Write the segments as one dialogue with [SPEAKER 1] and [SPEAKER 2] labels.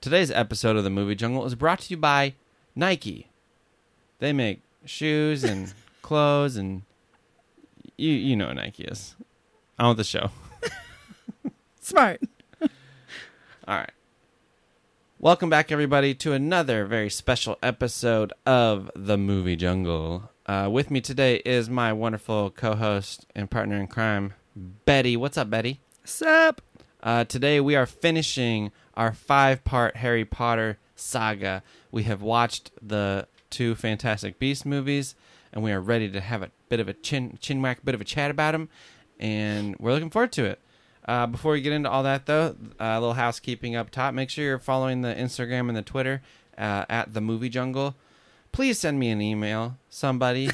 [SPEAKER 1] Today's episode of the Movie Jungle is brought to you by Nike. They make shoes and clothes and you you know what Nike is. I want the show.
[SPEAKER 2] Smart.
[SPEAKER 1] All right. Welcome back, everybody, to another very special episode of The Movie Jungle. Uh, with me today is my wonderful co host and partner in crime, Betty. What's up, Betty?
[SPEAKER 2] Sup?
[SPEAKER 1] Uh, today we are finishing our five part Harry Potter saga. We have watched the two Fantastic Beast movies and we are ready to have a bit of a chin, chin whack, bit of a chat about them. And we're looking forward to it. Uh, before we get into all that, though, uh, a little housekeeping up top. Make sure you're following the Instagram and the Twitter uh, at the Movie Jungle. Please send me an email, somebody.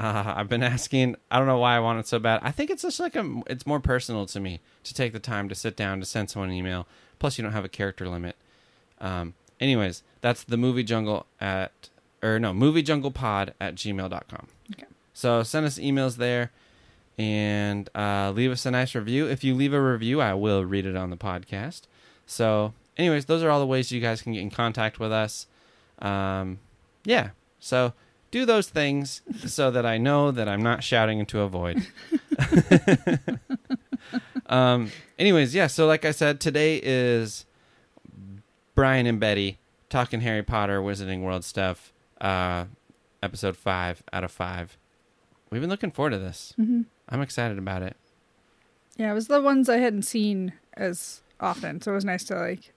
[SPEAKER 1] Uh, I've been asking. I don't know why I want it so bad. I think it's just like a. It's more personal to me to take the time to sit down to send someone an email. Plus, you don't have a character limit. Um, anyways, that's the movie jungle at or no movie jungle pod at gmail.com.
[SPEAKER 2] Okay.
[SPEAKER 1] So send us emails there and uh, leave us a nice review. If you leave a review, I will read it on the podcast. So, anyways, those are all the ways you guys can get in contact with us. Um, yeah. So do those things so that I know that I'm not shouting into a void. um, anyways, yeah. So, like I said, today is Brian and Betty talking Harry Potter, Wizarding World stuff. Uh, episode five out of five. We've been looking forward to this.
[SPEAKER 2] Mhm.
[SPEAKER 1] I'm excited about it.
[SPEAKER 2] Yeah, it was the ones I hadn't seen as often, so it was nice to like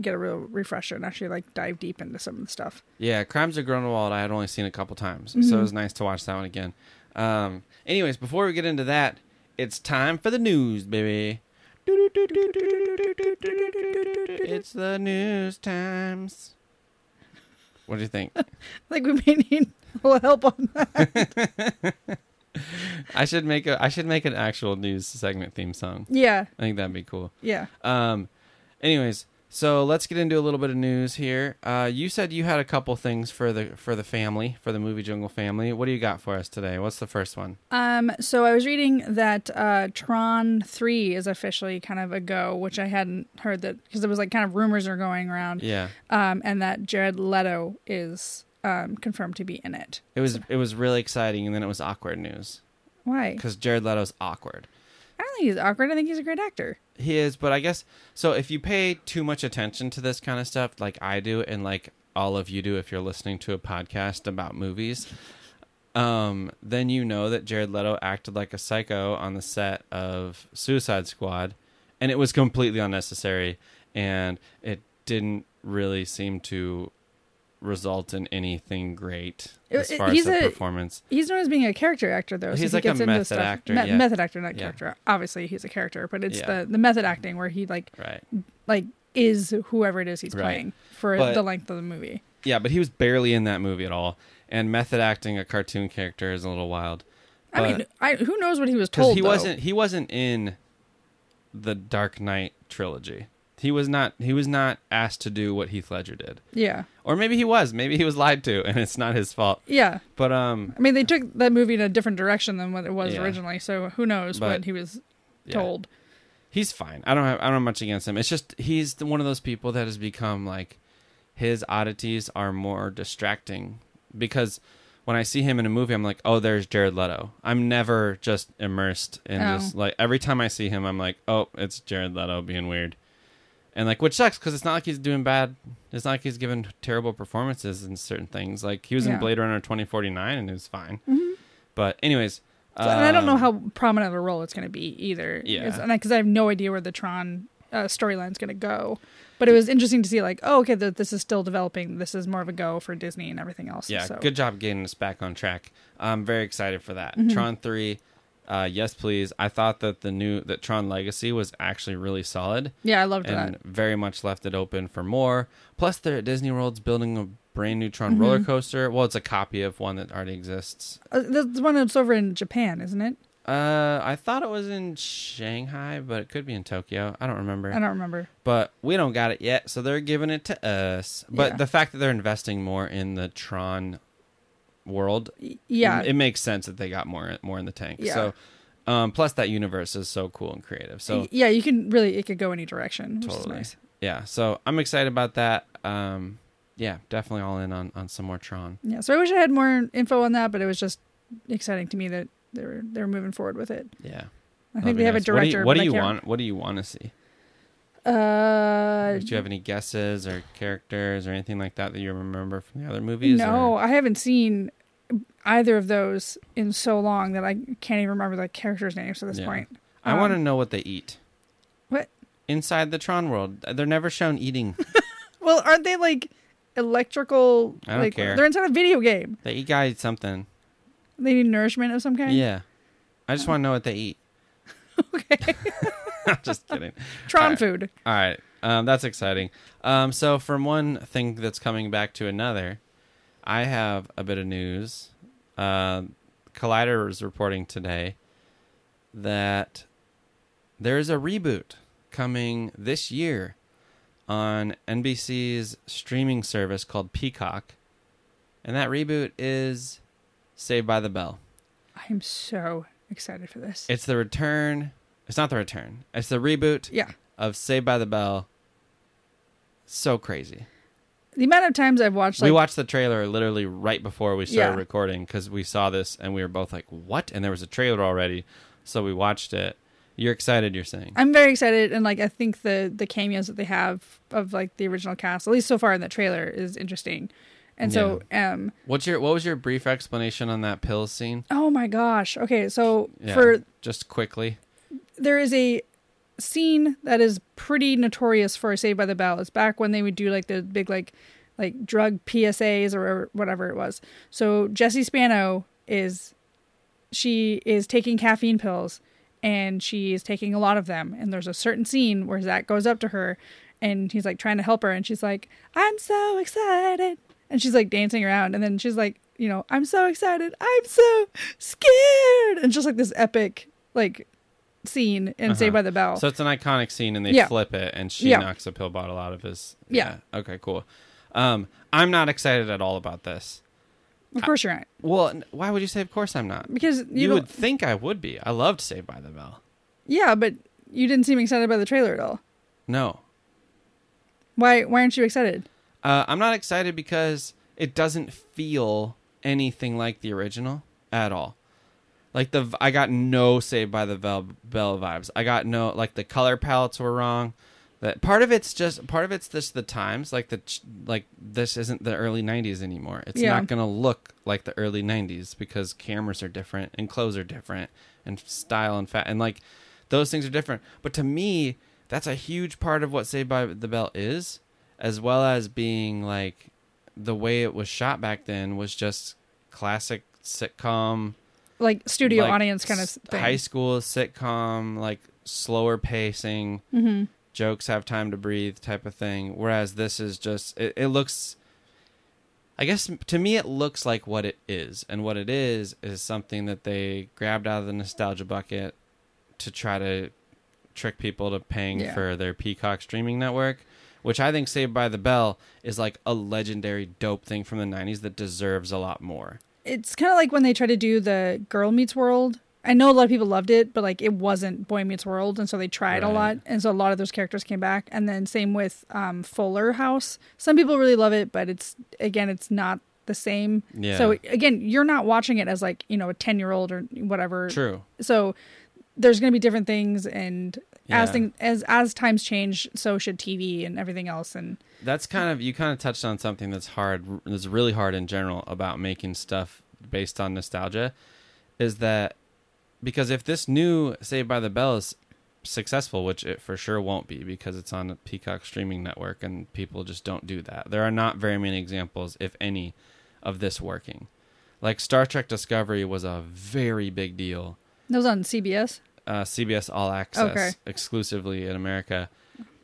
[SPEAKER 2] get a real refresher and actually like dive deep into some of the stuff.
[SPEAKER 1] Yeah, Crimes of Grindelwald I had only seen a couple times, so it was nice to watch that one again. Um, anyways, before we get into that, it's time for the news, baby. It's the news times. What do you think?
[SPEAKER 2] Like we may need a little help on that.
[SPEAKER 1] I should make a I should make an actual news segment theme song.
[SPEAKER 2] Yeah,
[SPEAKER 1] I think that'd be cool.
[SPEAKER 2] yeah.
[SPEAKER 1] Um, anyways, so let's get into a little bit of news here. Uh, you said you had a couple things for the for the family, for the movie jungle family. What do you got for us today? What's the first one?
[SPEAKER 2] Um, so I was reading that uh, Tron Three is officially kind of a go, which I hadn't heard that because there was like kind of rumors are going around,
[SPEAKER 1] Yeah,
[SPEAKER 2] um, and that Jared Leto is um, confirmed to be in it.
[SPEAKER 1] it was it was really exciting, and then it was awkward news
[SPEAKER 2] Why?
[SPEAKER 1] because Jared Leto's awkward.
[SPEAKER 2] I don't think he's awkward. I think he's a great actor.
[SPEAKER 1] He is, but I guess so. If you pay too much attention to this kind of stuff, like I do, and like all of you do, if you're listening to a podcast about movies, um, then you know that Jared Leto acted like a psycho on the set of Suicide Squad, and it was completely unnecessary, and it didn't really seem to result in anything great
[SPEAKER 2] It-
[SPEAKER 1] as
[SPEAKER 2] it-
[SPEAKER 1] far as
[SPEAKER 2] he's
[SPEAKER 1] the
[SPEAKER 2] a-
[SPEAKER 1] performance.
[SPEAKER 2] He's known as being a character actor, though.
[SPEAKER 1] He's
[SPEAKER 2] he
[SPEAKER 1] like a
[SPEAKER 2] gets into
[SPEAKER 1] method
[SPEAKER 2] stuff-
[SPEAKER 1] actor,
[SPEAKER 2] me-
[SPEAKER 1] yeah.
[SPEAKER 2] Method actor, not
[SPEAKER 1] Yeah.
[SPEAKER 2] character. Obviously, he's a character, but it's
[SPEAKER 1] Yeah.
[SPEAKER 2] the the method acting where he like
[SPEAKER 1] Right.
[SPEAKER 2] like is whoever it is he's
[SPEAKER 1] Right.
[SPEAKER 2] playing for
[SPEAKER 1] But-
[SPEAKER 2] the length of the movie.
[SPEAKER 1] Yeah, but he was barely in that movie at all. And method acting a cartoon character is a little wild.
[SPEAKER 2] I mean,
[SPEAKER 1] But-
[SPEAKER 2] I, who knows what he was
[SPEAKER 1] because
[SPEAKER 2] told?
[SPEAKER 1] he
[SPEAKER 2] though.
[SPEAKER 1] wasn't he wasn't in the Dark Knight trilogy. He was not he was not asked to do what Heath Ledger did,
[SPEAKER 2] Yeah,
[SPEAKER 1] or maybe he was. Maybe he was lied to, and it's not his fault.
[SPEAKER 2] yeah.
[SPEAKER 1] But um,
[SPEAKER 2] I mean, they took that movie in a different direction than what it was
[SPEAKER 1] Yeah.
[SPEAKER 2] originally. So who knows
[SPEAKER 1] But-
[SPEAKER 2] what he was
[SPEAKER 1] yeah,
[SPEAKER 2] told?
[SPEAKER 1] he's fine. I don't have I don't have much against him. It's just he's the- one of those people that has become like his oddities are more distracting because when I see him in a movie, I'm like, oh, there's Jared Leto. I'm never just immersed in
[SPEAKER 2] Oh.
[SPEAKER 1] this. Like every time I see him, I'm like, oh, it's Jared Leto being weird, and like which sucks because it's not like he's doing bad. It's not like he's given terrible performances in certain things. Like he was
[SPEAKER 2] Yeah. Mm-hmm.
[SPEAKER 1] in Blade Runner 2049 and it was fine. But anyways,
[SPEAKER 2] So- and I don't know
[SPEAKER 1] um,
[SPEAKER 2] how prominent a role it's going to be either.
[SPEAKER 1] Yeah.
[SPEAKER 2] because I have no idea where the Tron uh, storyline's going to go. But it was interesting to see, like, oh, okay, that this is still developing. This is more of a go for Disney and everything else.
[SPEAKER 1] Yeah,
[SPEAKER 2] so.
[SPEAKER 1] good job getting us back on track. I'm very excited for that.
[SPEAKER 2] Mm-hmm.
[SPEAKER 1] Tron Three, uh, yes please. I thought that the new that Tron Legacy was actually really solid
[SPEAKER 2] Yeah, I loved
[SPEAKER 1] and
[SPEAKER 2] that.
[SPEAKER 1] very much left it open for more. Plus, they're at Disney World's building a brand new
[SPEAKER 2] Mm-hmm.
[SPEAKER 1] Tron roller coaster. Well, it's a copy of one that already exists.
[SPEAKER 2] Uh, That's one that's over in Japan, isn't it?
[SPEAKER 1] Uh, I thought it was in Shanghai, but it could be in Tokyo. I don't remember.
[SPEAKER 2] I don't remember.
[SPEAKER 1] but we don't got it yet, so they're giving it to us. But
[SPEAKER 2] Yeah.
[SPEAKER 1] the fact that they're investing more in the Tron world
[SPEAKER 2] Y- Yeah,
[SPEAKER 1] it, it makes sense that they got more more in the tank.
[SPEAKER 2] Yeah.
[SPEAKER 1] So, um, plus that universe is so cool and creative. So
[SPEAKER 2] Y- yeah, you can really it could go any direction, which is
[SPEAKER 1] totally.
[SPEAKER 2] nice.
[SPEAKER 1] yeah, so I'm excited about that. Um, yeah, definitely all in on, on some more Tron.
[SPEAKER 2] Yeah, so I wish I had more info on that, but it was just exciting to me that they were they were moving forward with it.
[SPEAKER 1] Yeah,
[SPEAKER 2] I think they have a director.
[SPEAKER 1] What do
[SPEAKER 2] but I
[SPEAKER 1] you,
[SPEAKER 2] can't-
[SPEAKER 1] want? What do you want to see?
[SPEAKER 2] Uh,
[SPEAKER 1] Like, do you have any guesses or characters or anything like that that you remember from the other movies?
[SPEAKER 2] no,
[SPEAKER 1] or-
[SPEAKER 2] I haven't seen either of those in so long that I can't even remember the characters' names at this
[SPEAKER 1] Yeah.
[SPEAKER 2] point.
[SPEAKER 1] I want to know what they eat.
[SPEAKER 2] um, What?
[SPEAKER 1] Inside the Tron world, they're never shown eating.
[SPEAKER 2] Well, aren't they like electrical?
[SPEAKER 1] I don't
[SPEAKER 2] like
[SPEAKER 1] care.
[SPEAKER 2] they're inside a video game.
[SPEAKER 1] they eat guys something.
[SPEAKER 2] They need nourishment of some kind.
[SPEAKER 1] Yeah, I just want to know what they eat.
[SPEAKER 2] Okay.
[SPEAKER 1] just kidding.
[SPEAKER 2] Tron
[SPEAKER 1] Alright.
[SPEAKER 2] food.
[SPEAKER 1] All right, um, that's exciting. Um, so from one thing that's coming back to another, I have a bit of news. Uh, Collider is reporting today that there is a reboot coming this year on NBC's streaming service called Peacock, and that reboot is Saved by the Bell.
[SPEAKER 2] I am so excited for this.
[SPEAKER 1] It's the return. It's not the return. It's the reboot
[SPEAKER 2] yeah.
[SPEAKER 1] of Saved by the Bell. So crazy.
[SPEAKER 2] The amount of times I've watched like
[SPEAKER 1] we watched the trailer literally right before we started
[SPEAKER 2] Yeah.
[SPEAKER 1] recording because we saw this and we were both like, "What?" And there was a trailer already, so we watched it. You're excited, you're saying?
[SPEAKER 2] I'm very excited, and like I think the the cameos that they have of like the original cast, at least so far in that trailer, is interesting. And so, um,
[SPEAKER 1] What's your What was your brief explanation on that pill scene?
[SPEAKER 2] oh my gosh, okay, so
[SPEAKER 1] Yeah,
[SPEAKER 2] for
[SPEAKER 1] just quickly.
[SPEAKER 2] there is a scene that is pretty notorious for Saved by the Bell. It's back when they would do like the big like like drug PSAs or whatever it was. So Jessie Spano is she is taking caffeine pills and she is taking a lot of them and there's a certain scene where Zach goes up to her and he's like trying to help her and she's like, I'm so excited and she's like dancing around and then she's like, you know, I'm so excited, I'm so scared and just like this epic like scene in Saved
[SPEAKER 1] Uh-huh.
[SPEAKER 2] by the Bell.
[SPEAKER 1] So it's an iconic scene, and they
[SPEAKER 2] Oh. Yeah.
[SPEAKER 1] flip it, and she
[SPEAKER 2] Yeah.
[SPEAKER 1] knocks a pill bottle out of his.
[SPEAKER 2] Yeah.
[SPEAKER 1] Okay. Cool. Um, I'm not excited at all about this.
[SPEAKER 2] of course you're right.
[SPEAKER 1] Well, n- why would you say? Of course, I'm not.
[SPEAKER 2] Because you,
[SPEAKER 1] You,
[SPEAKER 2] don't-
[SPEAKER 1] would think I would be. I loved Saved by the Bell.
[SPEAKER 2] Yeah, but you didn't seem excited by the trailer at all.
[SPEAKER 1] No,
[SPEAKER 2] Why why aren't you excited?
[SPEAKER 1] Uh, I'm not excited because it doesn't feel anything like the original at all. Like the, v- I got no Saved by the Bell, Bell vibes. I got no like the color palettes were wrong. That part of it's just part of it's just the times. Like the ch- like this isn't the early '90s anymore. It's
[SPEAKER 2] Yeah.
[SPEAKER 1] not gonna look like the early '90s because cameras are different and clothes are different and style and fat and like those things are different. But to me, that's a huge part of what Saved by the Bell is, as well as being like the way it was shot back then was just classic sitcom
[SPEAKER 2] Like studio
[SPEAKER 1] like,
[SPEAKER 2] audience kind of
[SPEAKER 1] s-
[SPEAKER 2] thing.
[SPEAKER 1] high school sitcom like slower pacing
[SPEAKER 2] hmm
[SPEAKER 1] jokes have time to breathe type of thing whereas this is just it, it looks i guess to me it looks like what it is and what it is is something that they grabbed out of the nostalgia bucket to try to trick people to paying
[SPEAKER 2] Yeah.
[SPEAKER 1] for their peacock streaming network which i think saved by the bell is like a legendary dope thing from the 90s that deserves a lot more
[SPEAKER 2] It's kind of like when they try to do the Girl Meets World. I know a lot of people loved it, but like it wasn't Boy Meets World, and so they tried a
[SPEAKER 1] Right.
[SPEAKER 2] lot, and so a lot of those characters came back. And then same with um, Fuller House. Some people really love it, but it's again, it's not the same.
[SPEAKER 1] Yeah.
[SPEAKER 2] So again, you're not watching it as like you know a ten year old or whatever.
[SPEAKER 1] true
[SPEAKER 2] so there's going to be different things and
[SPEAKER 1] Yeah.
[SPEAKER 2] as things as as times change so should tv and everything else and
[SPEAKER 1] That's kind of you kind of touched on something that's hard that's really hard in general about making stuff based on nostalgia is that because if this new Saved by the Bell is successful, which it for sure won't be because it's on a Peacock streaming network and people just don't do that. There are not very many examples if any of this working. Like Star Trek Discovery was a very big deal
[SPEAKER 2] that was on cbs
[SPEAKER 1] uh, CBS All Access
[SPEAKER 2] Okay.
[SPEAKER 1] exclusively in America,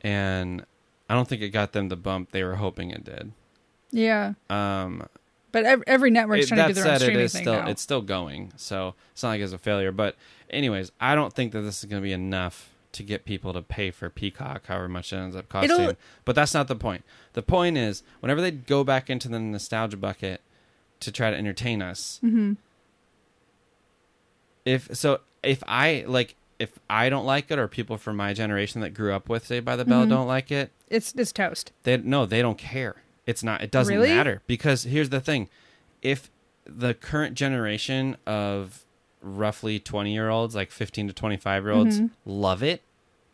[SPEAKER 1] and I don't think it got them the bump they were hoping it did.
[SPEAKER 2] yeah
[SPEAKER 1] Um,
[SPEAKER 2] but every, every network's
[SPEAKER 1] it-
[SPEAKER 2] trying to do their own
[SPEAKER 1] it
[SPEAKER 2] streaming
[SPEAKER 1] is
[SPEAKER 2] thing
[SPEAKER 1] still
[SPEAKER 2] now
[SPEAKER 1] it's still going, so it's not like it's a failure. But anyways, I don't think that this is going to be enough to get people to pay for Peacock, however much it ends up costing.
[SPEAKER 2] It'll-
[SPEAKER 1] but that's not the point. The point is, whenever they go back into the nostalgia bucket to try to entertain us,
[SPEAKER 2] mm-hmm.
[SPEAKER 1] if so if i like if I don't like it or people from my generation that grew up with Saved by the Bell
[SPEAKER 2] Mm-hmm.
[SPEAKER 1] don't like it,
[SPEAKER 2] It's it's toast.
[SPEAKER 1] they no, they don't care. It's not. It doesn't
[SPEAKER 2] Really?
[SPEAKER 1] matter because here's the thing: if the current generation of roughly 20 year olds, like 15 to 25 year olds, love it,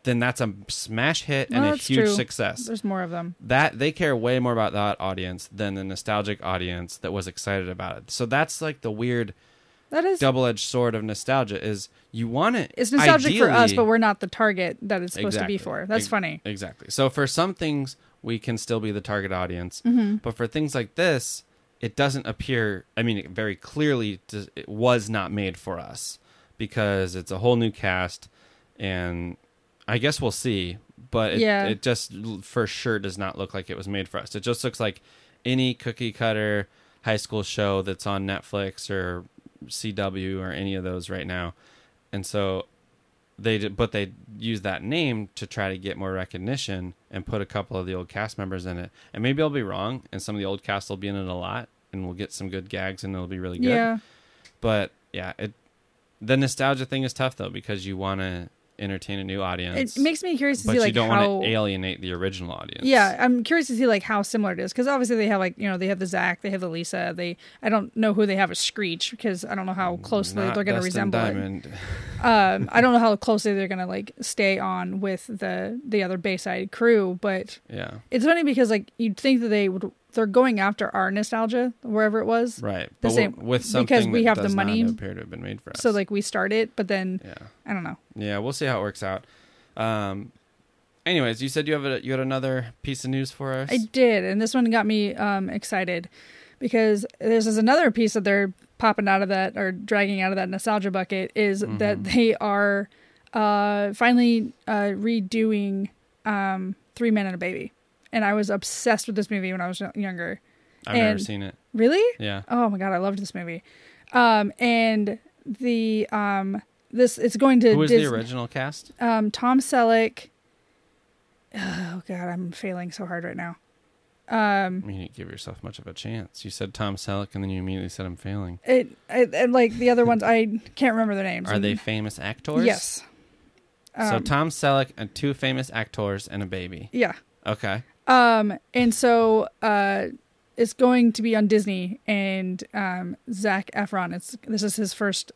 [SPEAKER 1] then that's a smash hit and
[SPEAKER 2] Well,
[SPEAKER 1] a
[SPEAKER 2] Mm-hmm. that's
[SPEAKER 1] huge
[SPEAKER 2] true.
[SPEAKER 1] success.
[SPEAKER 2] There's more of them.
[SPEAKER 1] That they care way more about that audience than the nostalgic audience that was excited about it. So that's like the weird
[SPEAKER 2] That is
[SPEAKER 1] double edged sword of nostalgia: is you want it.
[SPEAKER 2] it's nostalgic for us,
[SPEAKER 1] ideally-
[SPEAKER 2] but we're not the target that it's supposed to be
[SPEAKER 1] Exactly.
[SPEAKER 2] for. That's
[SPEAKER 1] Ex-
[SPEAKER 2] funny.
[SPEAKER 1] Exactly. So for some things, we can still be the target audience,
[SPEAKER 2] Mm-hmm.
[SPEAKER 1] but for things like this, it doesn't appear. I mean, it very clearly, does, it was not made for us because it's a whole new cast, and I guess we'll see. But it,
[SPEAKER 2] Yeah.
[SPEAKER 1] it just l- for sure does not look like it was made for us. It just looks like any cookie cutter high school show that's on Netflix or CW or any of those right now. And so they did, but they use that name to try to get more recognition and put a couple of the old cast members in it. And maybe I'll be wrong, and some of the old cast will be in it a lot, and we'll get some good gags, and it'll be really good.
[SPEAKER 2] Yeah.
[SPEAKER 1] But yeah, it the nostalgia thing is tough though because you want to entertain a new audience,
[SPEAKER 2] It makes me curious to
[SPEAKER 1] but
[SPEAKER 2] see
[SPEAKER 1] you
[SPEAKER 2] like
[SPEAKER 1] don't
[SPEAKER 2] how
[SPEAKER 1] want to alienate the original audience.
[SPEAKER 2] Yeah, I'm curious to see like how similar it is because obviously they have like you know they have the Zach, they have the Lisa. They I don't know who they have as Screech because I don't know how closely
[SPEAKER 1] Mm, Not
[SPEAKER 2] they're going to
[SPEAKER 1] Dustin
[SPEAKER 2] resemble it.
[SPEAKER 1] Diamond.
[SPEAKER 2] Um, I don't know how closely they're going to like stay on with the the other Bayside crew, but
[SPEAKER 1] Yeah,
[SPEAKER 2] it's funny because like you'd think that they would they're going after our nostalgia wherever it was,
[SPEAKER 1] right. But w-
[SPEAKER 2] same-
[SPEAKER 1] with
[SPEAKER 2] because
[SPEAKER 1] something
[SPEAKER 2] we
[SPEAKER 1] that
[SPEAKER 2] have the
[SPEAKER 1] does
[SPEAKER 2] money.
[SPEAKER 1] not appear to have been made for us.
[SPEAKER 2] so like we start it, but then
[SPEAKER 1] yeah.
[SPEAKER 2] I don't know.
[SPEAKER 1] Yeah, we'll see how it works out. Um, anyways, you said you have a, you had another piece of news for us.
[SPEAKER 2] I did, and this one got me um, excited because this is another piece that they're popping out of that or dragging out of that nostalgia bucket is that they are uh, finally uh, redoing um, Three Men and a Baby, and I was obsessed with this movie when I was younger.
[SPEAKER 1] I've never
[SPEAKER 2] and-
[SPEAKER 1] seen it.
[SPEAKER 2] Really?
[SPEAKER 1] Yeah.
[SPEAKER 2] Oh my god, I loved this movie. Um, and the um, this it's going to
[SPEAKER 1] Who was
[SPEAKER 2] Disney-
[SPEAKER 1] the original cast?
[SPEAKER 2] um, Tom Selleck. Oh god, I'm failing so hard right now. Um,
[SPEAKER 1] I mean, you didn't give yourself much of a chance. You said Tom Selleck, and then you immediately said I'm failing.
[SPEAKER 2] It, it and like the other ones, I can't remember their names.
[SPEAKER 1] Are they famous actors?
[SPEAKER 2] Yes.
[SPEAKER 1] so
[SPEAKER 2] Um,
[SPEAKER 1] Tom Selleck and two famous actors and a baby.
[SPEAKER 2] yeah.
[SPEAKER 1] Okay.
[SPEAKER 2] Um, and so uh, it's going to be on Disney, and um, Zach Efron. It's this is his first,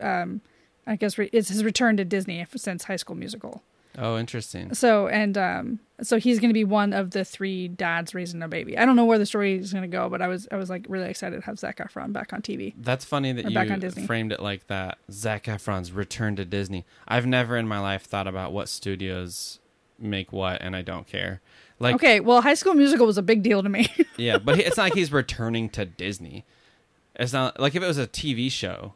[SPEAKER 2] um, I guess re- it's his return to Disney since High School Musical.
[SPEAKER 1] Oh, interesting.
[SPEAKER 2] So and um, so he's going to be one of the three dads raising a baby. I don't know where the story is going to go, but I was I was like really excited to have Zach Efron back on TV.
[SPEAKER 1] That's funny that
[SPEAKER 2] We're back on
[SPEAKER 1] you
[SPEAKER 2] Disney.
[SPEAKER 1] framed it like that. Zach Efron's return to Disney. I've never in my life thought about what studios make what, and I don't care. Like,
[SPEAKER 2] Okay, well, High School Musical was a big deal to me.
[SPEAKER 1] yeah, but he- it's not like he's returning to Disney. It's not like if it was a TV show.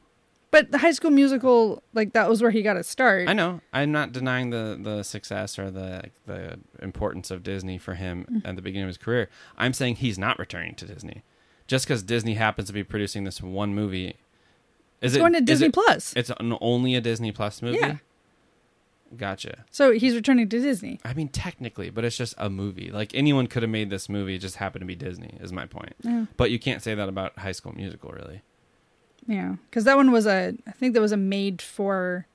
[SPEAKER 2] But the High School Musical, like that was where he got his start.
[SPEAKER 1] I know. I'm not denying the the success or the the importance of Disney for him
[SPEAKER 2] Mm-hmm.
[SPEAKER 1] at the beginning of his career. I'm saying he's not returning to Disney. Just because Disney happens to be producing this one movie, is
[SPEAKER 2] It's
[SPEAKER 1] it
[SPEAKER 2] going to
[SPEAKER 1] is
[SPEAKER 2] Disney
[SPEAKER 1] it-
[SPEAKER 2] Plus.
[SPEAKER 1] It's an, only a Disney Plus movie.
[SPEAKER 2] Yeah.
[SPEAKER 1] Gotcha.
[SPEAKER 2] So he's returning to Disney.
[SPEAKER 1] I mean, technically, but it's just a movie. Like anyone could have made this movie. It just happened to be Disney. Is my point.
[SPEAKER 2] Yeah.
[SPEAKER 1] But you can't say that about High School Musical, really.
[SPEAKER 2] Yeah. Because that one was a, I think that was a made for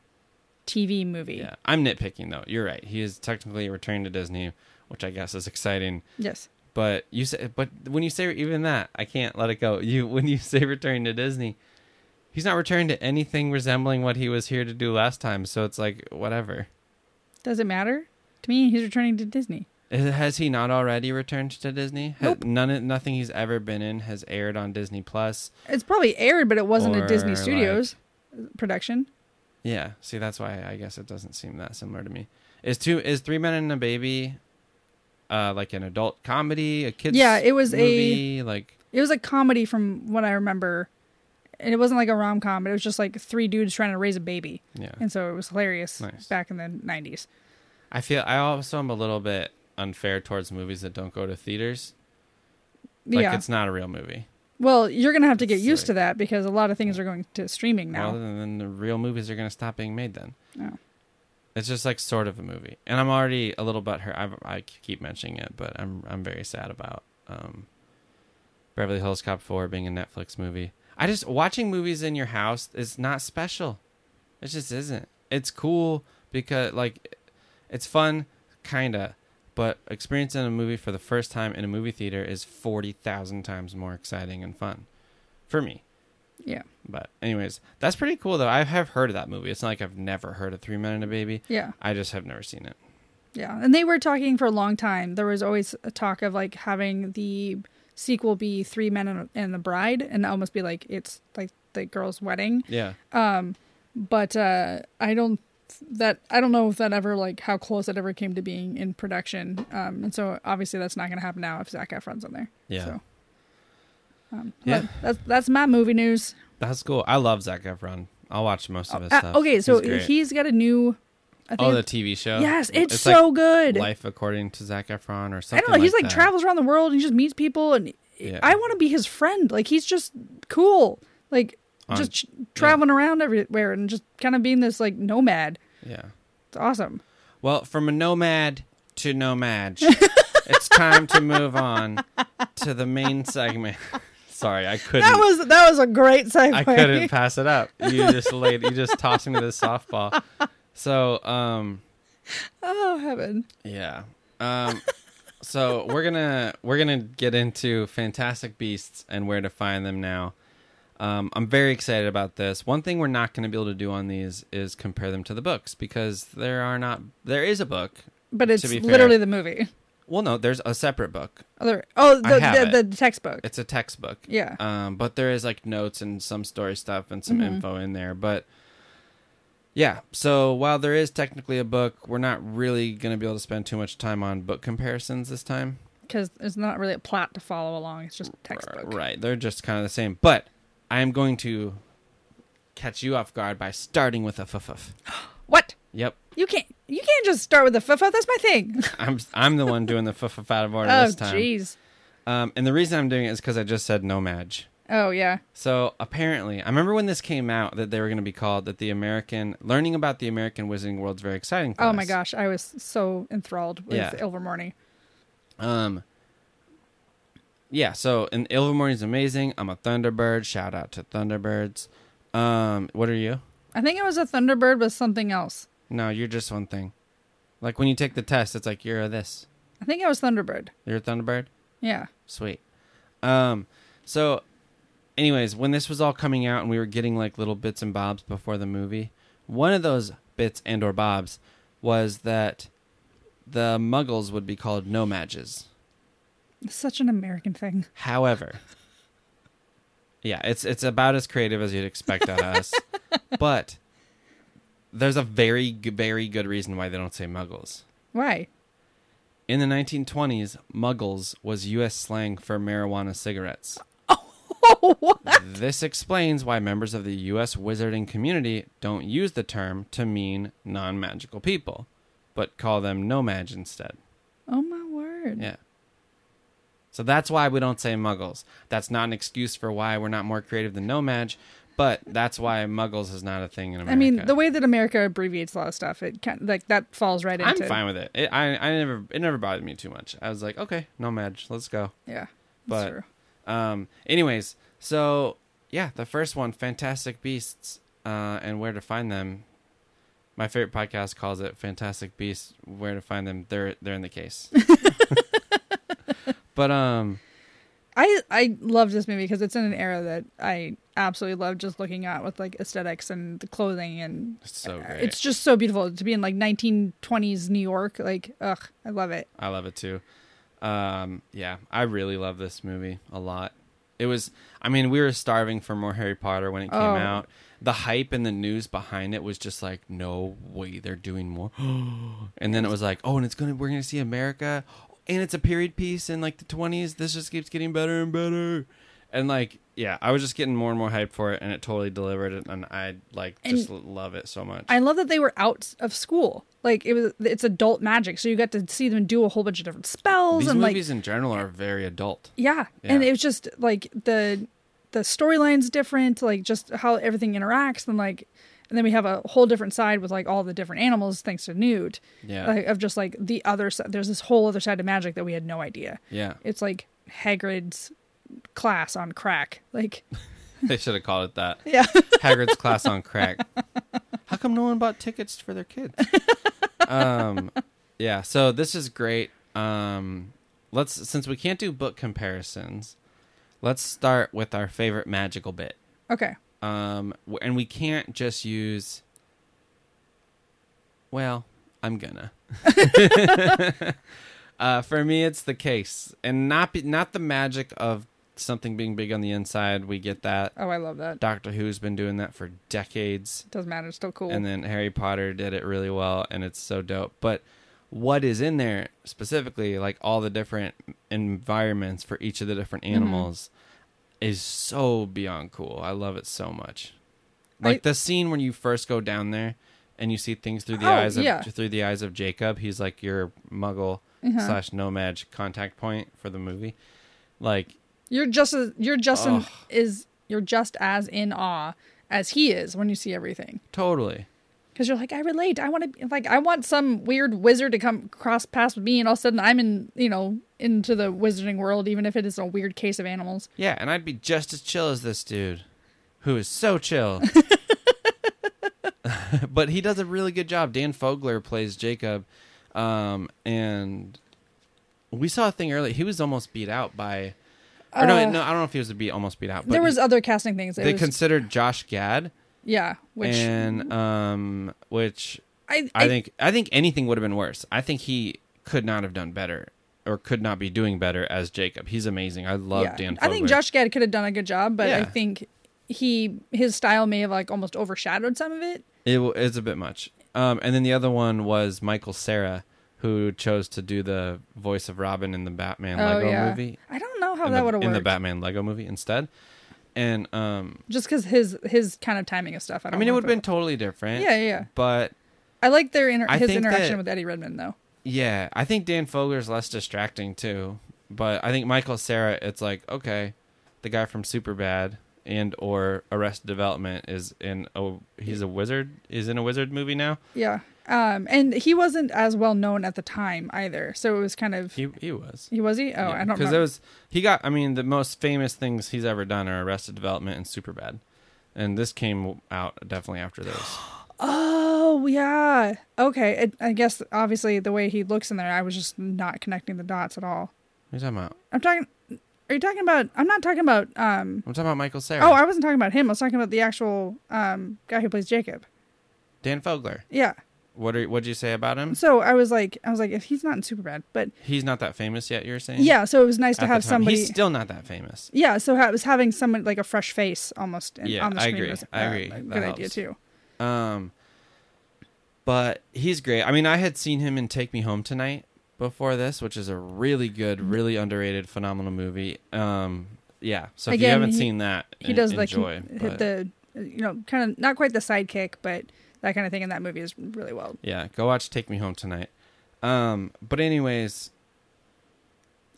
[SPEAKER 2] TV movie.
[SPEAKER 1] Yeah, I'm nitpicking though. You're right. He is technically returned to Disney, which I guess is exciting.
[SPEAKER 2] Yes.
[SPEAKER 1] But you say, but when you say even that, I can't let it go. You when you say return to Disney, he's not returning to anything resembling what he was here to do last time. So it's like whatever.
[SPEAKER 2] Does it matter? To me, he's returning to Disney.
[SPEAKER 1] Is- Has he not already returned to Disney? Ha-
[SPEAKER 2] Nope.
[SPEAKER 1] None, of- nothing he's ever been in has aired on Disney Plus.
[SPEAKER 2] It's probably aired, but it wasn't a
[SPEAKER 1] Or,
[SPEAKER 2] Disney
[SPEAKER 1] like-
[SPEAKER 2] Studios production.
[SPEAKER 1] Yeah, see, that's why I guess it doesn't seem that similar to me. Is two is three men and a baby, uh, like an adult comedy, a kids?
[SPEAKER 2] Yeah, it was a-
[SPEAKER 1] movie, like
[SPEAKER 2] It was a comedy from what I remember. And it wasn't like a rom com, but it was just like three dudes trying to raise a baby.
[SPEAKER 1] yeah.
[SPEAKER 2] And so it was hilarious
[SPEAKER 1] Nice.
[SPEAKER 2] back in the 90s.
[SPEAKER 1] I feel I also am a little bit unfair towards movies that don't go to theaters. Like
[SPEAKER 2] yeah.
[SPEAKER 1] it's not a real movie.
[SPEAKER 2] Well, you're going to have to get
[SPEAKER 1] It's
[SPEAKER 2] used
[SPEAKER 1] like-
[SPEAKER 2] to that because a lot of things are going to streaming now.
[SPEAKER 1] Well, then then the real movies are going to stop being made. Then
[SPEAKER 2] Oh.
[SPEAKER 1] it's just like sort of a movie, and I'm already a little butthurt. I I keep mentioning it, but I'm I'm very sad about um, Beverly Hills Cop Four being a Netflix movie. I just watching movies in your house is not special. It just isn't. it's cool because like it's fun, kinda. But experiencing a movie for the first time in a movie theater is forty thousand times more exciting and fun for me.
[SPEAKER 2] Yeah.
[SPEAKER 1] But anyways, that's pretty cool though. I have heard of that movie. It's not like I've never heard of Three Men and a Baby.
[SPEAKER 2] Yeah.
[SPEAKER 1] I just have never seen it.
[SPEAKER 2] Yeah, and they were talking for a long time. There was always a talk of like having the sequel be Three Men and, and the Bride, and almost be like it's like the girl's wedding.
[SPEAKER 1] Yeah.
[SPEAKER 2] Um, But uh, I don't that I don't know if that ever like how close that ever came to being in production. Um, and so obviously that's not going to happen now if Zac Efron's in there.
[SPEAKER 1] Yeah.
[SPEAKER 2] So. Um,
[SPEAKER 1] Yeah.
[SPEAKER 2] yeah. That's that's my movie news.
[SPEAKER 1] That's cool. I love Zach Efron. I'll watch most of his
[SPEAKER 2] Uh,
[SPEAKER 1] stuff.
[SPEAKER 2] okay, so
[SPEAKER 1] He's great.
[SPEAKER 2] he's got a new. I
[SPEAKER 1] oh
[SPEAKER 2] think,
[SPEAKER 1] the TV show.
[SPEAKER 2] yes, it's,
[SPEAKER 1] like
[SPEAKER 2] so good.
[SPEAKER 1] Life according to Zach Efron or
[SPEAKER 2] I
[SPEAKER 1] something.
[SPEAKER 2] don't know. He's like,
[SPEAKER 1] that.
[SPEAKER 2] travels around the world and he just meets people, and
[SPEAKER 1] Yeah.
[SPEAKER 2] I want to be his friend. Like he's just cool. Like
[SPEAKER 1] On-
[SPEAKER 2] just ch- traveling around everywhere and just kind of being this like nomad.
[SPEAKER 1] Yeah.
[SPEAKER 2] It's awesome.
[SPEAKER 1] Well, from a nomad to nomad, it's time to move on to the main segment. Sorry, I couldn't.
[SPEAKER 2] That was that was a great segue.
[SPEAKER 1] I couldn't pass it up. You just laid. You just tossed me this softball. So, um,
[SPEAKER 2] Oh heaven.
[SPEAKER 1] yeah. Um, so we're gonna we're gonna get into Fantastic Beasts and where to find them now. Um, I'm very excited about this. One thing we're not going to be able to do on these is compare them to the books because there are not there is a book.
[SPEAKER 2] But it's
[SPEAKER 1] be fair.
[SPEAKER 2] literally the movie.
[SPEAKER 1] Well, no, there's a separate book.
[SPEAKER 2] Other oh
[SPEAKER 1] I
[SPEAKER 2] the
[SPEAKER 1] have
[SPEAKER 2] the, the textbook.
[SPEAKER 1] It's a textbook.
[SPEAKER 2] Yeah.
[SPEAKER 1] Um, but there is like notes and some story stuff and some info in there. But yeah, so while there is technically a book, we're not really going to be able to spend too much time on book comparisons this time.
[SPEAKER 2] Because it's not really a plot to follow along. It's just textbook.
[SPEAKER 1] Right. They're just kind of the same. But I am going to catch you off guard by starting with a fuff.
[SPEAKER 2] What?
[SPEAKER 1] Yep.
[SPEAKER 2] You can't you can't just start with the fuff. That's my thing.
[SPEAKER 1] I'm I'm the one doing the fuff out of order
[SPEAKER 2] oh
[SPEAKER 1] this time.
[SPEAKER 2] jeez.
[SPEAKER 1] Um, and the reason I'm doing it is because I just said nomad.
[SPEAKER 2] Oh yeah.
[SPEAKER 1] So apparently, I remember when this came out that they were going to be called that the American learning about the American Wizarding World's very exciting. For
[SPEAKER 2] Oh
[SPEAKER 1] us.
[SPEAKER 2] my gosh, I was so enthralled with
[SPEAKER 1] Yeah.
[SPEAKER 2] Ilvermorny.
[SPEAKER 1] Um, yeah. So and Ilvermorny is amazing. I'm a Thunderbird. Shout out to Thunderbirds. Um, what are you?
[SPEAKER 2] I think it was a Thunderbird with something else.
[SPEAKER 1] No, you're just one thing. Like when you take the test, it's like you're a this.
[SPEAKER 2] I think it was Thunderbird.
[SPEAKER 1] You're a Thunderbird.
[SPEAKER 2] Yeah.
[SPEAKER 1] Sweet. Um, so, anyways, when this was all coming out and we were getting like little bits and bobs before the movie, one of those bits and or bobs was that the Muggles would be called nomadges.
[SPEAKER 2] It's such an American thing.
[SPEAKER 1] However, yeah, it's it's about as creative as you'd expect out of us, but there's a very g- very good reason why they don't say Muggles.
[SPEAKER 2] Why?
[SPEAKER 1] In the 1920s, Muggles was U.S. slang for marijuana cigarettes.
[SPEAKER 2] Oh, what?
[SPEAKER 1] This explains why members of the U.S. wizarding community don't use the term to mean non magical people, but call them nomads instead.
[SPEAKER 2] Oh my word.
[SPEAKER 1] Yeah. So that's why we don't say muggles. That's not an excuse for why we're not more creative than nomad, but that's why muggles is not a thing in America.
[SPEAKER 2] I mean, the way that America abbreviates a lot of stuff, it can, like that falls right
[SPEAKER 1] I'm
[SPEAKER 2] into.
[SPEAKER 1] fine with it. it I, I never it never bothered me too much. I was like, okay, nomad, let's go.
[SPEAKER 2] Yeah.
[SPEAKER 1] But-
[SPEAKER 2] That's true.
[SPEAKER 1] Um, anyways, so yeah, the first one, Fantastic Beasts, uh, and where to find them. My favorite podcast calls it Fantastic Beasts, where to find them. They're they're in the case. but um,
[SPEAKER 2] I I love this movie because it's in an era that I absolutely love just looking at with like aesthetics and the clothing and
[SPEAKER 1] it's so great.
[SPEAKER 2] Uh, it's just so beautiful to be in like 1920s New York. Like, ugh, I love it.
[SPEAKER 1] I love it too. Um, yeah, I really love this movie a lot. It was, I mean, we were starving for more Harry Potter when it came
[SPEAKER 2] Oh.
[SPEAKER 1] out. The hype and the news behind it was just like, no way, they're doing more. and then it was like, oh, and it's gonna, we're gonna see America, and it's a period piece in like the twenties. This just keeps getting better and better. And like, yeah, I was just getting more and more hype for it, and it totally delivered it, and I like just love it so much.
[SPEAKER 2] I love that they were out of school. Like it was, it's adult magic, so you got to see them do a whole bunch of different spells
[SPEAKER 1] These
[SPEAKER 2] and like
[SPEAKER 1] movies in general are very adult.
[SPEAKER 2] Yeah. And
[SPEAKER 1] Yeah.
[SPEAKER 2] it was just like the the storyline's different, like just how everything interacts and like and then we have a whole different side with like all the different animals thanks to Newt.
[SPEAKER 1] Yeah.
[SPEAKER 2] Like, of just like the other side there's this whole other side of magic that we had no idea.
[SPEAKER 1] Yeah,
[SPEAKER 2] It's like Hagrid's class on crack. Like
[SPEAKER 1] they should have called it that.
[SPEAKER 2] yeah.
[SPEAKER 1] Hagrid's class on crack. How come no one bought tickets for their kids? um, yeah. So this is great. Um, let's since we can't do book comparisons, let's start with our favorite magical bit.
[SPEAKER 2] Okay.
[SPEAKER 1] Um, w- and we can't just use. Well, I'm gonna. uh, for me, it's the case, and not be, not the magic of something being big on the inside. We get that.
[SPEAKER 2] Oh, I love that.
[SPEAKER 1] Doctor Who's been doing that for decades,
[SPEAKER 2] Doesn't matter. It's still cool.
[SPEAKER 1] and then Harry Potter did it really well, and it's so dope. But what is in there specifically, like all the different environments for each of the different
[SPEAKER 2] Mm-hmm.
[SPEAKER 1] animals, is so beyond cool. I love it so much. Like
[SPEAKER 2] I-
[SPEAKER 1] the scene when you first go down there and you see things through the
[SPEAKER 2] Oh,
[SPEAKER 1] eyes of
[SPEAKER 2] yeah.
[SPEAKER 1] through the eyes of Jacob. He's like your Muggle
[SPEAKER 2] Uh-huh.
[SPEAKER 1] slash nomad contact point for the movie. Like
[SPEAKER 2] You're just as you're just in,
[SPEAKER 1] Ugh.
[SPEAKER 2] is you're just as in awe as he is when you see everything.
[SPEAKER 1] totally.
[SPEAKER 2] Because you're like, I relate. I want to like I want some weird wizard to come cross paths with me, and all of a sudden I'm in you know into the wizarding world, even if it is a weird case of animals.
[SPEAKER 1] Yeah, and I'd be just as chill as this dude, who is so chill. but he does a really good job. Dan Fogler plays Jacob, um, and we saw a thing earlier. He was almost beat out by, or no,
[SPEAKER 2] Uh,
[SPEAKER 1] no, I don't know if he was beat almost beat out. But
[SPEAKER 2] there was
[SPEAKER 1] he-
[SPEAKER 2] other casting things. It
[SPEAKER 1] they
[SPEAKER 2] was-
[SPEAKER 1] considered Josh Gad,
[SPEAKER 2] yeah, which
[SPEAKER 1] and um, which
[SPEAKER 2] I,
[SPEAKER 1] I think I think anything would have been worse. I think he could not have done better. Or could not be doing better as Jacob. He's amazing. I love
[SPEAKER 2] yeah.
[SPEAKER 1] Dan. Fogler.
[SPEAKER 2] I think Josh Gad could have done a good job, but I
[SPEAKER 1] Yeah.
[SPEAKER 2] think he his style may have like almost overshadowed some of it.
[SPEAKER 1] It w- it's a bit much. Um, and then the other one was Michael Sarah, who chose to do the voice of Robin in the Batman
[SPEAKER 2] oh
[SPEAKER 1] Lego
[SPEAKER 2] yeah,
[SPEAKER 1] movie.
[SPEAKER 2] I don't know how
[SPEAKER 1] in
[SPEAKER 2] that
[SPEAKER 1] the-
[SPEAKER 2] would have
[SPEAKER 1] in the
[SPEAKER 2] worked.
[SPEAKER 1] Batman Lego movie instead. And um,
[SPEAKER 2] Just because his his kind of timing of stuff. I,
[SPEAKER 1] I
[SPEAKER 2] don't
[SPEAKER 1] mean, it
[SPEAKER 2] know
[SPEAKER 1] would have
[SPEAKER 2] if
[SPEAKER 1] been totally different.
[SPEAKER 2] Yeah, yeah, yeah.
[SPEAKER 1] But
[SPEAKER 2] I like their inter-
[SPEAKER 1] I
[SPEAKER 2] his
[SPEAKER 1] think
[SPEAKER 2] interaction
[SPEAKER 1] that-
[SPEAKER 2] with Eddie Redmond though.
[SPEAKER 1] yeah, I think Dan Fogler's less distracting too. But I think Michael Sarah, it's like okay, the guy from Superbad and or Arrested Development is in a he's a wizard is in a wizard movie now.
[SPEAKER 2] Yeah. Um, and he wasn't as well known at the time either, so it was kind of he,
[SPEAKER 1] He he was.
[SPEAKER 2] was he? Oh, I don't
[SPEAKER 1] because
[SPEAKER 2] know.
[SPEAKER 1] it was he got. I mean, the most famous things he's ever done are Arrested Development and Superbad, and this came out definitely after those.
[SPEAKER 2] oh yeah. Okay. It, I guess obviously the way he looks in there, I was just not connecting the dots at all.
[SPEAKER 1] What are you talking about?
[SPEAKER 2] I'm talking. Are you talking about? I'm not talking about. Um.
[SPEAKER 1] I'm talking about Michael Sarah.
[SPEAKER 2] Oh, I wasn't talking about him. I was talking about the actual um guy who plays Jacob.
[SPEAKER 1] Dan Fogler.
[SPEAKER 2] Yeah.
[SPEAKER 1] What are what'd you say about him?
[SPEAKER 2] So I was like, I was like, if he's not in Superbad, but
[SPEAKER 1] He's not that famous yet. You're saying?
[SPEAKER 2] yeah. So it was nice
[SPEAKER 1] At
[SPEAKER 2] to
[SPEAKER 1] the
[SPEAKER 2] have
[SPEAKER 1] time.
[SPEAKER 2] somebody.
[SPEAKER 1] He's still not that famous.
[SPEAKER 2] yeah. So I was having someone like a fresh face almost. In,
[SPEAKER 1] Yeah,
[SPEAKER 2] on the
[SPEAKER 1] I
[SPEAKER 2] screen
[SPEAKER 1] agree.
[SPEAKER 2] Was,
[SPEAKER 1] I agree.
[SPEAKER 2] a
[SPEAKER 1] That
[SPEAKER 2] Good idea
[SPEAKER 1] helps.
[SPEAKER 2] too.
[SPEAKER 1] Um, but he's great. I mean, I had seen him in Take Me Home Tonight before this, which is a really good, really underrated, phenomenal movie. Um, yeah. So if
[SPEAKER 2] Again,
[SPEAKER 1] you haven't
[SPEAKER 2] he-
[SPEAKER 1] seen that,
[SPEAKER 2] He
[SPEAKER 1] en-
[SPEAKER 2] does like
[SPEAKER 1] enjoy. but-
[SPEAKER 2] hit the you know kind of not quite the sidekick, but that kind of thing in that movie is really well.
[SPEAKER 1] Yeah, go watch Take Me Home tonight. Um, but anyways,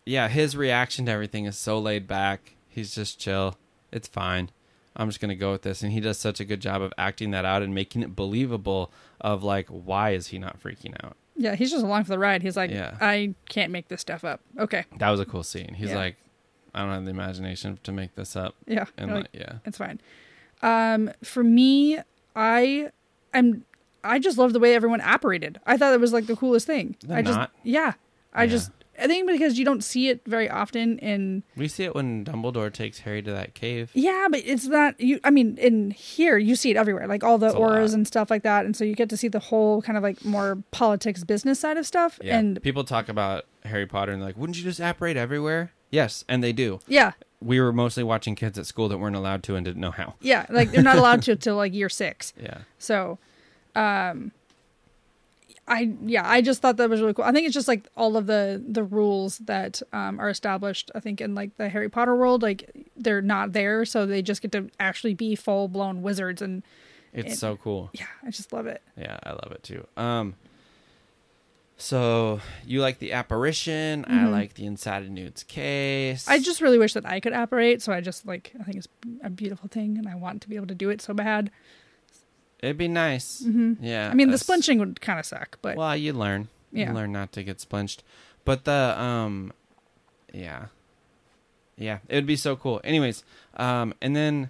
[SPEAKER 1] yeah, his reaction to everything is so laid back. He's just chill. It's fine. I'm just gonna go with this, and he does such a good job of acting that out and making it believable. Of like, why is he not freaking out?
[SPEAKER 2] Yeah, he's just along for the ride. He's like,
[SPEAKER 1] Yeah.
[SPEAKER 2] I can't make this stuff up. Okay.
[SPEAKER 1] That was a cool scene. He's
[SPEAKER 2] Yeah.
[SPEAKER 1] like, I don't have the imagination to make this up,
[SPEAKER 2] Yeah.
[SPEAKER 1] and
[SPEAKER 2] You're
[SPEAKER 1] like,
[SPEAKER 2] like,
[SPEAKER 1] yeah,
[SPEAKER 2] it's fine. Um, for me, I am. I just love the way everyone operated. I thought it was like the coolest thing.
[SPEAKER 1] They're
[SPEAKER 2] I just,
[SPEAKER 1] not.
[SPEAKER 2] yeah. I
[SPEAKER 1] Yeah.
[SPEAKER 2] just, I think because you don't see it very often in
[SPEAKER 1] we see it when Dumbledore takes Harry to that cave.
[SPEAKER 2] Yeah, but it's not you. I mean, in here you see it everywhere, like all the
[SPEAKER 1] It's a
[SPEAKER 2] auras
[SPEAKER 1] lot.
[SPEAKER 2] and stuff like that, and so you get to see the whole kind of like more politics, business side of stuff.
[SPEAKER 1] Yeah,
[SPEAKER 2] And
[SPEAKER 1] people talk about Harry Potter and they're like, wouldn't you just apparate everywhere? Yes, and they do.
[SPEAKER 2] yeah,
[SPEAKER 1] we were mostly watching kids at school that weren't allowed to and didn't know how.
[SPEAKER 2] yeah, like they're not allowed to till like year six.
[SPEAKER 1] Yeah.
[SPEAKER 2] So, um, I yeah, I just thought that was really cool. I think it's just like all of the the rules that um, are established. I think in like the Harry Potter world, like they're not there, so they just get to actually be full blown wizards, and
[SPEAKER 1] It's
[SPEAKER 2] It-
[SPEAKER 1] so cool.
[SPEAKER 2] yeah, I just love it.
[SPEAKER 1] Yeah, I love it too. Um so you like the apparition, I like the inside of Newt's case.
[SPEAKER 2] Mm-hmm. I just really wish that I could apparate. So I just like I think it's a beautiful thing, and I want to be able to do it so bad.
[SPEAKER 1] it'd be nice.
[SPEAKER 2] Mhm.
[SPEAKER 1] Yeah.
[SPEAKER 2] I mean, the
[SPEAKER 1] us-
[SPEAKER 2] splinching would kind of suck, but
[SPEAKER 1] Well, you learn.
[SPEAKER 2] Yeah.
[SPEAKER 1] You learn not to get splinched. But the um yeah. Yeah, it would be so cool. Anyways, um and then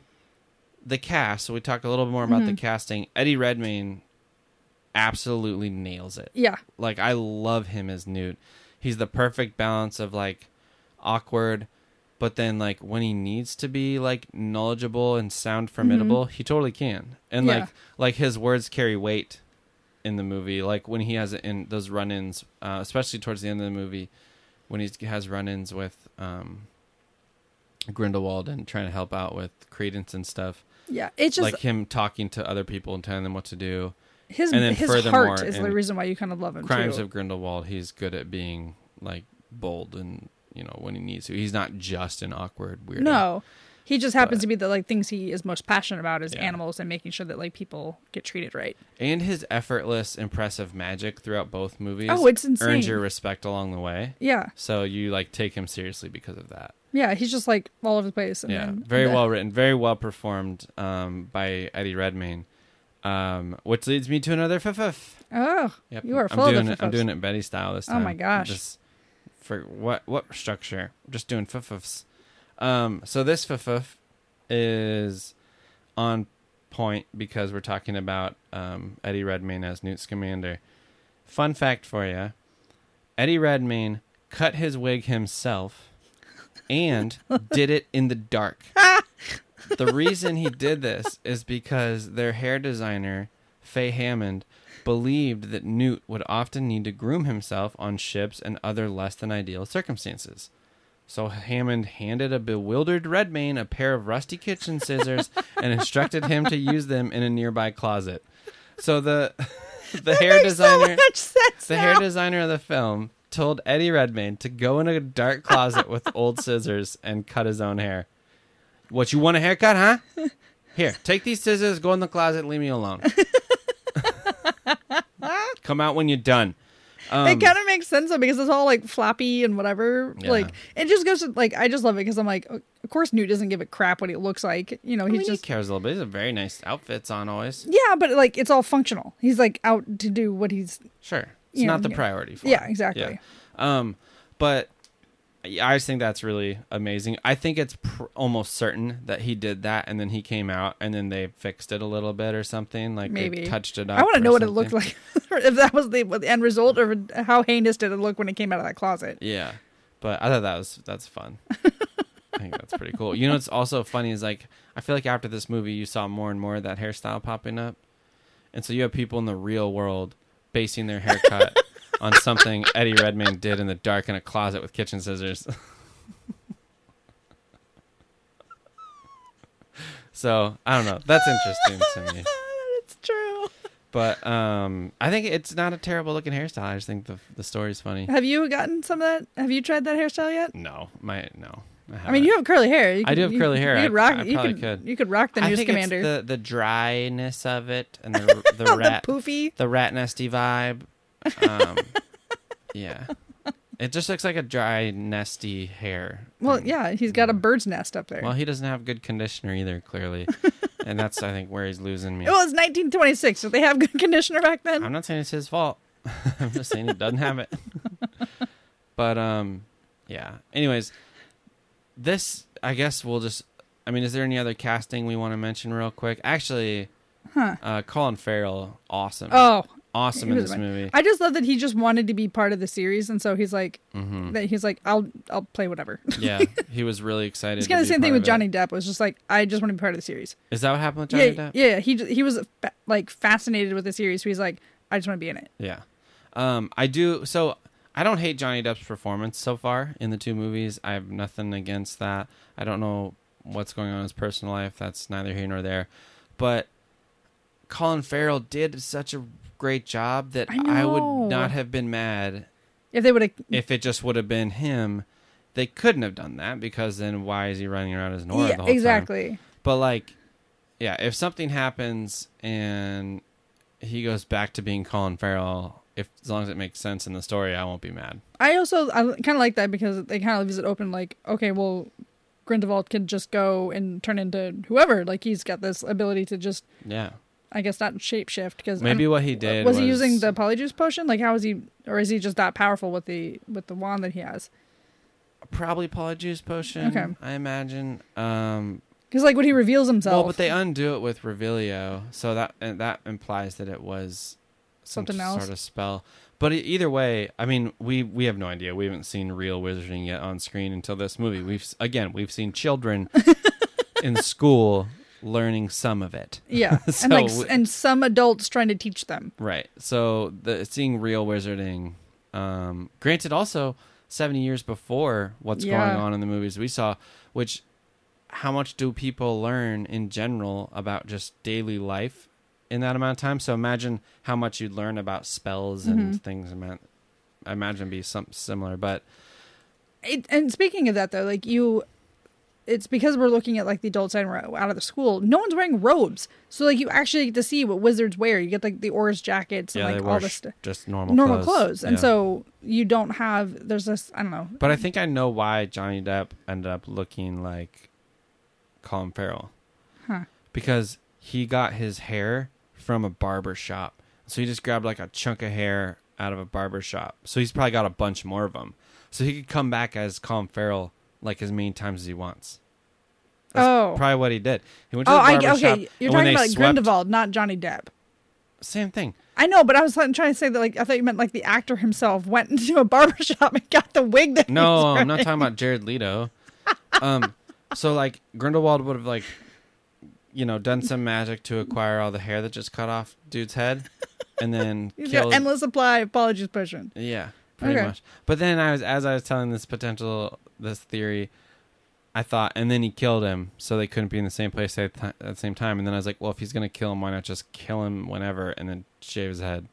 [SPEAKER 1] the cast. So we talked a little bit more about
[SPEAKER 2] Mm-hmm.
[SPEAKER 1] the casting. Eddie Redmayne absolutely nails it.
[SPEAKER 2] Yeah.
[SPEAKER 1] Like I love him as Newt. He's the perfect balance of like awkward, but then like when he needs to be like knowledgeable and sound formidable, he totally can. And
[SPEAKER 2] Mm-hmm. Yeah.
[SPEAKER 1] like like his words carry weight in the movie. Like when he has it in those run-ins, uh, especially towards the end of the movie, when he has run-ins with um, Grindelwald and trying to help out with Credence and stuff.
[SPEAKER 2] Yeah. It's just
[SPEAKER 1] like him talking to other people and telling them what to do.
[SPEAKER 2] his
[SPEAKER 1] and then
[SPEAKER 2] his
[SPEAKER 1] furthermore,
[SPEAKER 2] heart is the
[SPEAKER 1] in
[SPEAKER 2] reason why you kind of love him
[SPEAKER 1] Crimes
[SPEAKER 2] too.
[SPEAKER 1] of Grindelwald, he's good at being like bold and you know when he needs to. He's not just an awkward weirdo.
[SPEAKER 2] No. He just happens
[SPEAKER 1] But-
[SPEAKER 2] to be the like things he is most passionate about is
[SPEAKER 1] Yeah.
[SPEAKER 2] animals and making sure that like people get treated right.
[SPEAKER 1] And his effortless, impressive magic throughout both movies.
[SPEAKER 2] Oh, it's insane.
[SPEAKER 1] Earns your respect along the way.
[SPEAKER 2] Yeah.
[SPEAKER 1] So you like take him seriously because of that.
[SPEAKER 2] Yeah, he's just like all over the place. And
[SPEAKER 1] yeah,
[SPEAKER 2] then-
[SPEAKER 1] very
[SPEAKER 2] the-
[SPEAKER 1] well written, very well performed um, by Eddie Redmayne. Um, which leads me to another fff.
[SPEAKER 2] Oh,
[SPEAKER 1] Yep.
[SPEAKER 2] You are
[SPEAKER 1] I'm
[SPEAKER 2] full of the
[SPEAKER 1] doing it, I'm
[SPEAKER 2] fuffs.
[SPEAKER 1] doing it Betty style this
[SPEAKER 2] Oh
[SPEAKER 1] time.
[SPEAKER 2] my gosh.
[SPEAKER 1] Just for what what structure? I'm just doing fuffs. Um so this fuff is on point because we're talking about um, Eddie Redmayne as Newt Scamander. Fun fact for you. Eddie Redmayne cut his wig himself and did it in the dark. the reason he did this is because their hair designer, Faye Hammond, believed that Newt would often need to groom himself on ships and other less than ideal circumstances. So Hammond handed a bewildered Redmayne a pair of rusty kitchen scissors and instructed him to use them in a nearby closet. So the the hair
[SPEAKER 2] makes so
[SPEAKER 1] designer
[SPEAKER 2] much sense
[SPEAKER 1] the
[SPEAKER 2] now.
[SPEAKER 1] hair designer of the film told Eddie Redmayne to go in a dark closet with old scissors and cut his own hair. What you want a haircut, huh? Here, take these scissors, go in the closet, leave me alone. Come out when you're done.
[SPEAKER 2] it kind of makes sense though because it's all like floppy and whatever.
[SPEAKER 1] Um, Yeah.
[SPEAKER 2] Like it just goes to like I just love it because I'm like, oh, of course Newt doesn't give a crap what he looks like. You know,
[SPEAKER 1] I
[SPEAKER 2] he's
[SPEAKER 1] mean, he
[SPEAKER 2] just
[SPEAKER 1] cares a little bit. He's a very nice outfits on always.
[SPEAKER 2] yeah, but like it's all functional. He's like out to do what he's
[SPEAKER 1] Sure, it's
[SPEAKER 2] Yeah,
[SPEAKER 1] not the
[SPEAKER 2] yeah.
[SPEAKER 1] priority for.
[SPEAKER 2] Yeah,
[SPEAKER 1] him.
[SPEAKER 2] exactly.
[SPEAKER 1] Yeah. Um, but I I just think that's really amazing. I think it's pr- almost certain that he did that, and then he came out, and then they fixed it a little bit or something. Like
[SPEAKER 2] maybe
[SPEAKER 1] they touched it up.
[SPEAKER 2] I want to
[SPEAKER 1] or
[SPEAKER 2] know what it
[SPEAKER 1] something.
[SPEAKER 2] looked like if that was the, what the end result or how heinous did it look when it came out of that closet.
[SPEAKER 1] Yeah, but I thought that was that's fun. I think that's pretty cool. You know, what's also funny is like I feel like after this movie, you saw more and more of that hairstyle popping up, and so you have people in the real world basing their haircut on something Eddie Redmayne did in the dark in a closet with kitchen scissors. so I don't know. That's interesting to me.
[SPEAKER 2] That's true.
[SPEAKER 1] But um, I think it's not a terrible looking hairstyle. I just think the the story's funny.
[SPEAKER 2] Have you gotten some of that? Have you tried that hairstyle yet?
[SPEAKER 1] No, my no.
[SPEAKER 2] I mean, you have curly hair. You
[SPEAKER 1] Uh, I do have
[SPEAKER 2] you-
[SPEAKER 1] curly hair.
[SPEAKER 2] You
[SPEAKER 1] I-
[SPEAKER 2] could rock.
[SPEAKER 1] I
[SPEAKER 2] you
[SPEAKER 1] probably
[SPEAKER 2] could,
[SPEAKER 1] could.
[SPEAKER 2] You could rock the
[SPEAKER 1] I
[SPEAKER 2] news
[SPEAKER 1] think it's
[SPEAKER 2] commander.
[SPEAKER 1] the the dryness of it and the the
[SPEAKER 2] Oh,
[SPEAKER 1] rat
[SPEAKER 2] the poofy.
[SPEAKER 1] the rat nasty vibe. Um, yeah, it just looks like a dry nasty hair.
[SPEAKER 2] Well,
[SPEAKER 1] And-
[SPEAKER 2] yeah, he's got a bird's nest up there.
[SPEAKER 1] Well, he doesn't have good conditioner either, clearly, and that's I think where he's losing me.
[SPEAKER 2] it was 1926. Did they have good conditioner back then?
[SPEAKER 1] I'm not saying it's his fault. I'm just saying he doesn't have it. but um, yeah. Anyways, this I guess we'll just. I mean, is there any other casting we want to mention real quick? Actually,
[SPEAKER 2] Huh.
[SPEAKER 1] uh, Colin Farrell, awesome,
[SPEAKER 2] Oh,
[SPEAKER 1] awesome
[SPEAKER 2] he
[SPEAKER 1] in
[SPEAKER 2] was
[SPEAKER 1] this
[SPEAKER 2] amazing.
[SPEAKER 1] movie.
[SPEAKER 2] I just love that he just wanted to be part of the series, and so he's like,
[SPEAKER 1] hmm
[SPEAKER 2] that he's like, I'll, I'll play whatever.
[SPEAKER 1] yeah, he was really excited.
[SPEAKER 2] It's kind
[SPEAKER 1] to
[SPEAKER 2] of the
[SPEAKER 1] be
[SPEAKER 2] same thing
[SPEAKER 1] part
[SPEAKER 2] with
[SPEAKER 1] of
[SPEAKER 2] Johnny
[SPEAKER 1] It.
[SPEAKER 2] Depp. Was just like, I just want to be part of the series.
[SPEAKER 1] Is that what happened with Johnny
[SPEAKER 2] yeah,
[SPEAKER 1] Depp?
[SPEAKER 2] yeah. He ju- he was fa- like fascinated with the series. So he's like, I just want to be in it.
[SPEAKER 1] Yeah. Um, I do. So I don't hate Johnny Depp's performance so far in the two movies. I have nothing against that. I don't know what's going on in his personal life. That's neither here nor there. But Colin Farrell did such a great job that
[SPEAKER 2] I
[SPEAKER 1] I,
[SPEAKER 2] know.
[SPEAKER 1] would not have been mad
[SPEAKER 2] If they would have,
[SPEAKER 1] if it just would have been him. They couldn't have done that because then why is he running around as Nora the
[SPEAKER 2] yeah,
[SPEAKER 1] whole time?
[SPEAKER 2] exactly.
[SPEAKER 1] But like, yeah, if something happens and he goes back to being Colin Farrell, if as long as it makes sense in the story, I won't be mad.
[SPEAKER 2] I also I kind of like that because they kind of leaves it open. Like, okay, well, Grindelwald can just go and turn into whoever. Like, he's got this ability to just,
[SPEAKER 1] Yeah,
[SPEAKER 2] I guess, not shapeshift. Because
[SPEAKER 1] maybe what he did
[SPEAKER 2] was, he using the polyjuice potion? Like, how is he, or is he just that powerful with the with the wand that he has?
[SPEAKER 1] probably polyjuice potion.
[SPEAKER 2] Okay.
[SPEAKER 1] I imagine. Um,
[SPEAKER 2] Because like when he reveals himself,
[SPEAKER 1] Well, but they undo it with Revelio, so that and that implies that it was some
[SPEAKER 2] Something else?
[SPEAKER 1] sort of spell. But e- either way, I mean, we we have no idea. We haven't seen real wizarding yet on screen until this movie. We've s- again, we've seen children in school learning some of it.
[SPEAKER 2] yeah,
[SPEAKER 1] So
[SPEAKER 2] and like s
[SPEAKER 1] we-
[SPEAKER 2] and some adults trying to teach them.
[SPEAKER 1] Right. So the seeing real wizarding, um, granted, also seventy years before what's
[SPEAKER 2] Yeah.
[SPEAKER 1] going on in the movies we saw, which how much do people learn in general about just daily life in that amount of time? So imagine how much you'd learn about spells
[SPEAKER 2] Mm-hmm.
[SPEAKER 1] and things. Ima- I imagine be some similar, but
[SPEAKER 2] It, and speaking of that though, like you, it's because we're looking at like the adults and we're out of the school. No one's wearing robes, so like you actually get to see what wizards wear. You get like the oars jackets and
[SPEAKER 1] yeah, they
[SPEAKER 2] like
[SPEAKER 1] were
[SPEAKER 2] all this stuff.
[SPEAKER 1] just normal
[SPEAKER 2] normal
[SPEAKER 1] clothes.
[SPEAKER 2] clothes, and
[SPEAKER 1] Yeah.
[SPEAKER 2] so you don't have there's this I don't know.
[SPEAKER 1] But I think I know why Johnny Depp ended up looking like Colin Farrell.
[SPEAKER 2] Huh.
[SPEAKER 1] Because he got his hair from a barber shop. So he just grabbed like a chunk of hair out of a barber shop. So he's probably got a bunch more of them. So he could come back as Colin Farrell like as many times as he wants. That's
[SPEAKER 2] Oh.
[SPEAKER 1] probably what he did. He went to
[SPEAKER 2] Oh,
[SPEAKER 1] the
[SPEAKER 2] I,
[SPEAKER 1] barber shop.
[SPEAKER 2] okay. You're
[SPEAKER 1] and when
[SPEAKER 2] talking
[SPEAKER 1] they
[SPEAKER 2] about like
[SPEAKER 1] swept-
[SPEAKER 2] Grindelwald, not Johnny Depp.
[SPEAKER 1] Same thing.
[SPEAKER 2] I know, but I was trying trying to say that like I thought you meant like the actor himself went into a barber shop and got the wig that he was
[SPEAKER 1] No, I'm
[SPEAKER 2] wearing.
[SPEAKER 1] not talking about Jared Leto. Um, so like Grindelwald would have like, you know, done some magic to acquire all the hair that just cut off dude's head, and then
[SPEAKER 2] He's
[SPEAKER 1] killed.
[SPEAKER 2] got endless supply of apologies potion.
[SPEAKER 1] yeah, pretty
[SPEAKER 2] Okay.
[SPEAKER 1] much. But then I was as I was telling this potential this theory, I thought, and then he killed him, so they couldn't be in the same place at, th- at the same time. And then I was like, well, if he's gonna kill him, why not just kill him whenever and then shave his head?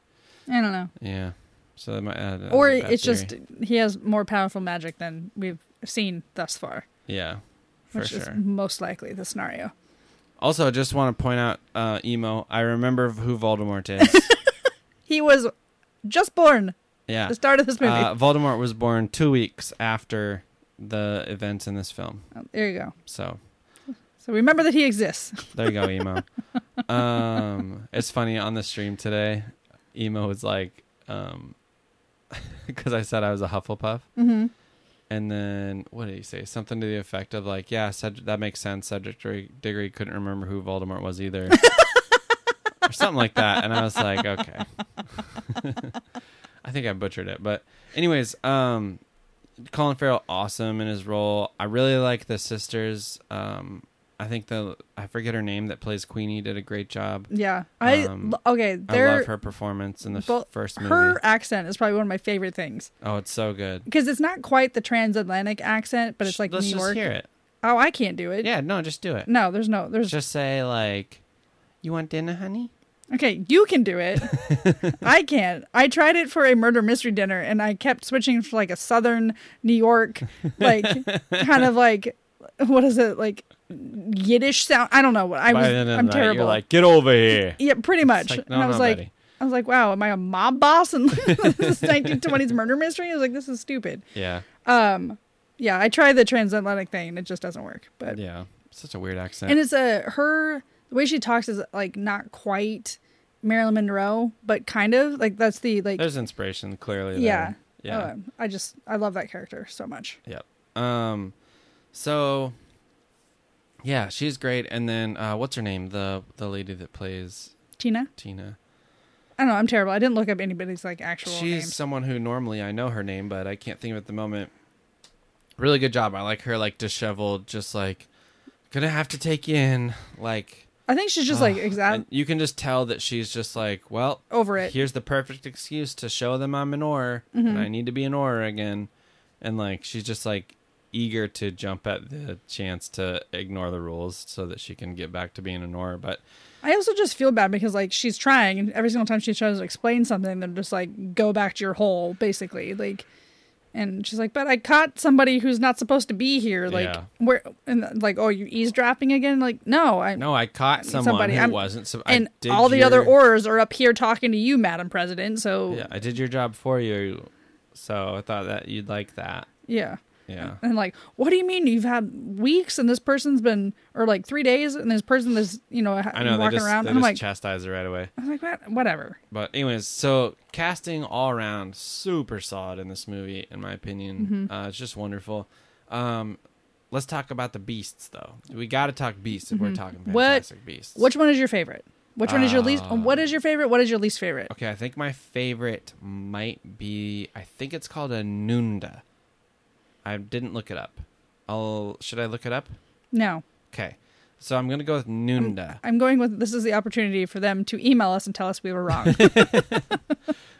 [SPEAKER 2] I don't know.
[SPEAKER 1] Yeah. So that might, uh, that was
[SPEAKER 2] or
[SPEAKER 1] a bad
[SPEAKER 2] it's just
[SPEAKER 1] theory.
[SPEAKER 2] he has more powerful magic than we've seen thus far,
[SPEAKER 1] yeah, for
[SPEAKER 2] which
[SPEAKER 1] sure.
[SPEAKER 2] is most likely the scenario.
[SPEAKER 1] Also, I just want to point out, uh, emo. I remember who Voldemort is.
[SPEAKER 2] He was just born
[SPEAKER 1] yeah,
[SPEAKER 2] the start of this movie.
[SPEAKER 1] uh, Voldemort was born two weeks after the events in this film.
[SPEAKER 2] Oh, there you go.
[SPEAKER 1] So
[SPEAKER 2] So remember that he exists.
[SPEAKER 1] there you go, emo. um, it's funny on the stream today. Emo was like, um, because I said I was a Hufflepuff,
[SPEAKER 2] Mm-hmm.
[SPEAKER 1] and then what did he say? Something to the effect of like, "Yeah, Ced- that makes sense." Cedric Diggory- Diggory couldn't remember who Voldemort was either, or something like that. And I was like, "Okay." I think I butchered it, but anyways, um, Colin Farrell awesome in his role. I really like the sisters. Um, I think the I forget her name that plays Queenie did a great job.
[SPEAKER 2] Yeah. I
[SPEAKER 1] Um,
[SPEAKER 2] okay. There.
[SPEAKER 1] I love her performance in the f-
[SPEAKER 2] Bo-
[SPEAKER 1] first movie.
[SPEAKER 2] Her accent is probably one of my favorite things
[SPEAKER 1] oh, it's so good.
[SPEAKER 2] because it's not quite the transatlantic accent, but it's
[SPEAKER 1] Sh-
[SPEAKER 2] like
[SPEAKER 1] let's
[SPEAKER 2] New
[SPEAKER 1] just
[SPEAKER 2] York.
[SPEAKER 1] hear it.
[SPEAKER 2] Oh, I can't do it.
[SPEAKER 1] Yeah, no, just do it.
[SPEAKER 2] No, there's no, there's
[SPEAKER 1] just say like you want dinner honey
[SPEAKER 2] okay. You can do it. I can't. I tried it for a murder mystery dinner, and I kept switching for like a Southern New York, like kind of like what is it like Yiddish sound? I don't know what I was. I'm terrible.
[SPEAKER 1] uh, you're like get over here
[SPEAKER 2] yeah, pretty much.
[SPEAKER 1] like,
[SPEAKER 2] and
[SPEAKER 1] "No,
[SPEAKER 2] I was
[SPEAKER 1] no,
[SPEAKER 2] like,
[SPEAKER 1] buddy."
[SPEAKER 2] I was like, wow, am I a mob boss in this 1920s murder mystery? I was like, this is stupid.
[SPEAKER 1] yeah
[SPEAKER 2] Um, yeah, I tried the transatlantic thing; and it just doesn't work. But
[SPEAKER 1] yeah such a weird accent
[SPEAKER 2] and it's a her the way she talks is like not quite Marilyn Monroe, but kind of like that's the like
[SPEAKER 1] there's inspiration clearly
[SPEAKER 2] yeah
[SPEAKER 1] there. yeah
[SPEAKER 2] Oh, I just I love that character so much.
[SPEAKER 1] um so yeah she's great and then uh what's her name the the lady that plays
[SPEAKER 2] Tina,
[SPEAKER 1] tina
[SPEAKER 2] I don't know, I'm terrible. I didn't look up anybody's like actual
[SPEAKER 1] she's
[SPEAKER 2] names.
[SPEAKER 1] someone who normally i know her name but i can't think of it at the moment really good job i like her like disheveled just like gonna have to take you in like
[SPEAKER 2] I think she's just
[SPEAKER 1] Ugh,
[SPEAKER 2] like exact
[SPEAKER 1] and you can just tell that she's just like well
[SPEAKER 2] over it. Mm-hmm.
[SPEAKER 1] Here's the perfect excuse to show them I'm an or and I need to be an or again. And like she's just like eager to jump at the chance to ignore the rules so that she can get back to being an or. But
[SPEAKER 2] I also just feel bad because like she's trying, and every single time she tries to explain something, they're just like, "Go back to your hole," basically. Like, and she's like, "But I caught somebody who's not supposed to be here." Like,
[SPEAKER 1] Yeah.
[SPEAKER 2] where and like, "Oh, you eavesdropping again?" Like, no, I
[SPEAKER 1] no, I caught someone
[SPEAKER 2] Somebody-
[SPEAKER 1] who
[SPEAKER 2] I'm-
[SPEAKER 1] wasn't. So
[SPEAKER 2] and
[SPEAKER 1] I did
[SPEAKER 2] all the
[SPEAKER 1] your-
[SPEAKER 2] other orrs are up here talking to you, Madam President. So
[SPEAKER 1] Yeah,
[SPEAKER 2] yeah.
[SPEAKER 1] I did your job for you, so I thought that you'd like that. Yeah.
[SPEAKER 2] And like, what do you mean you've had weeks and this person's been, or like three days, and this person is, you know, ha-
[SPEAKER 1] I know they
[SPEAKER 2] walking
[SPEAKER 1] just,
[SPEAKER 2] around?
[SPEAKER 1] they
[SPEAKER 2] And I'm
[SPEAKER 1] just
[SPEAKER 2] like,
[SPEAKER 1] chastise her right away.
[SPEAKER 2] I'm like, "What- whatever.
[SPEAKER 1] But anyways, so casting all around
[SPEAKER 2] Mm-hmm.
[SPEAKER 1] super solid in this movie, in my opinion. Uh, it's just wonderful. Um, Let's talk about the beasts, though. We got to talk beasts if we're talking
[SPEAKER 2] Mm-hmm. What-
[SPEAKER 1] Fantastic Beasts.
[SPEAKER 2] Which one is your favorite? Which one is your least?
[SPEAKER 1] Uh,
[SPEAKER 2] What is your favorite? What is your least favorite?
[SPEAKER 1] Okay, I think my favorite might be. I think it's called a Nunda. I didn't look it up. I'll, should I look it up?
[SPEAKER 2] No,
[SPEAKER 1] Okay. So I'm going to go with Nunda.
[SPEAKER 2] I'm going with this is the opportunity for them to email us and tell us we were wrong.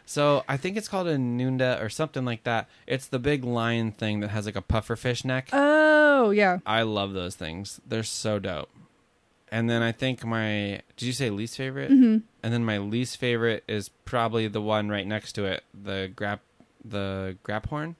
[SPEAKER 1] So I think it's called a Nunda or something like that. It's the big lion thing that has like a puffer fish neck.
[SPEAKER 2] oh yeah,
[SPEAKER 1] I love those things. They're so dope. And then I think my did you say least favorite? Mm-hmm. And then my least favorite is probably the one right next to it, the grap the grap horn.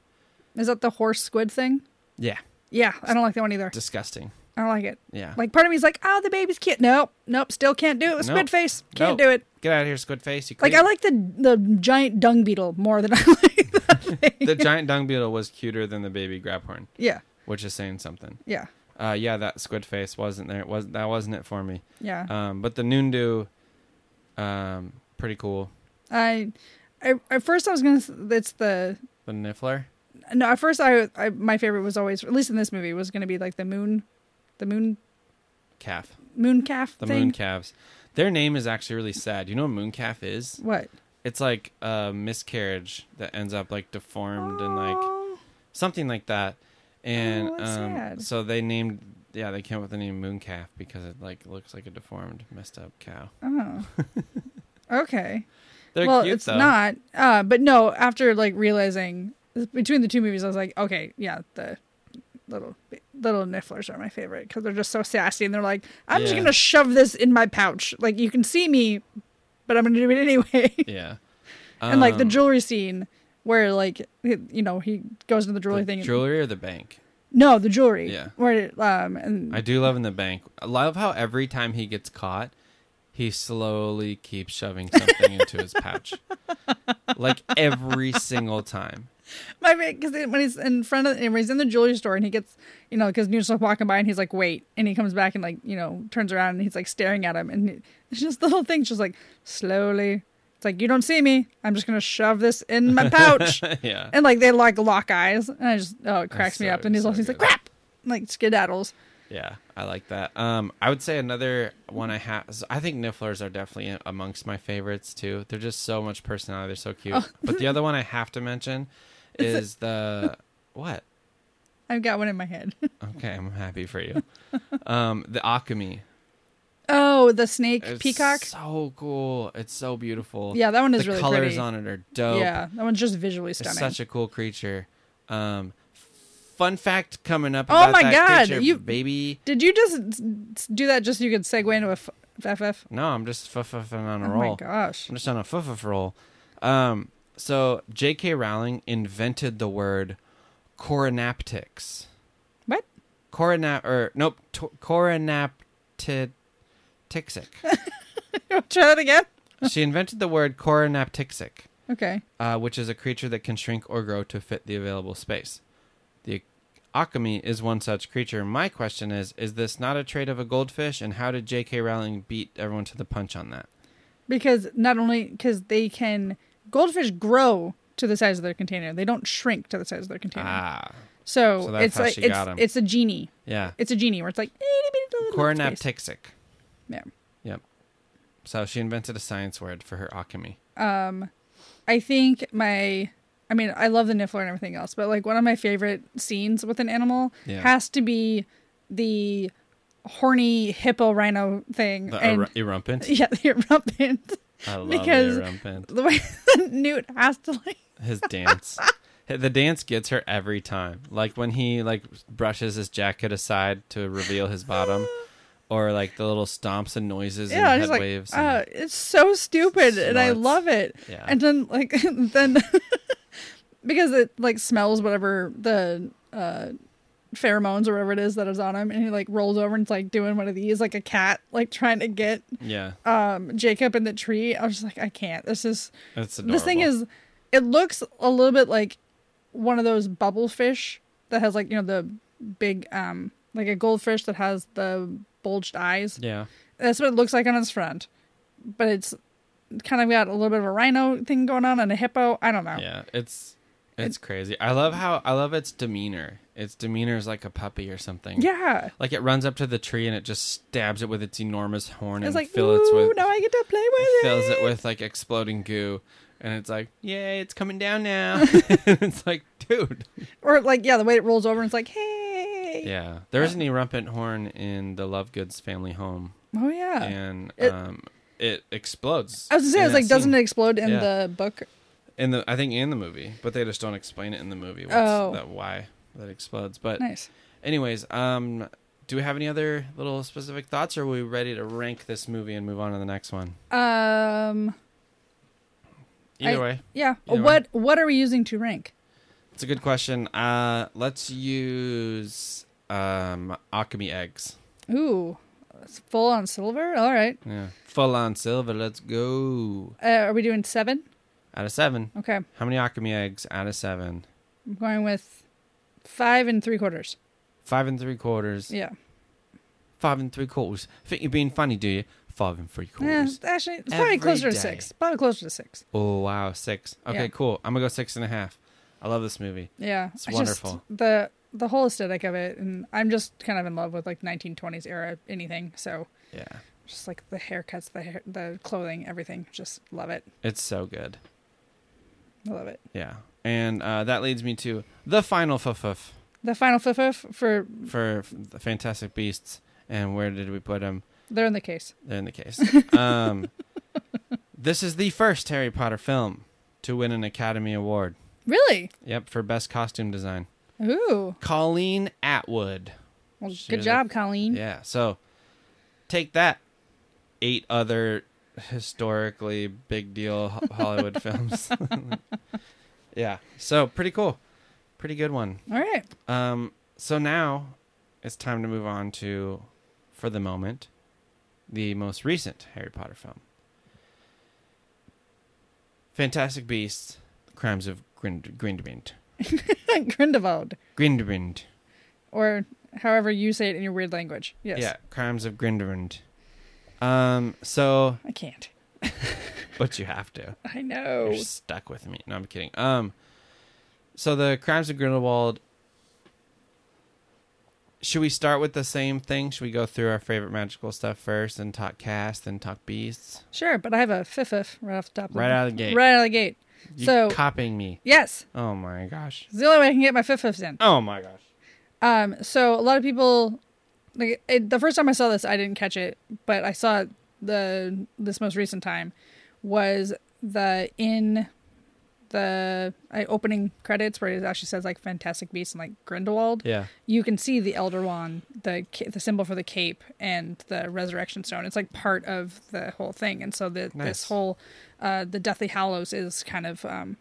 [SPEAKER 2] is that the horse squid thing?
[SPEAKER 1] Yeah,
[SPEAKER 2] Yeah, I don't like that one either.
[SPEAKER 1] disgusting.
[SPEAKER 2] I don't like it.
[SPEAKER 1] Yeah,
[SPEAKER 2] Like part of me's like, oh, the baby's cute. Nope, nope, still can't do it with
[SPEAKER 1] No.
[SPEAKER 2] squid face. Can't
[SPEAKER 1] No.
[SPEAKER 2] do it.
[SPEAKER 1] get out of here, squid face. You
[SPEAKER 2] Like
[SPEAKER 1] creep.
[SPEAKER 2] I like the the giant dung beetle more than I like that thing.
[SPEAKER 1] the giant dung beetle was cuter than the baby grab horn,
[SPEAKER 2] yeah,
[SPEAKER 1] which is saying something.
[SPEAKER 2] yeah,
[SPEAKER 1] Uh, yeah, that squid face wasn't there. It was that wasn't it for me?
[SPEAKER 2] yeah.
[SPEAKER 1] Um, but the Noondu, um, pretty cool.
[SPEAKER 2] I, I at first I was gonna. s- It's the
[SPEAKER 1] The Niffler.
[SPEAKER 2] no. At first I, I my favorite was always at least in this movie was gonna be like the moon, the moon
[SPEAKER 1] calf.
[SPEAKER 2] moon calf
[SPEAKER 1] The
[SPEAKER 2] thing.
[SPEAKER 1] moon calves. Their name is actually really sad. You know what moon calf is?
[SPEAKER 2] What?
[SPEAKER 1] It's like a miscarriage that ends up like deformed and like
[SPEAKER 2] Aw.
[SPEAKER 1] something like that. And
[SPEAKER 2] Oh, that's
[SPEAKER 1] um,
[SPEAKER 2] sad.
[SPEAKER 1] so they named yeah they came up with the name moon calf because it like looks like a deformed messed up cow.
[SPEAKER 2] Oh. okay.
[SPEAKER 1] They're
[SPEAKER 2] well,
[SPEAKER 1] cute
[SPEAKER 2] it's
[SPEAKER 1] though.
[SPEAKER 2] not. Uh, but no, after like realizing between the two movies, I was like, okay, yeah, the little little nifflers are my favorite because they're just so sassy and they're like, I'm just
[SPEAKER 1] Yeah.
[SPEAKER 2] gonna shove this in my pouch. Like you can see me, but I'm gonna do it anyway.
[SPEAKER 1] Yeah.
[SPEAKER 2] and like the
[SPEAKER 1] Um,
[SPEAKER 2] jewelry scene where like he- you know he goes into the jewelry
[SPEAKER 1] the
[SPEAKER 2] thing.
[SPEAKER 1] jewelry or the bank.
[SPEAKER 2] no, the jewelry.
[SPEAKER 1] Yeah.
[SPEAKER 2] Where um and
[SPEAKER 1] I do love in the bank. I love how every time he gets caught, he slowly keeps shoving something into his pouch. Like every single time.
[SPEAKER 2] My because when he's in front of when he's in the jewelry store and he gets you know because Newt's walking by and he's like wait and he comes back and like you know turns around and he's like staring at him and he, it's just the whole thing's just like slowly it's like you don't see me I'm just gonna shove this in my pouch
[SPEAKER 1] yeah.
[SPEAKER 2] and like they like lock eyes and I just oh it cracks
[SPEAKER 1] That's
[SPEAKER 2] me
[SPEAKER 1] so-
[SPEAKER 2] up and he's
[SPEAKER 1] so
[SPEAKER 2] also he's like
[SPEAKER 1] good.
[SPEAKER 2] crap and, like skedaddles
[SPEAKER 1] Yeah. I like that. Um I would say another one I have I think Nifflers are definitely amongst my favorites too. They're just so much personality. They're so
[SPEAKER 2] Oh.
[SPEAKER 1] cute. But the other one I have to mention is the what?
[SPEAKER 2] I've got one in my head
[SPEAKER 1] Okay, I'm happy for you. Um the Akami.
[SPEAKER 2] oh the snake
[SPEAKER 1] It's
[SPEAKER 2] peacock
[SPEAKER 1] So cool. It's so beautiful.
[SPEAKER 2] yeah that one is
[SPEAKER 1] the
[SPEAKER 2] really
[SPEAKER 1] colors
[SPEAKER 2] pretty
[SPEAKER 1] on it are dope.
[SPEAKER 2] yeah that one's just visually
[SPEAKER 1] It's
[SPEAKER 2] stunning
[SPEAKER 1] such a cool creature. Um, fun fact coming up.
[SPEAKER 2] Oh
[SPEAKER 1] about
[SPEAKER 2] my
[SPEAKER 1] that
[SPEAKER 2] God,
[SPEAKER 1] creature,
[SPEAKER 2] you-
[SPEAKER 1] baby.
[SPEAKER 2] did you just s- do that just so you could segue into a f- FF
[SPEAKER 1] No, I'm just fuffing on a
[SPEAKER 2] oh
[SPEAKER 1] roll.
[SPEAKER 2] my gosh.
[SPEAKER 1] I'm just on a fuffuff roll. Um, so J.K. Rowling invented the word coronaptics.
[SPEAKER 2] What?
[SPEAKER 1] Coronap or nope, t- coronaptixic.
[SPEAKER 2] Try that again.
[SPEAKER 1] she invented the word coronaptixic.
[SPEAKER 2] Okay.
[SPEAKER 1] uh, which is a creature that can shrink or grow to fit the available space. The Akami is one such creature. My question is Is this not a trait of a goldfish? And how did J.K. Rowling beat everyone to the punch on that?
[SPEAKER 2] Because not only because they can goldfish grow to the size of their container, they don't shrink to the size of their container.
[SPEAKER 1] Ah.
[SPEAKER 2] so,
[SPEAKER 1] so that's
[SPEAKER 2] it's
[SPEAKER 1] how
[SPEAKER 2] like
[SPEAKER 1] she
[SPEAKER 2] it's,
[SPEAKER 1] got 'em.
[SPEAKER 2] it's a genie.
[SPEAKER 1] Yeah.
[SPEAKER 2] It's a genie where it's like itty bitty little space.
[SPEAKER 1] Coronaptixic.
[SPEAKER 2] Yeah.
[SPEAKER 1] Yep. So she invented a science word for her alchemy.
[SPEAKER 2] Um, I think my I mean, I love the Niffler and everything else, but like one of my favorite scenes with an animal
[SPEAKER 1] Yeah.
[SPEAKER 2] has to be the horny hippo rhino thing.
[SPEAKER 1] The
[SPEAKER 2] and
[SPEAKER 1] er- erumpent.
[SPEAKER 2] yeah, the erumpent.
[SPEAKER 1] I love
[SPEAKER 2] because-
[SPEAKER 1] the erumpent.
[SPEAKER 2] The way Newt has to like
[SPEAKER 1] his dance the dance gets her every time like when he like brushes his jacket aside to reveal his bottom or like the little stomps and noises
[SPEAKER 2] yeah,
[SPEAKER 1] and
[SPEAKER 2] just
[SPEAKER 1] head
[SPEAKER 2] like
[SPEAKER 1] waves and-
[SPEAKER 2] uh, it's so stupid, and I
[SPEAKER 1] Snorts.
[SPEAKER 2] love it.
[SPEAKER 1] Yeah.
[SPEAKER 2] And then like then because it like smells whatever the uh, pheromones or whatever it is that is on him, and he like rolls over and it's like doing one of these like a cat like trying to get
[SPEAKER 1] yeah
[SPEAKER 2] um Jacob in the tree. I was just like, I can't. This is
[SPEAKER 1] that's adorable.
[SPEAKER 2] this thing is it looks a little bit like one of those bubble fish that has like you know the big um like a goldfish that has the bulged eyes.
[SPEAKER 1] yeah
[SPEAKER 2] That's what it looks like on its front. But it's kind of got a little bit of a rhino Oh. thing going on and a hippo. I don't know.
[SPEAKER 1] yeah it's it's crazy i love how i love its demeanor Its demeanor is like a puppy or something.
[SPEAKER 2] Yeah.
[SPEAKER 1] Like it runs up to the tree and it just stabs it with its enormous horn
[SPEAKER 2] It's
[SPEAKER 1] and
[SPEAKER 2] like,
[SPEAKER 1] fills it
[SPEAKER 2] ooh,
[SPEAKER 1] with
[SPEAKER 2] now I get to play with it.
[SPEAKER 1] fills it with like exploding goo, and it's like, yay, it's coming down now. it's like, dude,
[SPEAKER 2] Or like, yeah, the way it rolls over and it's like, hey.
[SPEAKER 1] yeah. There is an erumpent horn in the Lovegoods family home,
[SPEAKER 2] Oh, yeah.
[SPEAKER 1] and
[SPEAKER 2] It-
[SPEAKER 1] um, it explodes.
[SPEAKER 2] I was gonna say,
[SPEAKER 1] in
[SPEAKER 2] I was
[SPEAKER 1] that
[SPEAKER 2] like, doesn't
[SPEAKER 1] scene.
[SPEAKER 2] it explode in
[SPEAKER 1] Yeah.
[SPEAKER 2] the book?
[SPEAKER 1] in the I think in the movie, but they just don't explain it in the movie. What's
[SPEAKER 2] Oh.
[SPEAKER 1] that why that explodes? But
[SPEAKER 2] Nice.
[SPEAKER 1] anyways, um, do we have any other little specific thoughts, or are we ready to rank this movie and move on to the next one?
[SPEAKER 2] Um,
[SPEAKER 1] Either
[SPEAKER 2] I-
[SPEAKER 1] way,
[SPEAKER 2] yeah.
[SPEAKER 1] Either way.
[SPEAKER 2] what What are we using to rank?
[SPEAKER 1] it's a good question. Uh, let's use um alchemy eggs.
[SPEAKER 2] Ooh, it's full on silver. All right.
[SPEAKER 1] Yeah, full on silver. Let's go.
[SPEAKER 2] Uh, are we doing seven?
[SPEAKER 1] Out of seven,
[SPEAKER 2] Okay, I'm
[SPEAKER 1] how many alchemy eggs? Out of seven,
[SPEAKER 2] going with five and three quarters.
[SPEAKER 1] five and three quarters.
[SPEAKER 2] Yeah.
[SPEAKER 1] Five and three quarters. Think you're being funny, do you? Five and three
[SPEAKER 2] Eh,
[SPEAKER 1] quarters.
[SPEAKER 2] actually, it's probably
[SPEAKER 1] Every
[SPEAKER 2] closer to
[SPEAKER 1] day.
[SPEAKER 2] six. Probably closer to six.
[SPEAKER 1] Oh wow, six. Okay,
[SPEAKER 2] Yeah.
[SPEAKER 1] cool. I'm gonna go six and a half. I love this movie.
[SPEAKER 2] Yeah.
[SPEAKER 1] It's
[SPEAKER 2] I
[SPEAKER 1] wonderful.
[SPEAKER 2] Just, the the whole aesthetic of it, and I'm just kind of in love with like 1920s era anything. So
[SPEAKER 1] Yeah,
[SPEAKER 2] just like the haircuts, the hair, the clothing, everything. Just love it.
[SPEAKER 1] it's so good.
[SPEAKER 2] I love it.
[SPEAKER 1] Yeah, and uh, that leads me to the final fuff
[SPEAKER 2] The final fifth for
[SPEAKER 1] for f- the Fantastic Beasts. And where did we put them?
[SPEAKER 2] they're in the case.
[SPEAKER 1] They're in the case. Um, this is the first Harry Potter film to win an Academy Award.
[SPEAKER 2] Really?
[SPEAKER 1] Yep, for best costume design.
[SPEAKER 2] Ooh.
[SPEAKER 1] Colleen Atwood.
[SPEAKER 2] Well,
[SPEAKER 1] She
[SPEAKER 2] good
[SPEAKER 1] was
[SPEAKER 2] job, Colleen.
[SPEAKER 1] Yeah, so take that. Eight other historically big deal Ho- Hollywood films. yeah, so pretty cool. Pretty good one.
[SPEAKER 2] All right.
[SPEAKER 1] Um, so now it's time to move on to, for the moment, the most recent Harry Potter film Fantastic Beasts, Crimes of Grind- Grindelwald.
[SPEAKER 2] Grindelwald,
[SPEAKER 1] Grindelwald.
[SPEAKER 2] or however you say it in your weird language. Yes.
[SPEAKER 1] Yeah, Crimes of Grindelwald. Um, so
[SPEAKER 2] I can't.
[SPEAKER 1] but you have to.
[SPEAKER 2] I know.
[SPEAKER 1] You're stuck with me. No, I'm kidding. Um, so the Crimes of Grindelwald. Should we start with the same thing? Should we go through our favorite magical stuff first, and talk cast, then talk beasts?
[SPEAKER 2] Sure, but I have a fiff right off the top.
[SPEAKER 1] Right out of the gate.
[SPEAKER 2] Right out of the gate.
[SPEAKER 1] You
[SPEAKER 2] So-
[SPEAKER 1] copying me?
[SPEAKER 2] Yes,
[SPEAKER 1] Oh my gosh!
[SPEAKER 2] it's the only way I can get my fiffs in.
[SPEAKER 1] Oh my gosh!
[SPEAKER 2] Um, so a lot of people, like it, the first time I saw this, I didn't catch it, but I saw it the this most recent time was the in the uh, opening credits where it actually says like Fantastic Beasts and like Grindelwald.
[SPEAKER 1] Yeah,
[SPEAKER 2] you can see the Elder Wand, the ca- the symbol for the cape, and the Resurrection Stone. It's like part of the whole thing, and so the,
[SPEAKER 1] Nice.
[SPEAKER 2] this whole uh, the Deathly Hallows is kind of um,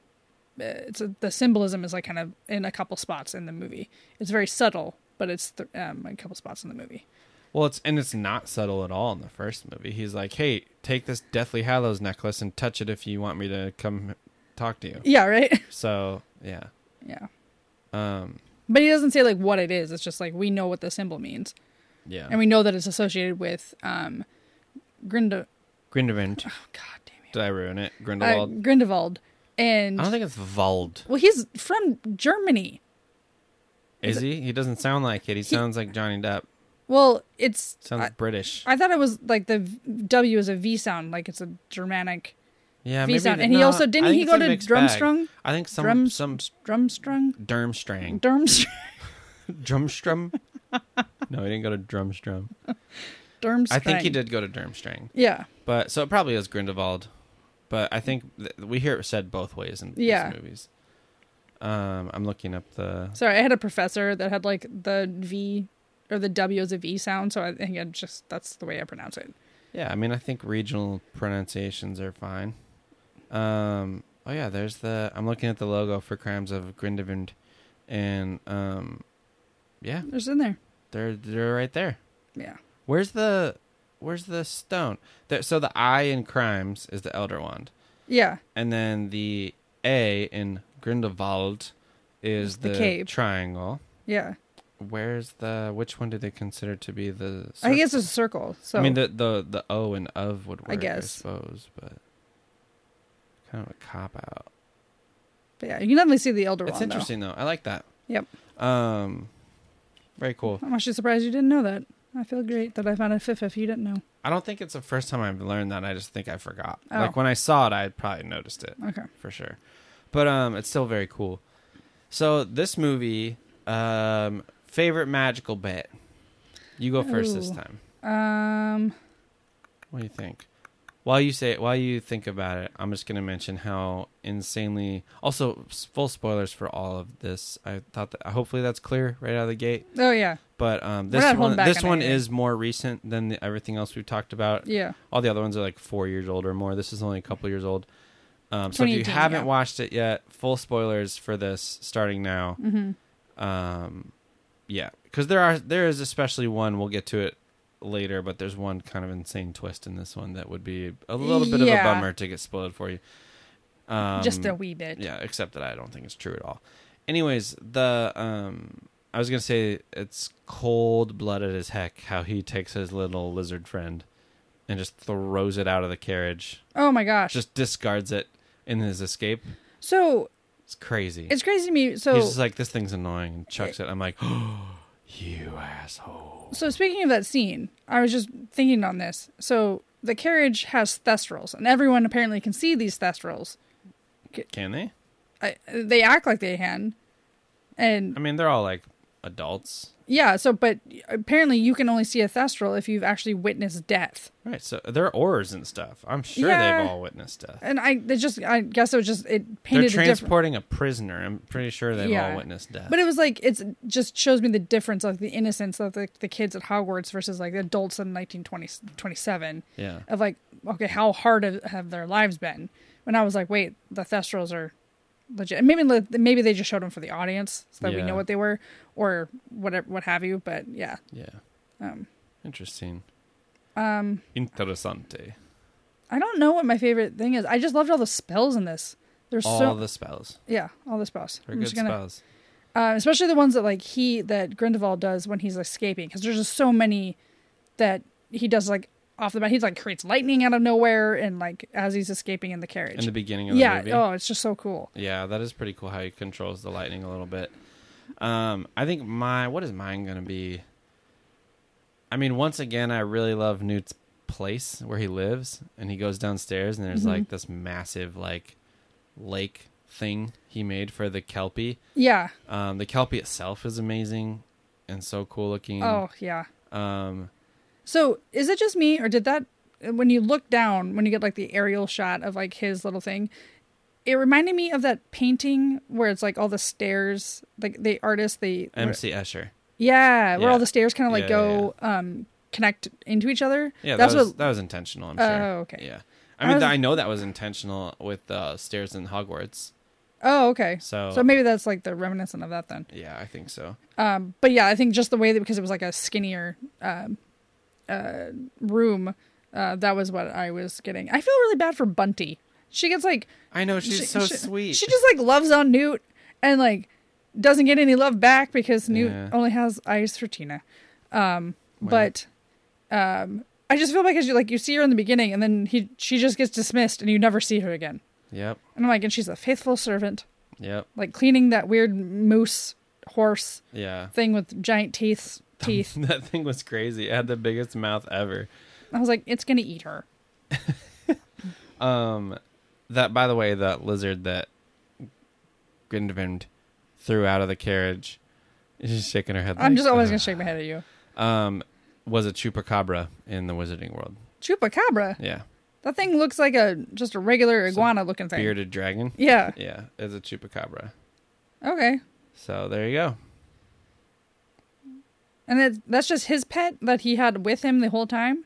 [SPEAKER 2] uh, it's a, the symbolism is like kind of in a couple spots in the movie. It's very subtle, but it's th- um, a couple spots in the movie.
[SPEAKER 1] Well, it's and it's not subtle at all in the first movie. He's like, "Hey, take this Deathly Hallows necklace and touch it if you want me to come talk to you."
[SPEAKER 2] Yeah, right.
[SPEAKER 1] So yeah,
[SPEAKER 2] yeah,
[SPEAKER 1] um,
[SPEAKER 2] but he doesn't say like what it is. It's just like we know what the symbol means,
[SPEAKER 1] yeah,
[SPEAKER 2] and we know that it's associated with um, Grindel.
[SPEAKER 1] Grindelwald.
[SPEAKER 2] Oh, God damn
[SPEAKER 1] Did I ruin it?
[SPEAKER 2] it, uh,
[SPEAKER 1] Grindelwald. Ah.
[SPEAKER 2] Grindelwald. And
[SPEAKER 1] I don't think it's Vald.
[SPEAKER 2] Well, he's from Germany.
[SPEAKER 1] Is, he? He doesn't sound like it. He, sounds like Johnny Depp.
[SPEAKER 2] Well, it's.
[SPEAKER 1] Sounds
[SPEAKER 2] I,
[SPEAKER 1] British.
[SPEAKER 2] I thought it was like the v- W is a V sound, like it's a Germanic
[SPEAKER 1] yeah,
[SPEAKER 2] V
[SPEAKER 1] maybe.
[SPEAKER 2] sound.
[SPEAKER 1] th-
[SPEAKER 2] And he
[SPEAKER 1] no,
[SPEAKER 2] also
[SPEAKER 1] I
[SPEAKER 2] didn't
[SPEAKER 1] think
[SPEAKER 2] he
[SPEAKER 1] it's
[SPEAKER 2] go
[SPEAKER 1] a
[SPEAKER 2] to
[SPEAKER 1] mixed bag.
[SPEAKER 2] drumstrung,
[SPEAKER 1] I think some
[SPEAKER 2] Drum-
[SPEAKER 1] some
[SPEAKER 2] drumstrung,
[SPEAKER 1] dermstrang,
[SPEAKER 2] drumstrung,
[SPEAKER 1] drumstrum. no, he didn't go to drumstrum.
[SPEAKER 2] drumstrung.
[SPEAKER 1] I think he did go to dermstrang,
[SPEAKER 2] Yeah,
[SPEAKER 1] but so it probably is Grindelwald. But I think th- we hear it said both ways in these
[SPEAKER 2] Yeah.
[SPEAKER 1] movies. Um, I'm looking up the
[SPEAKER 2] sorry. I had a professor that had like the V or the W is a V sound, so I think I just that's the way I pronounce it.
[SPEAKER 1] Yeah, I mean, I think regional pronunciations are fine. Um, oh yeah, there's the. I'm looking at the logo for Crimes of Grindelwald, and um, yeah,
[SPEAKER 2] There's in there.
[SPEAKER 1] they're they're right there.
[SPEAKER 2] Yeah,
[SPEAKER 1] Where's the Where's the stone? There, so the I in Crimes is the Elder Wand,
[SPEAKER 2] yeah,
[SPEAKER 1] and then the A in Grindelwald is
[SPEAKER 2] The
[SPEAKER 1] the,
[SPEAKER 2] cape.
[SPEAKER 1] triangle.
[SPEAKER 2] yeah.
[SPEAKER 1] Where's the? Which one do they consider to be the?
[SPEAKER 2] I guess it's a circle. So
[SPEAKER 1] I mean the the the O and of would work,
[SPEAKER 2] I
[SPEAKER 1] I,
[SPEAKER 2] guess.
[SPEAKER 1] suppose, but kind of a cop out.
[SPEAKER 2] but yeah, you can definitely see the elder
[SPEAKER 1] It's
[SPEAKER 2] one. though.
[SPEAKER 1] interesting though. I like that.
[SPEAKER 2] Yep.
[SPEAKER 1] Um, very cool.
[SPEAKER 2] I'm actually surprised you didn't know that. I feel great that I found a fifth if you didn't know.
[SPEAKER 1] I don't think it's the first time I've learned that. I just think I forgot.
[SPEAKER 2] Oh.
[SPEAKER 1] Like when I saw it, I had probably noticed it
[SPEAKER 2] Okay.
[SPEAKER 1] for sure. But um, it's still very cool. So this movie, um, favorite magical bit. You go first this
[SPEAKER 2] Ooh.
[SPEAKER 1] time.
[SPEAKER 2] Um.
[SPEAKER 1] What do you think? While you say while you think about it, I'm just gonna mention how insanely. Also, s- full spoilers for all of this. I thought that hopefully that's clear right out of the gate.
[SPEAKER 2] Oh yeah.
[SPEAKER 1] But um,
[SPEAKER 2] We're
[SPEAKER 1] this
[SPEAKER 2] not holding
[SPEAKER 1] one
[SPEAKER 2] back
[SPEAKER 1] this
[SPEAKER 2] on
[SPEAKER 1] one
[SPEAKER 2] anything.
[SPEAKER 1] is more recent than the, everything else we've talked about.
[SPEAKER 2] Yeah.
[SPEAKER 1] All the other ones are like four years old or more. This is only a couple years old. Um, so if you
[SPEAKER 2] 2018,
[SPEAKER 1] haven't
[SPEAKER 2] yeah.
[SPEAKER 1] watched it yet, full spoilers for this starting now.
[SPEAKER 2] Mm-hmm.
[SPEAKER 1] Um, yeah, because there are there is especially one we'll get to it later, but there's one kind of insane twist in this one that would be a little bit of a
[SPEAKER 2] Yeah.
[SPEAKER 1] bummer to get spoiled for you. Um,
[SPEAKER 2] Just a wee bit.
[SPEAKER 1] yeah, except that I don't think it's true at all. Anyways, the um, I was gonna say it's cold blooded as heck how he takes his little lizard friend and just throws it out of the carriage,
[SPEAKER 2] Oh my gosh.
[SPEAKER 1] just discards it in his escape.
[SPEAKER 2] so
[SPEAKER 1] It's crazy.
[SPEAKER 2] it's crazy to me. So
[SPEAKER 1] He's uh, just like, this thing's annoying, and chucks it. I'm like, you asshole.
[SPEAKER 2] So speaking of that scene, I was just thinking on this. So the carriage has thestrals, and everyone apparently can see these thestrals.
[SPEAKER 1] Can they?
[SPEAKER 2] I, they act like they can, and
[SPEAKER 1] I mean, they're all like adults,
[SPEAKER 2] yeah. So, but apparently, you can only see a thestral if you've actually witnessed death.
[SPEAKER 1] right? So they're orrs and stuff. I'm sure
[SPEAKER 2] Yeah.
[SPEAKER 1] they've all witnessed death.
[SPEAKER 2] And I, they just, I guess it was just it
[SPEAKER 1] They're
[SPEAKER 2] painted a different.
[SPEAKER 1] transporting a prisoner. I'm pretty sure they've all
[SPEAKER 2] Yeah.
[SPEAKER 1] witnessed death.
[SPEAKER 2] But it was like it's just shows me the difference of the innocence of the, the kids at Hogwarts versus like the adults in 1927.
[SPEAKER 1] yeah,
[SPEAKER 2] of like okay how hard have- have their lives been when i was like wait the thestrals are legit maybe le- maybe they just showed them for the audience so that we
[SPEAKER 1] Yeah.
[SPEAKER 2] know what they were or whatever what have you but yeah
[SPEAKER 1] yeah.
[SPEAKER 2] um
[SPEAKER 1] Interesting.
[SPEAKER 2] um
[SPEAKER 1] Interessante.
[SPEAKER 2] i don't know what my favorite thing is i just loved all the spells in this there's
[SPEAKER 1] All
[SPEAKER 2] so
[SPEAKER 1] the spells.
[SPEAKER 2] yeah all the spells
[SPEAKER 1] They're
[SPEAKER 2] I'm
[SPEAKER 1] good
[SPEAKER 2] just gonna-
[SPEAKER 1] spells.
[SPEAKER 2] uh, especially the ones that like he that grindelwald does when he's escaping because there's just so many that he does like off the bat he like creates lightning out of nowhere and like as he's escaping in the carriage
[SPEAKER 1] In the beginning of the
[SPEAKER 2] yeah
[SPEAKER 1] movie.
[SPEAKER 2] oh it's just so cool
[SPEAKER 1] Yeah, that is pretty cool how he controls the lightning a little bit. Um, I think my what is mine gonna be? I mean, once again, I really love Newt's place where he lives, and he goes downstairs, and there's
[SPEAKER 2] Mm-hmm.
[SPEAKER 1] like this massive like lake thing he made for the kelpie.
[SPEAKER 2] Yeah.
[SPEAKER 1] Um, the kelpie itself is amazing and so cool looking.
[SPEAKER 2] Oh, yeah.
[SPEAKER 1] Um,
[SPEAKER 2] So is it just me, or did that when you look down when you get like the aerial shot of like his little thing? It reminded me of that painting where it's like all the stairs, like the artist, the
[SPEAKER 1] MC Escher.
[SPEAKER 2] yeah, where
[SPEAKER 1] Yeah.
[SPEAKER 2] all the stairs kind of like
[SPEAKER 1] Yeah,
[SPEAKER 2] go um connect into each other.
[SPEAKER 1] Yeah,
[SPEAKER 2] that's
[SPEAKER 1] that was
[SPEAKER 2] what.
[SPEAKER 1] that was intentional. I'm
[SPEAKER 2] Oh,
[SPEAKER 1] sure.
[SPEAKER 2] okay.
[SPEAKER 1] Yeah, I
[SPEAKER 2] I
[SPEAKER 1] mean,
[SPEAKER 2] was-
[SPEAKER 1] I know that was intentional with uh, stairs in Hogwarts.
[SPEAKER 2] Oh, okay.
[SPEAKER 1] So,
[SPEAKER 2] So maybe that's like the reminiscent of that then.
[SPEAKER 1] yeah, I think so.
[SPEAKER 2] Um, but yeah, I think just the way that because it was like a skinnier um, uh, room, uh, that was what I was getting. I feel really bad for Bunty. She gets like
[SPEAKER 1] I know she's
[SPEAKER 2] She-
[SPEAKER 1] so
[SPEAKER 2] she-
[SPEAKER 1] sweet.
[SPEAKER 2] She just like loves on Newt and like doesn't get any love back because Newt
[SPEAKER 1] Yeah.
[SPEAKER 2] only has eyes for Tina. Um,
[SPEAKER 1] Wow.
[SPEAKER 2] but um, I just feel like as you like you see her in the beginning and then he she just gets dismissed and you never see her again.
[SPEAKER 1] Yep,
[SPEAKER 2] And I'm like, and she's a faithful servant,
[SPEAKER 1] yep,
[SPEAKER 2] like cleaning that weird moose horse
[SPEAKER 1] yeah.
[SPEAKER 2] thing with giant teeth. Teeth.
[SPEAKER 1] that thing was crazy. It had the biggest mouth ever.
[SPEAKER 2] I was like, it's gonna eat her.
[SPEAKER 1] Um, that by the way, that lizard that Grindelwald threw out of the carriage. She's shaking her head.
[SPEAKER 2] I'm
[SPEAKER 1] like,
[SPEAKER 2] just always
[SPEAKER 1] "Ugh."
[SPEAKER 2] gonna shake my head at you.
[SPEAKER 1] Um, was a chupacabra in the Wizarding world.
[SPEAKER 2] Chupacabra.
[SPEAKER 1] Yeah,
[SPEAKER 2] That thing looks like a just a regular
[SPEAKER 1] Some
[SPEAKER 2] iguana looking thing.
[SPEAKER 1] bearded dragon.
[SPEAKER 2] Yeah.
[SPEAKER 1] Yeah, it's a chupacabra.
[SPEAKER 2] Okay.
[SPEAKER 1] So there you go.
[SPEAKER 2] And that, that's just his pet that he had with him the whole time.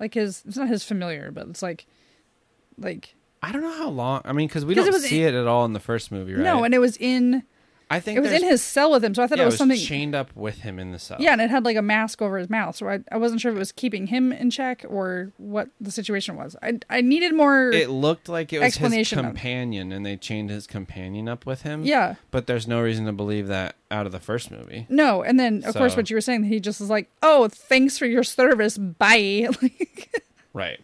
[SPEAKER 2] Like his, it's not his familiar, but it's like, like
[SPEAKER 1] I don't know how long. I mean, because we
[SPEAKER 2] 'Cause
[SPEAKER 1] don't
[SPEAKER 2] it was
[SPEAKER 1] see it at all in the first movie, right?
[SPEAKER 2] no, and it was in,
[SPEAKER 1] I think
[SPEAKER 2] it was in
[SPEAKER 1] there's-
[SPEAKER 2] his cell with him. So I thought
[SPEAKER 1] yeah,
[SPEAKER 2] it was something.
[SPEAKER 1] chained up with him in the cell.
[SPEAKER 2] yeah, and it had like a mask over his mouth, so I, I wasn't sure if it was keeping him in check or what the situation was. I I needed more.
[SPEAKER 1] it looked like it was
[SPEAKER 2] explanation
[SPEAKER 1] his
[SPEAKER 2] of-
[SPEAKER 1] companion and they chained his companion up with him
[SPEAKER 2] yeah,
[SPEAKER 1] but there's no reason to believe that out of the first movie
[SPEAKER 2] no, and then of course
[SPEAKER 1] So-
[SPEAKER 2] what you were saying, he just was like, "Oh, thanks for your service, bye." Like,
[SPEAKER 1] right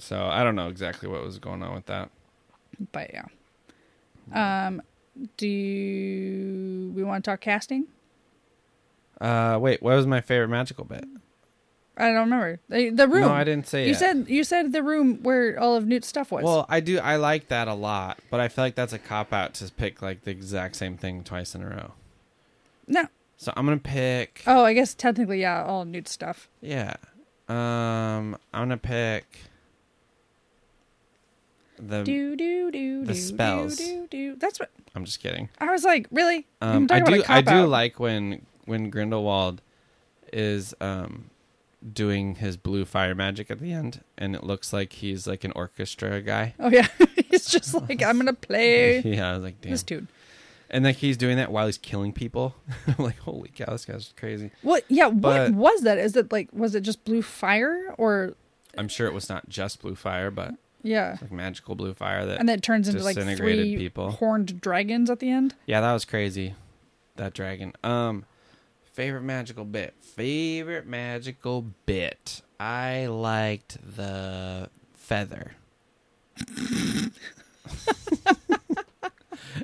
[SPEAKER 1] so i don't know exactly what was going on with that
[SPEAKER 2] but yeah, um, do we want to talk casting?
[SPEAKER 1] Uh, wait, what was my favorite magical bit?
[SPEAKER 2] I don't remember. The, the room.
[SPEAKER 1] No, I didn't say
[SPEAKER 2] You
[SPEAKER 1] it.
[SPEAKER 2] said you said the room where all of Newt's stuff was.
[SPEAKER 1] Well, I do. I like that a lot, but I feel like that's a cop out to pick like the exact same thing twice in a row.
[SPEAKER 2] no.
[SPEAKER 1] So I'm gonna pick.
[SPEAKER 2] Oh, I guess technically, yeah, all Newt's stuff.
[SPEAKER 1] Yeah. Um, I'm gonna pick the.
[SPEAKER 2] do do do
[SPEAKER 1] Um, the
[SPEAKER 2] do,
[SPEAKER 1] spells.
[SPEAKER 2] Do, do, do. That's what
[SPEAKER 1] I'm just kidding.
[SPEAKER 2] I was like. Really?
[SPEAKER 1] Um,
[SPEAKER 2] I'm
[SPEAKER 1] I
[SPEAKER 2] talking about
[SPEAKER 1] do.
[SPEAKER 2] a
[SPEAKER 1] I do
[SPEAKER 2] cop-out.
[SPEAKER 1] like when when Grindelwald is um doing his blue fire magic at the end, and it looks like he's like an orchestra guy.
[SPEAKER 2] Oh yeah, he's just like I'm gonna play
[SPEAKER 1] yeah, I was like, damn.
[SPEAKER 2] this tune.
[SPEAKER 1] And like he's doing that while he's killing people. I'm like, holy cow, this guy's crazy.
[SPEAKER 2] What? Yeah.
[SPEAKER 1] But-
[SPEAKER 2] what was that? Is it like was it just blue fire or
[SPEAKER 1] I'm sure it was not just blue fire, but
[SPEAKER 2] yeah?
[SPEAKER 1] like magical blue fire that
[SPEAKER 2] And then it turns into like
[SPEAKER 1] disintegrated
[SPEAKER 2] three
[SPEAKER 1] people.
[SPEAKER 2] horned dragons at the end.
[SPEAKER 1] Yeah, that was crazy. That dragon. Um favorite magical bit. Favorite magical bit. I liked the feather.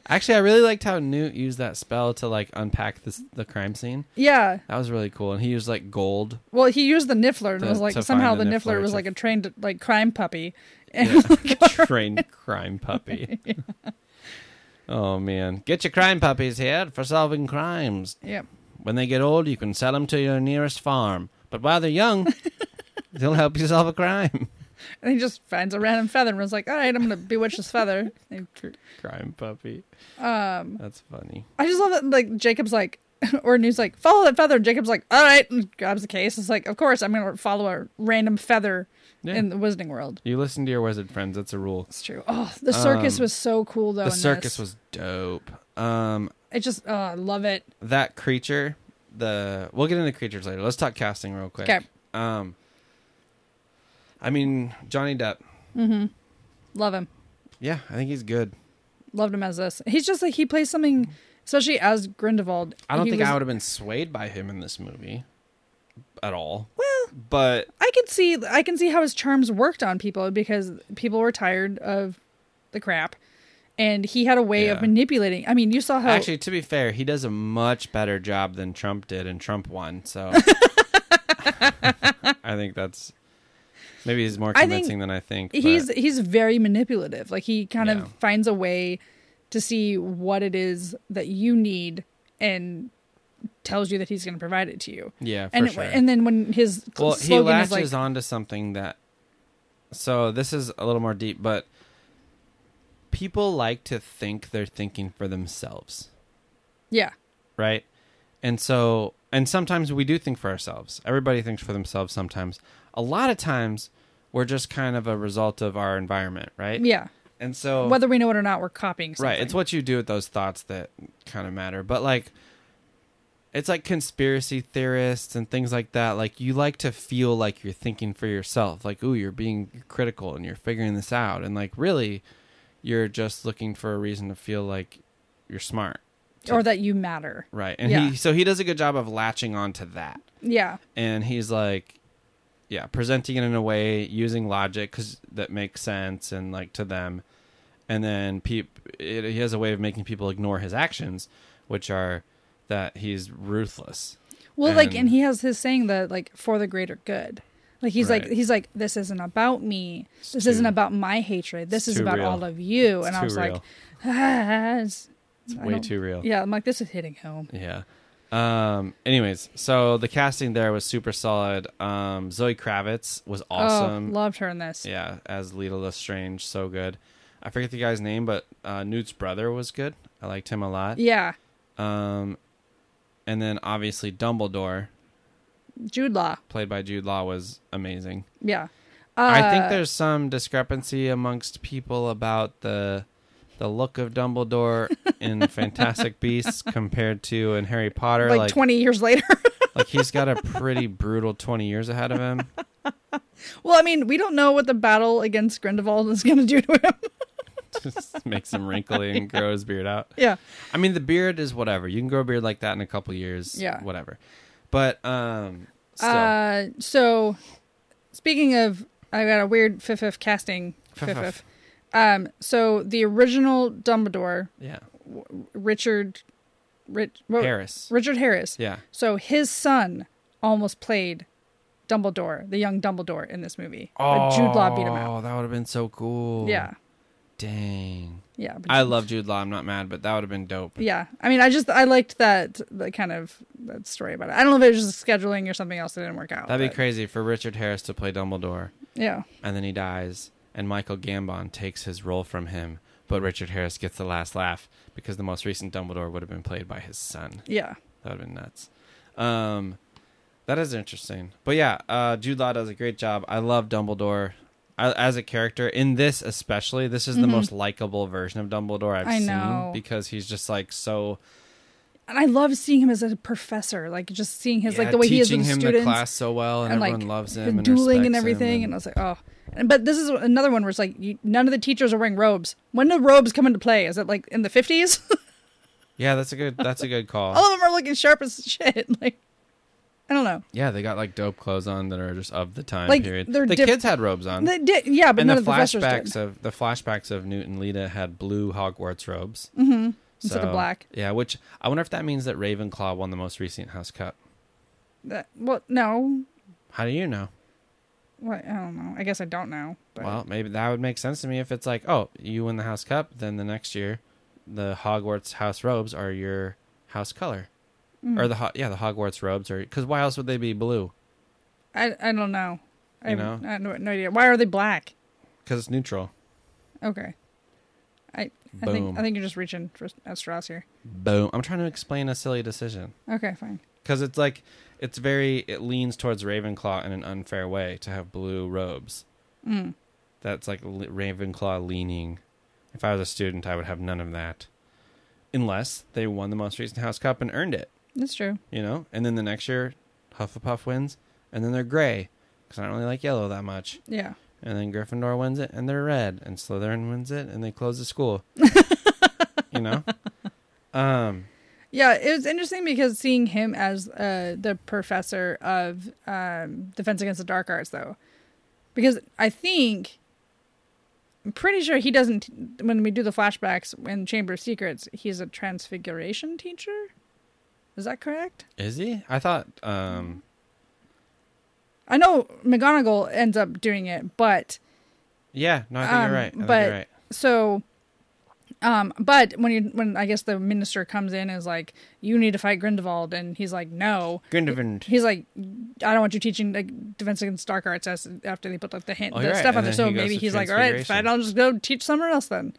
[SPEAKER 1] Actually, I really liked how Newt used that spell to like unpack this the crime scene.
[SPEAKER 2] Yeah.
[SPEAKER 1] That was really cool. And he used like gold.
[SPEAKER 2] Well, he used the Niffler and
[SPEAKER 1] To-
[SPEAKER 2] was like
[SPEAKER 1] to
[SPEAKER 2] somehow
[SPEAKER 1] find
[SPEAKER 2] the
[SPEAKER 1] the
[SPEAKER 2] Niffler,
[SPEAKER 1] Niffler
[SPEAKER 2] was
[SPEAKER 1] to-
[SPEAKER 2] like a trained like crime puppy. And
[SPEAKER 1] Yeah. Trained crime puppy. Oh man. Get your crime puppies here for solving crimes.
[SPEAKER 2] yeah.
[SPEAKER 1] When they get old, you can sell them to your nearest farm. But while they're young, they'll help you solve a crime.
[SPEAKER 2] And he just finds a random feather and was like, "All right, I'm gonna bewitch this feather." And-
[SPEAKER 1] Crime puppy.
[SPEAKER 2] um,
[SPEAKER 1] That's funny.
[SPEAKER 2] I just love that. Like Jacob's like, or Newt's like, "Follow that feather." And Jacob's like, "All right," and grabs the case. It's like, of course, I'm gonna follow a random feather
[SPEAKER 1] Yeah.
[SPEAKER 2] in the Wizarding world.
[SPEAKER 1] you listen to your wizard friends. That's a rule.
[SPEAKER 2] It's true. Oh, the circus
[SPEAKER 1] Um,
[SPEAKER 2] was so cool though.
[SPEAKER 1] the
[SPEAKER 2] in
[SPEAKER 1] circus
[SPEAKER 2] this.
[SPEAKER 1] was dope. Um,
[SPEAKER 2] It just, oh, I love it.
[SPEAKER 1] that creature. The we'll get into creatures later. Let's talk casting real quick.
[SPEAKER 2] Okay.
[SPEAKER 1] Um, I mean Johnny Depp.
[SPEAKER 2] Love him.
[SPEAKER 1] Yeah, I think he's good.
[SPEAKER 2] Loved him as this. He's just like he plays something, especially as Grindelwald.
[SPEAKER 1] I don't
[SPEAKER 2] he
[SPEAKER 1] think
[SPEAKER 2] was-
[SPEAKER 1] I would have been swayed by him in this movie at all. Well, but
[SPEAKER 2] I can see I can see how his charms worked on people because people were tired of the crap, and he had a way
[SPEAKER 1] Yeah.
[SPEAKER 2] of manipulating. I mean, you saw how
[SPEAKER 1] Actually, to be fair, he does a much better job than Trump did, and Trump won. So I think that's maybe he's more
[SPEAKER 2] I think
[SPEAKER 1] convincing than I think. but-
[SPEAKER 2] he's he's very manipulative. Like he kind
[SPEAKER 1] Yeah.
[SPEAKER 2] of finds a way to see what it is that you need and tells you that he's going to provide it to you.
[SPEAKER 1] yeah, for
[SPEAKER 2] and it-
[SPEAKER 1] sure.
[SPEAKER 2] and then when his cl-
[SPEAKER 1] well, he
[SPEAKER 2] slogan is
[SPEAKER 1] latches
[SPEAKER 2] like,
[SPEAKER 1] onto something that. So this is a little more deep, but people like to think they're thinking for themselves,
[SPEAKER 2] yeah,
[SPEAKER 1] right? And so, and sometimes we do think for ourselves. Everybody thinks for themselves sometimes. A lot of times, we're just kind of a result of our environment, right?
[SPEAKER 2] yeah,
[SPEAKER 1] And so,
[SPEAKER 2] whether we know it or not, we're copying. Something.
[SPEAKER 1] right, it's what you do with those thoughts that kind of matter. But like, it's like conspiracy theorists and things like that. Like, you like to feel like you're thinking for yourself. Like, ooh, you're being critical and you're figuring this out. And like, really, you're just looking for a reason to feel like you're smart,
[SPEAKER 2] or that you matter.
[SPEAKER 1] right? And
[SPEAKER 2] Yeah.
[SPEAKER 1] he, so he does a good job of latching onto that
[SPEAKER 2] Yeah,
[SPEAKER 1] and he's like yeah presenting it in a way using logic 'cause that makes sense and like to them and then peop- it, he has a way of making people ignore his actions which are that he's ruthless
[SPEAKER 2] Well, like,
[SPEAKER 1] And-
[SPEAKER 2] and he has his saying that like for the greater good. Like he's like
[SPEAKER 1] Right.
[SPEAKER 2] he's like this isn't about me. this
[SPEAKER 1] too-
[SPEAKER 2] isn't about my hatred. This
[SPEAKER 1] it's
[SPEAKER 2] is
[SPEAKER 1] too
[SPEAKER 2] about
[SPEAKER 1] real.
[SPEAKER 2] all of you. and I
[SPEAKER 1] too
[SPEAKER 2] was like,
[SPEAKER 1] real.
[SPEAKER 2] ah, it's, I
[SPEAKER 1] way
[SPEAKER 2] don't-
[SPEAKER 1] too real
[SPEAKER 2] Yeah, I'm like this is hitting home.
[SPEAKER 1] yeah um anyways so the casting there was super solid um zoe kravitz was awesome
[SPEAKER 2] Oh, loved her in this.
[SPEAKER 1] yeah as lita lestrange so good i forget the guy's name but uh newt's brother was good i liked him a lot
[SPEAKER 2] Yeah,
[SPEAKER 1] Um, and then obviously Dumbledore,
[SPEAKER 2] Jude Law.
[SPEAKER 1] played by Jude Law, was amazing.
[SPEAKER 2] Yeah,
[SPEAKER 1] I think
[SPEAKER 2] Uh,
[SPEAKER 1] there's some discrepancy amongst people about the the look of Dumbledore in Fantastic Beasts compared to in Harry Potter.
[SPEAKER 2] like,
[SPEAKER 1] Like like,
[SPEAKER 2] 20 years later.
[SPEAKER 1] he's got a pretty brutal 20 years ahead of him.
[SPEAKER 2] well, I mean, we don't know what the battle against Grindelwald is going to do to him.
[SPEAKER 1] Just makes him wrinkly and grow his beard out.
[SPEAKER 2] yeah,
[SPEAKER 1] I mean, the beard is whatever. You can grow a beard like that in a couple years.
[SPEAKER 2] Yeah.
[SPEAKER 1] whatever. But um, still,
[SPEAKER 2] Uh, so speaking of, I got a weird fifth casting.
[SPEAKER 1] Fiff-fiff.
[SPEAKER 2] Fifth. Um, so the original Dumbledore
[SPEAKER 1] yeah,
[SPEAKER 2] w- Richard, Rich, what-
[SPEAKER 1] Harris.
[SPEAKER 2] Richard Harris.
[SPEAKER 1] Yeah.
[SPEAKER 2] So his son almost played Dumbledore, the young Dumbledore in this movie.
[SPEAKER 1] Oh,
[SPEAKER 2] But Jude Law beat him out.
[SPEAKER 1] that would have been so cool.
[SPEAKER 2] Yeah.
[SPEAKER 1] Dang.
[SPEAKER 2] Yeah. but
[SPEAKER 1] Oh. I love Jude Law. I'm not mad, but that would have been dope.
[SPEAKER 2] yeah. I mean, I just, I liked that, the kind of that story about it. I don't know if it was just scheduling or something else that didn't work out.
[SPEAKER 1] That'd be
[SPEAKER 2] but-
[SPEAKER 1] crazy for Richard Harris to play Dumbledore,
[SPEAKER 2] Yeah.
[SPEAKER 1] and then he dies, and Michael Gambon takes his role from him, but Richard Harris gets the last laugh because the most recent Dumbledore would have been played by his son.
[SPEAKER 2] Yeah.
[SPEAKER 1] That would have been nuts. Um, that is interesting. But yeah, uh, Jude Law does a great job. I love Dumbledore I, as a character. In this, especially, this is the
[SPEAKER 2] Mhm.
[SPEAKER 1] most likable version of Dumbledore I've
[SPEAKER 2] I
[SPEAKER 1] seen
[SPEAKER 2] know.
[SPEAKER 1] because he's just like so.
[SPEAKER 2] And I love seeing him as a professor, like just seeing his, like
[SPEAKER 1] yeah,
[SPEAKER 2] the way he is
[SPEAKER 1] teaching
[SPEAKER 2] with
[SPEAKER 1] him the
[SPEAKER 2] students.
[SPEAKER 1] class so well, and,
[SPEAKER 2] and,
[SPEAKER 1] everyone
[SPEAKER 2] like,
[SPEAKER 1] loves him,
[SPEAKER 2] the
[SPEAKER 1] and respects
[SPEAKER 2] dueling and
[SPEAKER 1] him,
[SPEAKER 2] everything. And I was like, oh. And- But this is another one where it's like you, none of the teachers are wearing robes. When do robes come into play? Is it like in the fifties?
[SPEAKER 1] yeah, that's a good that's a good call.
[SPEAKER 2] All of them are looking sharp as shit. Like, I don't know.
[SPEAKER 1] Yeah, they got like dope clothes on that are just of the time
[SPEAKER 2] Like,
[SPEAKER 1] period.
[SPEAKER 2] they're
[SPEAKER 1] The
[SPEAKER 2] diff-
[SPEAKER 1] kids had robes on,
[SPEAKER 2] They did, yeah,
[SPEAKER 1] Um, and
[SPEAKER 2] but
[SPEAKER 1] the
[SPEAKER 2] none of the professors
[SPEAKER 1] flashbacks
[SPEAKER 2] did.
[SPEAKER 1] of the flashbacks of Newt and Lita had blue Hogwarts robes.
[SPEAKER 2] hmm Instead of
[SPEAKER 1] So,
[SPEAKER 2] black.
[SPEAKER 1] Yeah, which I wonder if that means that Ravenclaw won the most recent House Cup.
[SPEAKER 2] That, well, no,
[SPEAKER 1] How do you know?
[SPEAKER 2] what, I don't know. I guess I don't know. But
[SPEAKER 1] Well, maybe that would make sense to me if it's like, oh, you win the House Cup, then the next year, the Hogwarts house robes are your house color,
[SPEAKER 2] Mm.
[SPEAKER 1] or the ho- yeah the Hogwarts robes are because why else would they be blue?
[SPEAKER 2] I, I don't know. I,
[SPEAKER 1] You
[SPEAKER 2] have-
[SPEAKER 1] know?
[SPEAKER 2] I have no, no idea. Why are they black?
[SPEAKER 1] Because it's neutral.
[SPEAKER 2] Okay, I
[SPEAKER 1] Boom,
[SPEAKER 2] think I think you're just reaching for, at straws here.
[SPEAKER 1] boom. I'm trying to explain a silly decision
[SPEAKER 2] Okay, fine.
[SPEAKER 1] because it's like it's very it leans towards Ravenclaw in an unfair way to have blue robes.
[SPEAKER 2] Mm.
[SPEAKER 1] That's like le- Ravenclaw leaning. If I was a student, I would have none of that. Unless they won the most recent House Cup and earned it,
[SPEAKER 2] That's true.
[SPEAKER 1] you know? And then the next year, Hufflepuff wins, and then they're gray, because I don't really like yellow that much.
[SPEAKER 2] Yeah.
[SPEAKER 1] And then Gryffindor wins it, and they're red, and Slytherin wins it, and they close the school. you know? Um,
[SPEAKER 2] Yeah, it was interesting because seeing him as uh, the professor of um, Defense Against the Dark Arts, though, because I think I'm pretty sure he doesn't. When we do the flashbacks in Chamber of Secrets, he's a Transfiguration teacher. Is that correct?
[SPEAKER 1] is he? I thought, um,
[SPEAKER 2] I know McGonagall ends up doing it, but
[SPEAKER 1] yeah, no, I think
[SPEAKER 2] Um,
[SPEAKER 1] you're right. I think
[SPEAKER 2] but-
[SPEAKER 1] you're right.
[SPEAKER 2] so um but when you when i guess the minister comes in and is like you need to fight grindelwald and he's like no
[SPEAKER 1] Grindelwald.
[SPEAKER 2] he's like i don't want you teaching like defense against dark arts as after they put like the hint
[SPEAKER 1] Oh,
[SPEAKER 2] the
[SPEAKER 1] you're right.
[SPEAKER 2] stuff on
[SPEAKER 1] And
[SPEAKER 2] there
[SPEAKER 1] then
[SPEAKER 2] so
[SPEAKER 1] he goes
[SPEAKER 2] maybe
[SPEAKER 1] to
[SPEAKER 2] he's like all right fine
[SPEAKER 1] Transfiguration.
[SPEAKER 2] i'll just go teach somewhere else then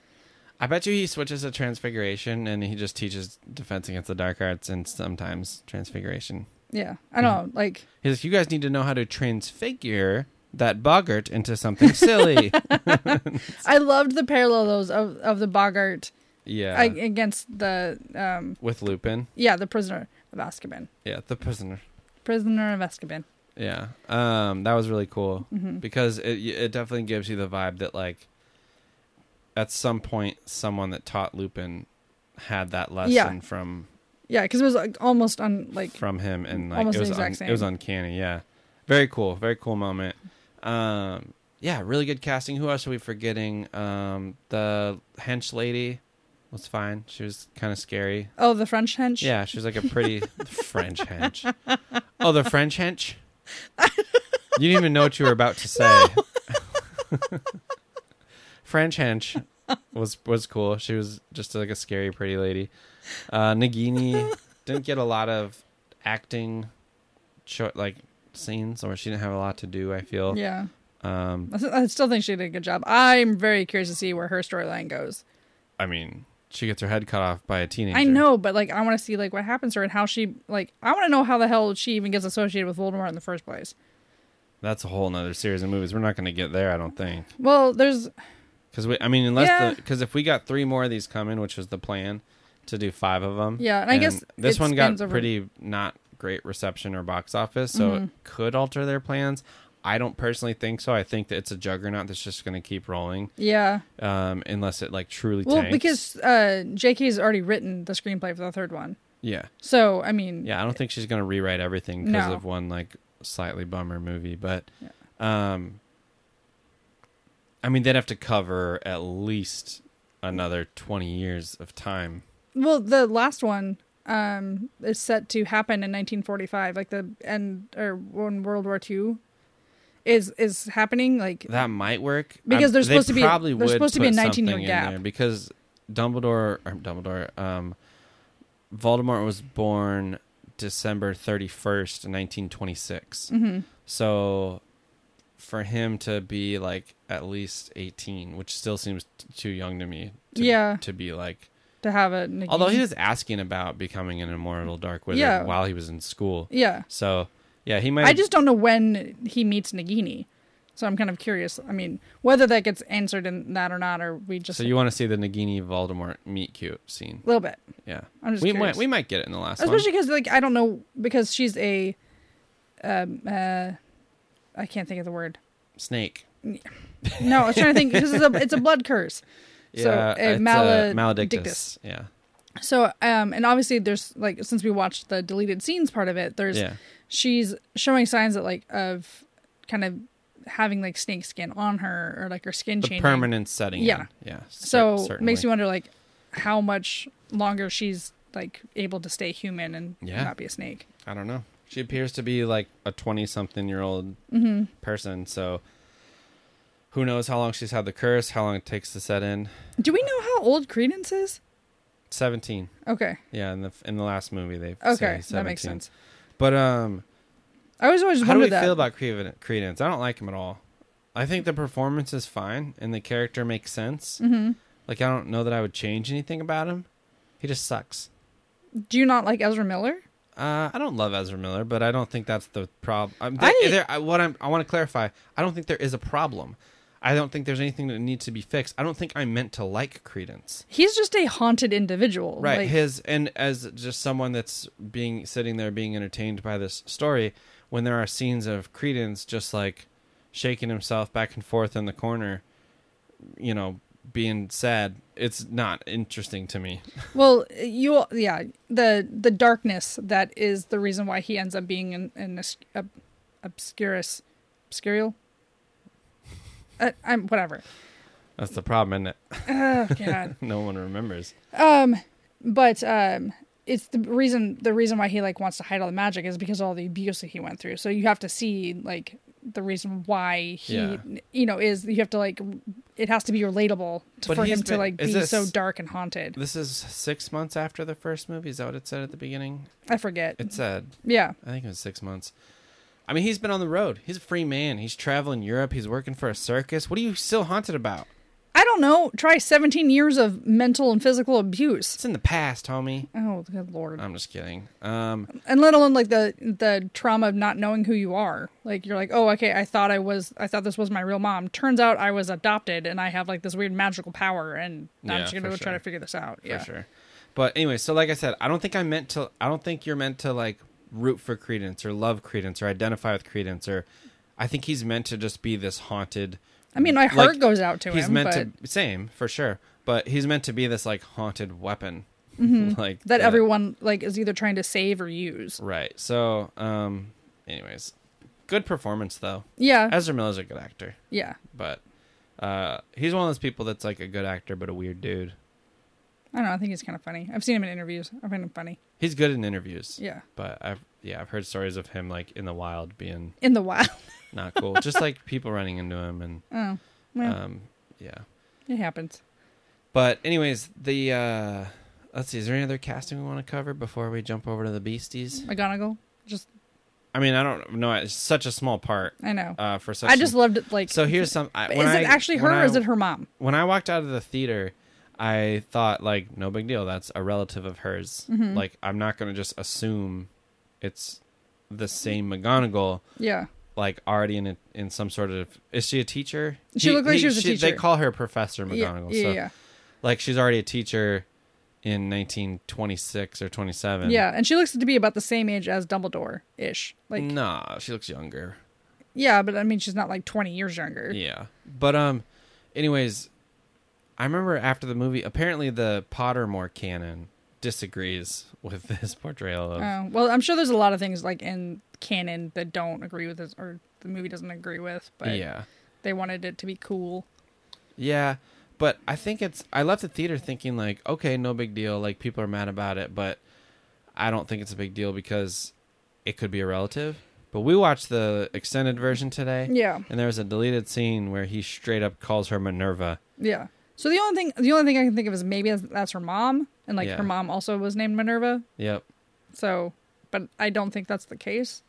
[SPEAKER 1] I bet you he switches to Transfiguration, and he just teaches Defense Against the Dark Arts and sometimes Transfiguration.
[SPEAKER 2] yeah i
[SPEAKER 1] Hmm.
[SPEAKER 2] don't know like
[SPEAKER 1] He's like, you guys need to know how to transfigure that boggart into something silly.
[SPEAKER 2] i loved the parallels of of the boggart
[SPEAKER 1] yeah.
[SPEAKER 2] I, against the um
[SPEAKER 1] With Lupin.
[SPEAKER 2] yeah the prisoner of azkaban
[SPEAKER 1] Yeah, the prisoner.
[SPEAKER 2] prisoner of azkaban
[SPEAKER 1] Yeah. Um, that was really cool
[SPEAKER 2] Mhm.
[SPEAKER 1] because it it definitely gives you the vibe that like at some point someone that taught Lupin had that lesson
[SPEAKER 2] Yeah.
[SPEAKER 1] from
[SPEAKER 2] yeah because it was like almost on like
[SPEAKER 1] from him and like
[SPEAKER 2] almost
[SPEAKER 1] it
[SPEAKER 2] the
[SPEAKER 1] was
[SPEAKER 2] exact
[SPEAKER 1] un-
[SPEAKER 2] same.
[SPEAKER 1] it was uncanny. Yeah. Very cool. Very cool moment. Um, yeah, really good casting. Who else are we forgetting? Um, the hench lady was fine. She was kind of scary.
[SPEAKER 2] oh the french hench
[SPEAKER 1] Yeah, she's like a pretty French hench. Oh, the French hench? You didn't even know what you were about to say. French hench was was cool. She was just like a scary pretty lady. Uh Nagini didn't get a lot of acting cho- like scenes or she didn't have a lot to do, I feel.
[SPEAKER 2] yeah
[SPEAKER 1] Um
[SPEAKER 2] I s- I still think she did a good job. I'm very curious to see where her storyline goes.
[SPEAKER 1] I mean, she gets her head cut off by a teenager.
[SPEAKER 2] I know, but like, I want to see like what happens to her and how she like. I want to know how the hell she even gets associated with Voldemort in the first place.
[SPEAKER 1] That's a whole nother series of movies. We're not going to get there, I don't think.
[SPEAKER 2] Well, there's
[SPEAKER 1] Because we, I mean, unless
[SPEAKER 2] Yeah.
[SPEAKER 1] because if we got three more of these coming, which was the plan to do five of them.
[SPEAKER 2] Yeah, and I guess
[SPEAKER 1] this
[SPEAKER 2] it
[SPEAKER 1] one got
[SPEAKER 2] spans over- Mm-hmm.
[SPEAKER 1] pretty not great reception or box office, so it could alter their plans. I don't personally think so. I think that it's a juggernaut that's just going to keep rolling,
[SPEAKER 2] yeah.
[SPEAKER 1] um, unless it like truly.
[SPEAKER 2] Well,
[SPEAKER 1] tanks.
[SPEAKER 2] because uh, J.K. has already written the screenplay for the third one,
[SPEAKER 1] yeah,
[SPEAKER 2] so I mean,
[SPEAKER 1] yeah, I don't think she's going to rewrite everything because
[SPEAKER 2] No.
[SPEAKER 1] of one like slightly bummer movie, but, um, I mean, they'd have to cover at least another twenty years of time
[SPEAKER 2] well, the last one um, is set to happen in 1945, like the end or when World War II is is happening. Like
[SPEAKER 1] That might work
[SPEAKER 2] Because they're
[SPEAKER 1] they
[SPEAKER 2] supposed to be-
[SPEAKER 1] Probably
[SPEAKER 2] there's
[SPEAKER 1] would
[SPEAKER 2] supposed to be a
[SPEAKER 1] put
[SPEAKER 2] 19-year
[SPEAKER 1] something in
[SPEAKER 2] gap.
[SPEAKER 1] there because Dumbledore or Dumbledore, um, Voldemort was born December thirty first, nineteen twenty six.
[SPEAKER 2] mhm.
[SPEAKER 1] So for him to be like at least eighteen, which still seems t- too young to me. To,
[SPEAKER 2] Yeah.
[SPEAKER 1] To be like,
[SPEAKER 2] to have it. in a
[SPEAKER 1] although he
[SPEAKER 2] game.
[SPEAKER 1] was asking about becoming an immortal Dark Wizard
[SPEAKER 2] Yeah.
[SPEAKER 1] while he was in school.
[SPEAKER 2] yeah,
[SPEAKER 1] So yeah, he might.
[SPEAKER 2] I just don't know when he meets Nagini. So I'm kind of curious. I mean, whether that gets answered in that or not, or we just
[SPEAKER 1] So you want to see the Nagini Voldemort meet cute scene?
[SPEAKER 2] a little bit.
[SPEAKER 1] Yeah.
[SPEAKER 2] I'm just
[SPEAKER 1] we
[SPEAKER 2] curious.
[SPEAKER 1] might we might get it in the last
[SPEAKER 2] especially because like I don't know because she's a, um, uh, I can't think of the word.
[SPEAKER 1] one. Snake.
[SPEAKER 2] No, I was trying to think because it's a it's a blood curse. So,
[SPEAKER 1] Yeah,
[SPEAKER 2] uh,
[SPEAKER 1] it's, uh,
[SPEAKER 2] male-
[SPEAKER 1] maledictus.
[SPEAKER 2] dictus.
[SPEAKER 1] Yeah.
[SPEAKER 2] So um, and obviously there's like since we watched the deleted scenes part of it, there's
[SPEAKER 1] Yeah.
[SPEAKER 2] she's showing signs that like of kind of having like snake skin on her or like her skin
[SPEAKER 1] The
[SPEAKER 2] changing.
[SPEAKER 1] permanent setting.
[SPEAKER 2] Yeah.
[SPEAKER 1] in. Yeah.
[SPEAKER 2] So makes me wonder like how much longer she's like able to stay human and
[SPEAKER 1] Yeah.
[SPEAKER 2] not be a snake.
[SPEAKER 1] I don't know. She appears to be like a twenty-something-year-old
[SPEAKER 2] Mm-hmm.
[SPEAKER 1] person. So who knows how long she's had the curse? How long it takes to set in?
[SPEAKER 2] Do we know how old Credence is?
[SPEAKER 1] Seventeen.
[SPEAKER 2] Okay.
[SPEAKER 1] Yeah. In the in the last movie they say
[SPEAKER 2] Okay, that
[SPEAKER 1] 17.
[SPEAKER 2] makes sense.
[SPEAKER 1] But um,
[SPEAKER 2] I was always
[SPEAKER 1] how do
[SPEAKER 2] wondered
[SPEAKER 1] we
[SPEAKER 2] that.
[SPEAKER 1] feel about Creven- Credence? I don't like him at all. I think the performance is fine and the character makes sense.
[SPEAKER 2] Mhm.
[SPEAKER 1] Like I don't know that I would change anything about him. He just sucks.
[SPEAKER 2] Do you not like Ezra Miller?
[SPEAKER 1] Uh, I don't love Ezra Miller, but I don't think that's the problem. I'm,
[SPEAKER 2] I
[SPEAKER 1] there-
[SPEAKER 2] didn't-
[SPEAKER 1] there- I- what I'm, I want to clarify, I don't think there is a problem. I don't think there's anything that needs to be fixed. I don't think I'm meant to like Credence.
[SPEAKER 2] He's just a haunted individual.
[SPEAKER 1] Right.
[SPEAKER 2] Like,
[SPEAKER 1] his and as just someone that's being sitting there being entertained by this story, when there are scenes of Credence just like shaking himself back and forth in the corner, you know, being sad, it's not interesting to me.
[SPEAKER 2] well, you yeah, the the darkness that is the reason why he ends up being an, an obs- ob, obscurus obscurial. Uh, I'm whatever.
[SPEAKER 1] That's the problem, isn't it?
[SPEAKER 2] Oh god.
[SPEAKER 1] No one remembers.
[SPEAKER 2] Um, but um, it's the reason the reason why he like wants to hide all the magic is because of all the abuse that he went through. So you have to see like the reason why he
[SPEAKER 1] Yeah.
[SPEAKER 2] you know is you have to like it has to be relatable to,
[SPEAKER 1] But
[SPEAKER 2] for
[SPEAKER 1] he's
[SPEAKER 2] him to
[SPEAKER 1] been-
[SPEAKER 2] like be
[SPEAKER 1] is this-
[SPEAKER 2] so dark and haunted.
[SPEAKER 1] This is six months after the first movie. Is that what it said at the beginning?
[SPEAKER 2] I forget.
[SPEAKER 1] It said,
[SPEAKER 2] yeah,
[SPEAKER 1] I think it was six months. I mean, he's been on the road. He's a free man. He's traveling Europe. He's working for a circus. What are you still haunted about?
[SPEAKER 2] I don't know. Try seventeen years of mental and physical abuse.
[SPEAKER 1] It's in the past, homie.
[SPEAKER 2] Oh good lord!
[SPEAKER 1] I'm just kidding. Um,
[SPEAKER 2] and let alone like the the trauma of not knowing who you are like you're like oh okay i thought i was i thought this was my real mom turns out i was adopted and i have like this weird magical power and i'm
[SPEAKER 1] Yeah,
[SPEAKER 2] just gonna
[SPEAKER 1] for
[SPEAKER 2] go try
[SPEAKER 1] sure.
[SPEAKER 2] to figure this out
[SPEAKER 1] for
[SPEAKER 2] yeah
[SPEAKER 1] sure. But anyway, so like I said, I don't think I meant to. I don't think you're meant to like root for Credence or love Credence or identify with Credence or. I think he's meant to just be this haunted.
[SPEAKER 2] i mean my heart
[SPEAKER 1] like,
[SPEAKER 2] goes out to
[SPEAKER 1] he's
[SPEAKER 2] him
[SPEAKER 1] meant
[SPEAKER 2] but
[SPEAKER 1] to same for sure, but he's meant to be this like haunted weapon, like
[SPEAKER 2] Mm-hmm.
[SPEAKER 1] uh,
[SPEAKER 2] that everyone like is either trying to save or use
[SPEAKER 1] Right. So, um, anyways, good performance though.
[SPEAKER 2] yeah
[SPEAKER 1] Ezra Miller's a good actor,
[SPEAKER 2] yeah
[SPEAKER 1] but uh, he's one of those people that's like a good actor but a weird dude.
[SPEAKER 2] i don't know i think he's kind of funny i've seen him in interviews i find him funny
[SPEAKER 1] He's good in interviews,
[SPEAKER 2] yeah
[SPEAKER 1] but I've yeah I've heard stories of him like in the wild being
[SPEAKER 2] in the wild
[SPEAKER 1] not cool, just like people running into him and
[SPEAKER 2] oh well
[SPEAKER 1] um, yeah.
[SPEAKER 2] it happens
[SPEAKER 1] But anyways, the uh, let's see, is there any other casting we want to cover before we jump over to the Beasties?
[SPEAKER 2] mcgonagall just
[SPEAKER 1] I mean, I don't know, it's such a small part
[SPEAKER 2] i know
[SPEAKER 1] uh, for such.
[SPEAKER 2] i just
[SPEAKER 1] an-
[SPEAKER 2] loved it like
[SPEAKER 1] so here's some. I,
[SPEAKER 2] is
[SPEAKER 1] when I-
[SPEAKER 2] it actually her
[SPEAKER 1] when
[SPEAKER 2] or
[SPEAKER 1] I-
[SPEAKER 2] is it her mom
[SPEAKER 1] when I walked out of the theater, I thought like no big deal. That's a relative of hers.
[SPEAKER 2] Mm-hmm.
[SPEAKER 1] Like I'm not gonna just assume it's the same McGonagall.
[SPEAKER 2] yeah
[SPEAKER 1] Like already in a, in some sort of is she a teacher?
[SPEAKER 2] She looked like she was a
[SPEAKER 1] They
[SPEAKER 2] teacher.
[SPEAKER 1] call her Professor
[SPEAKER 2] yeah
[SPEAKER 1] McGonagall.
[SPEAKER 2] yeah,
[SPEAKER 1] so
[SPEAKER 2] yeah.
[SPEAKER 1] like she's already a teacher in 1926 or 27.
[SPEAKER 2] Yeah, and she looks to be about the same age as Dumbledore ish. Like,
[SPEAKER 1] nah, she looks younger.
[SPEAKER 2] yeah, but I mean, she's not like 20 years younger.
[SPEAKER 1] Yeah. But um anyways, I remember after the movie apparently the Pottermore canon disagrees with this portrayal of
[SPEAKER 2] Uh, well, I'm sure there's a lot of things like in canon that don't agree with this, or the movie doesn't agree with, but
[SPEAKER 1] Yeah.
[SPEAKER 2] they wanted it to be cool.
[SPEAKER 1] Yeah. But I think it's. I left the theater thinking like, okay, no big deal. Like people are mad about it, but I don't think it's a big deal because it could be a relative. But we watched the extended version today.
[SPEAKER 2] Yeah.
[SPEAKER 1] And there was a deleted scene where he straight up calls her Minerva.
[SPEAKER 2] Yeah. So the only thing the only thing I can think of is maybe that's, that's her mom, and like
[SPEAKER 1] Yeah.
[SPEAKER 2] her mom also was named Minerva.
[SPEAKER 1] Yep.
[SPEAKER 2] So, but I don't think that's the case.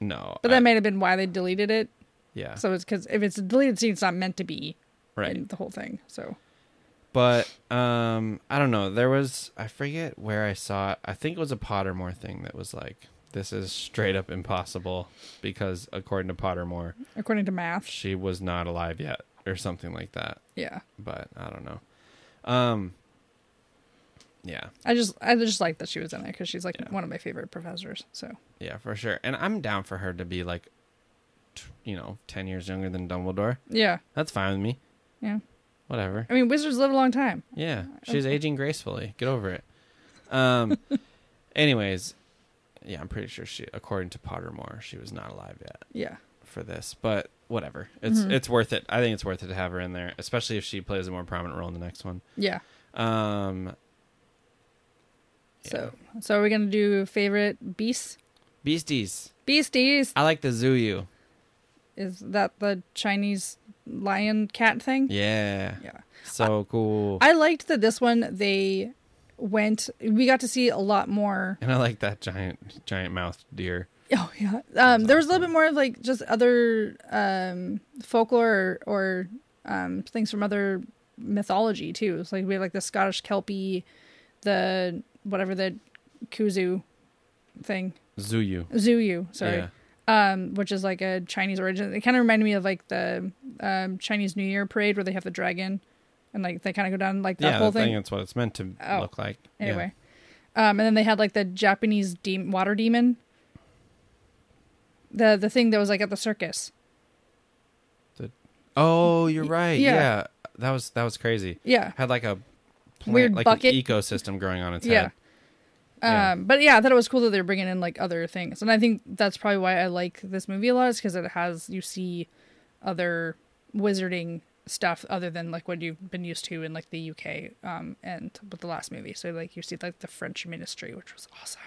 [SPEAKER 1] No.
[SPEAKER 2] But
[SPEAKER 1] I-
[SPEAKER 2] that may have been why they deleted it.
[SPEAKER 1] yeah.
[SPEAKER 2] So it's because if it's a deleted scene, it's not meant to be
[SPEAKER 1] right.
[SPEAKER 2] in the whole thing. So
[SPEAKER 1] but um i don't know there was i forget where i saw it i think it was a pottermore thing that was like this is straight up impossible because according to pottermore
[SPEAKER 2] according to math,
[SPEAKER 1] she was not alive yet or something like that
[SPEAKER 2] yeah.
[SPEAKER 1] but i don't know um yeah
[SPEAKER 2] I just I just like that she was in it because she's like
[SPEAKER 1] Yeah.
[SPEAKER 2] one of my favorite professors. So
[SPEAKER 1] yeah for sure and i'm down for her to be like t- you know 10 years younger than dumbledore
[SPEAKER 2] yeah,
[SPEAKER 1] that's fine with me
[SPEAKER 2] yeah.
[SPEAKER 1] whatever
[SPEAKER 2] I mean, wizards live a long time.
[SPEAKER 1] Yeah, she's aging gracefully. Get over it. Um. anyways, yeah, I'm pretty sure she, according to Pottermore, she was not alive yet
[SPEAKER 2] Yeah,
[SPEAKER 1] for this. But whatever, it's
[SPEAKER 2] Mhm.
[SPEAKER 1] it's worth it. I think it's worth it to have her in there, especially if she plays a more prominent role in the next one.
[SPEAKER 2] yeah.
[SPEAKER 1] Um. yeah.
[SPEAKER 2] So so are we gonna do favorite beasts?
[SPEAKER 1] beasties.
[SPEAKER 2] Beasties
[SPEAKER 1] I like the Zuyu.
[SPEAKER 2] is that the Chinese lion cat thing?
[SPEAKER 1] Yeah,
[SPEAKER 2] yeah.
[SPEAKER 1] so cool.
[SPEAKER 2] I liked that this one they went. We got to see a lot more.
[SPEAKER 1] and I like that giant giant mouthed deer.
[SPEAKER 2] Oh yeah, um, there was a little bit more of like just other um, folklore or, or um, things from other mythology too. It's like we had like the Scottish kelpie, the whatever the kuzu thing,
[SPEAKER 1] Zuyu.
[SPEAKER 2] zuyu. Sorry,
[SPEAKER 1] Yeah.
[SPEAKER 2] um, which is like a Chinese origin. It kind of reminded me of like the um, Chinese New Year parade where they have the dragon, and like they kind of go down like that
[SPEAKER 1] yeah,
[SPEAKER 2] whole
[SPEAKER 1] the thing.
[SPEAKER 2] thing.
[SPEAKER 1] That's what it's meant to
[SPEAKER 2] Oh,
[SPEAKER 1] look like. Yeah.
[SPEAKER 2] Anyway, um, and then they had like the Japanese de- water demon, the the thing that was like at the circus.
[SPEAKER 1] Oh, you're
[SPEAKER 2] Y-
[SPEAKER 1] right.
[SPEAKER 2] yeah.
[SPEAKER 1] Yeah. That was that was crazy.
[SPEAKER 2] Yeah,
[SPEAKER 1] Had like a plant,
[SPEAKER 2] Weird
[SPEAKER 1] like
[SPEAKER 2] bucket.
[SPEAKER 1] an ecosystem growing on its
[SPEAKER 2] yeah.
[SPEAKER 1] head. Yeah.
[SPEAKER 2] Um, but yeah, I thought it was cool that they're bringing in like other things, and I think that's probably why I like this movie a lot is because it has you see other wizarding stuff other than like what you've been used to in like the UK um, and with the last movie. So like you see like the French Ministry, which was awesome.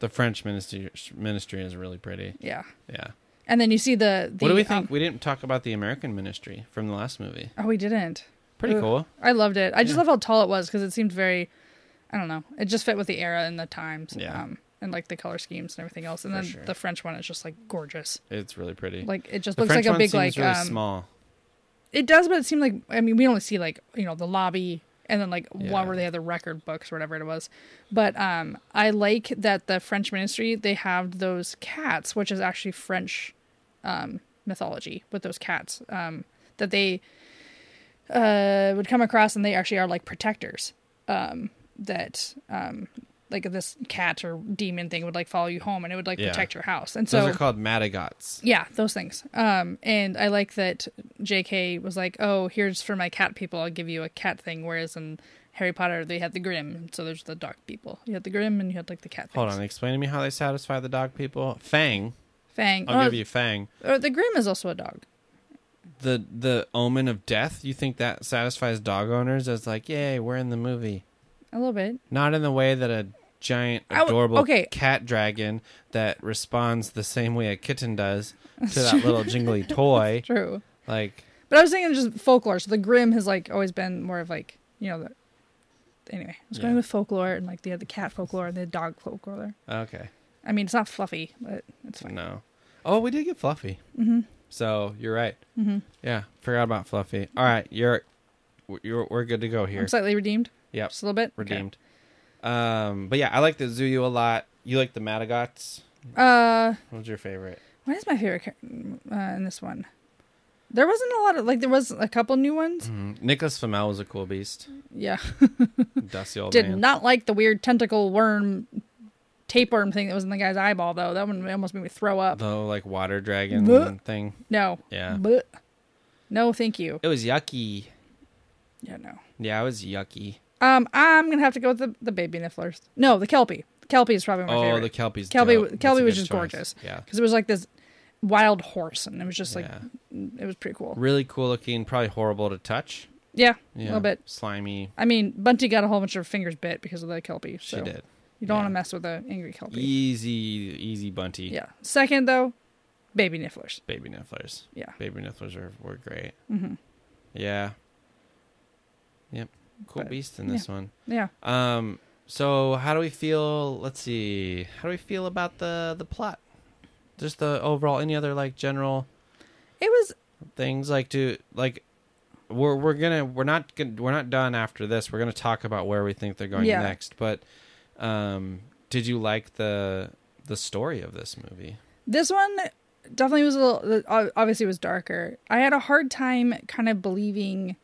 [SPEAKER 1] The French ministry ministry is really pretty.
[SPEAKER 2] Yeah,
[SPEAKER 1] Yeah.
[SPEAKER 2] and then you see the, the
[SPEAKER 1] what do we
[SPEAKER 2] um,
[SPEAKER 1] think? we didn't talk about the American ministry from the last movie.
[SPEAKER 2] oh, we didn't.
[SPEAKER 1] Pretty
[SPEAKER 2] Ugh.
[SPEAKER 1] cool.
[SPEAKER 2] I loved it. I just
[SPEAKER 1] Yeah.
[SPEAKER 2] love how tall it was because it seemed very, I don't know, it just fit with the era and the times.
[SPEAKER 1] Yeah.
[SPEAKER 2] Um, and like the color schemes and everything else. And
[SPEAKER 1] For
[SPEAKER 2] then
[SPEAKER 1] sure.
[SPEAKER 2] the French one is just like gorgeous.
[SPEAKER 1] It's really pretty.
[SPEAKER 2] Like it just
[SPEAKER 1] the
[SPEAKER 2] looks
[SPEAKER 1] French
[SPEAKER 2] like a
[SPEAKER 1] one
[SPEAKER 2] big
[SPEAKER 1] seems
[SPEAKER 2] like
[SPEAKER 1] really
[SPEAKER 2] um,
[SPEAKER 1] small.
[SPEAKER 2] it does, but it seemed like I mean we only see like you know the lobby and then like
[SPEAKER 1] Yeah.
[SPEAKER 2] one where they had the record books or whatever it was. But um, I like that the French Ministry they have those cats, which is actually French um, mythology with those cats um, that they uh, would come across, and they actually are like protectors. Um, that um, like this cat or demon thing would like follow you home, and it would like
[SPEAKER 1] Yeah.
[SPEAKER 2] protect your house. And so
[SPEAKER 1] Those are called madagots.
[SPEAKER 2] yeah, those things. Um, and I like that J.K. was like, "Oh, here's for my cat people. I'll give you a cat thing." Whereas in Harry Potter, they had the Grim, so there's the dark people. You had the Grim, and you had like the cat.
[SPEAKER 1] Hold
[SPEAKER 2] things.
[SPEAKER 1] on, explain to me how they satisfy the dog people. Fang.
[SPEAKER 2] Fang.
[SPEAKER 1] I'll
[SPEAKER 2] oh,
[SPEAKER 1] give you Fang.
[SPEAKER 2] Or the Grim is also a dog.
[SPEAKER 1] The the omen of death, you think that satisfies dog owners as like, yay, we're in the movie.
[SPEAKER 2] A little bit.
[SPEAKER 1] Not in the way that a giant,
[SPEAKER 2] I w-
[SPEAKER 1] adorable
[SPEAKER 2] okay.
[SPEAKER 1] cat dragon that responds the same way a kitten does to that little jingly toy.
[SPEAKER 2] True.
[SPEAKER 1] Like,
[SPEAKER 2] But I was thinking just folklore. So the Grim has like always been more of like you know the. Anyway, I was going
[SPEAKER 1] Yeah.
[SPEAKER 2] with folklore and like they had the cat folklore and the dog folklore.
[SPEAKER 1] okay,
[SPEAKER 2] I mean, it's not fluffy, but it's fine.
[SPEAKER 1] no. Oh, we did get Fluffy.
[SPEAKER 2] Mm-hmm.
[SPEAKER 1] So you're right.
[SPEAKER 2] Mm-hmm.
[SPEAKER 1] Yeah, forgot about Fluffy. All right, you're, you're we're good to go here.
[SPEAKER 2] I'm slightly redeemed.
[SPEAKER 1] Yep,
[SPEAKER 2] Just a little bit. Okay.
[SPEAKER 1] redeemed. Um, but yeah, I like the Zuyu a lot. You like the Madagots.
[SPEAKER 2] Uh.
[SPEAKER 1] What was your favorite?
[SPEAKER 2] What is my favorite character uh, in this one? There wasn't a lot of like there was a couple new ones.
[SPEAKER 1] Mm-hmm. Nicholas Flamel was a cool beast.
[SPEAKER 2] Yeah,
[SPEAKER 1] Dusty old
[SPEAKER 2] did
[SPEAKER 1] Mm-hmm. Oh, man.
[SPEAKER 2] not like the weird tentacle worm, tapeworm thing that was in the guy's eyeball though. That one almost made me throw up.
[SPEAKER 1] the like water dragon
[SPEAKER 2] Blech.
[SPEAKER 1] thing.
[SPEAKER 2] no.
[SPEAKER 1] Yeah.
[SPEAKER 2] Blech. No, thank you.
[SPEAKER 1] It was yucky.
[SPEAKER 2] Yeah, no.
[SPEAKER 1] Yeah, it was yucky.
[SPEAKER 2] Um, I'm gonna have to go with the, the baby nifflers. No, the kelpie. The kelpie is probably my
[SPEAKER 1] oh,
[SPEAKER 2] favorite.
[SPEAKER 1] the Kelpie's
[SPEAKER 2] Kelpie-
[SPEAKER 1] dope. That's
[SPEAKER 2] Kelpie
[SPEAKER 1] a
[SPEAKER 2] was
[SPEAKER 1] good
[SPEAKER 2] just
[SPEAKER 1] choice.
[SPEAKER 2] gorgeous.
[SPEAKER 1] Yeah.
[SPEAKER 2] because it was like this wild horse, and it was just like
[SPEAKER 1] yeah.
[SPEAKER 2] it was pretty cool.
[SPEAKER 1] really cool looking, probably horrible to touch.
[SPEAKER 2] Yeah,
[SPEAKER 1] Yeah,
[SPEAKER 2] a little bit.
[SPEAKER 1] slimy.
[SPEAKER 2] I mean, Bunty got a whole bunch of fingers bit because of the kelpie. So
[SPEAKER 1] she did
[SPEAKER 2] You don't
[SPEAKER 1] Yeah.
[SPEAKER 2] want to mess with an angry kelpie.
[SPEAKER 1] easy, easy bunty.
[SPEAKER 2] Yeah. Second though, baby nifflers.
[SPEAKER 1] baby nifflers.
[SPEAKER 2] Yeah.
[SPEAKER 1] baby nifflers are were great.
[SPEAKER 2] hmm
[SPEAKER 1] Yeah. Yep. Cool
[SPEAKER 2] But,
[SPEAKER 1] beast in this one.
[SPEAKER 2] Yeah.
[SPEAKER 1] Um. So how do we feel? Let's see. How do we feel about the the plot? Just the overall. Any other like general
[SPEAKER 2] It was
[SPEAKER 1] things like do like. We're we're gonna we're not gonna, we're not done after this. We're gonna talk about where we think they're going
[SPEAKER 2] Yeah.
[SPEAKER 1] next. But, um, did you like the the story of this movie?
[SPEAKER 2] this one definitely was a little ob- obviously it was darker. I had a hard time kind of believing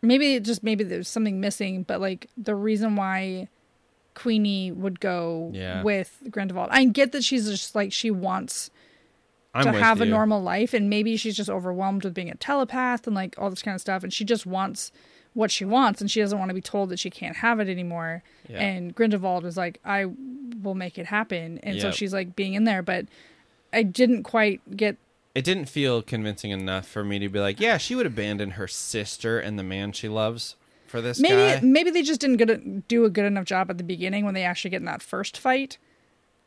[SPEAKER 2] maybe it just maybe there's something missing, but like the reason why Queenie would go
[SPEAKER 1] Yeah.
[SPEAKER 2] with Grindelwald. I get that she's just like she wants
[SPEAKER 1] I'm
[SPEAKER 2] to
[SPEAKER 1] with
[SPEAKER 2] have a
[SPEAKER 1] you.
[SPEAKER 2] normal life and maybe she's just overwhelmed with being a telepath and like all this kind of stuff and she just wants what she wants and she doesn't want to be told that she can't have it anymore
[SPEAKER 1] Yeah.
[SPEAKER 2] and grindelwald was like i will make it happen and so
[SPEAKER 1] Yep.
[SPEAKER 2] she's like being in there but i didn't quite get
[SPEAKER 1] it didn't feel convincing enough for me to be like, yeah, she would abandon her sister and the man she loves for this
[SPEAKER 2] maybe
[SPEAKER 1] guy.
[SPEAKER 2] maybe they just didn't good, do a good enough job at the beginning when they actually get in that first fight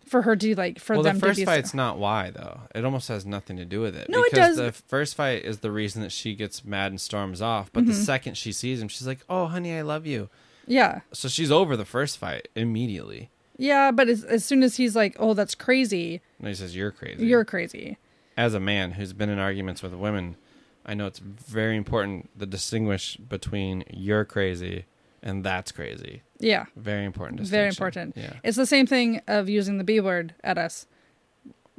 [SPEAKER 2] for her to like for
[SPEAKER 1] well,
[SPEAKER 2] them
[SPEAKER 1] the first
[SPEAKER 2] to be
[SPEAKER 1] fight's not why though. It almost has nothing to do with it.
[SPEAKER 2] No, it
[SPEAKER 1] because
[SPEAKER 2] does.
[SPEAKER 1] The first fight is the reason that she gets mad and storms off. But
[SPEAKER 2] Mm-hmm.
[SPEAKER 1] the second she sees him, she's like, "Oh, honey, I love you."
[SPEAKER 2] yeah
[SPEAKER 1] So she's over the first fight immediately.
[SPEAKER 2] yeah but as, as soon as he's like oh that's crazy
[SPEAKER 1] And he says, "You're crazy."
[SPEAKER 2] you're crazy
[SPEAKER 1] as a man who's been in arguments with women, I know it's very important to distinguish between "you're crazy" and "that's crazy."
[SPEAKER 2] yeah
[SPEAKER 1] Very important. Distinction.
[SPEAKER 2] Very important.
[SPEAKER 1] Yeah.
[SPEAKER 2] It's the same thing of using the B word at us.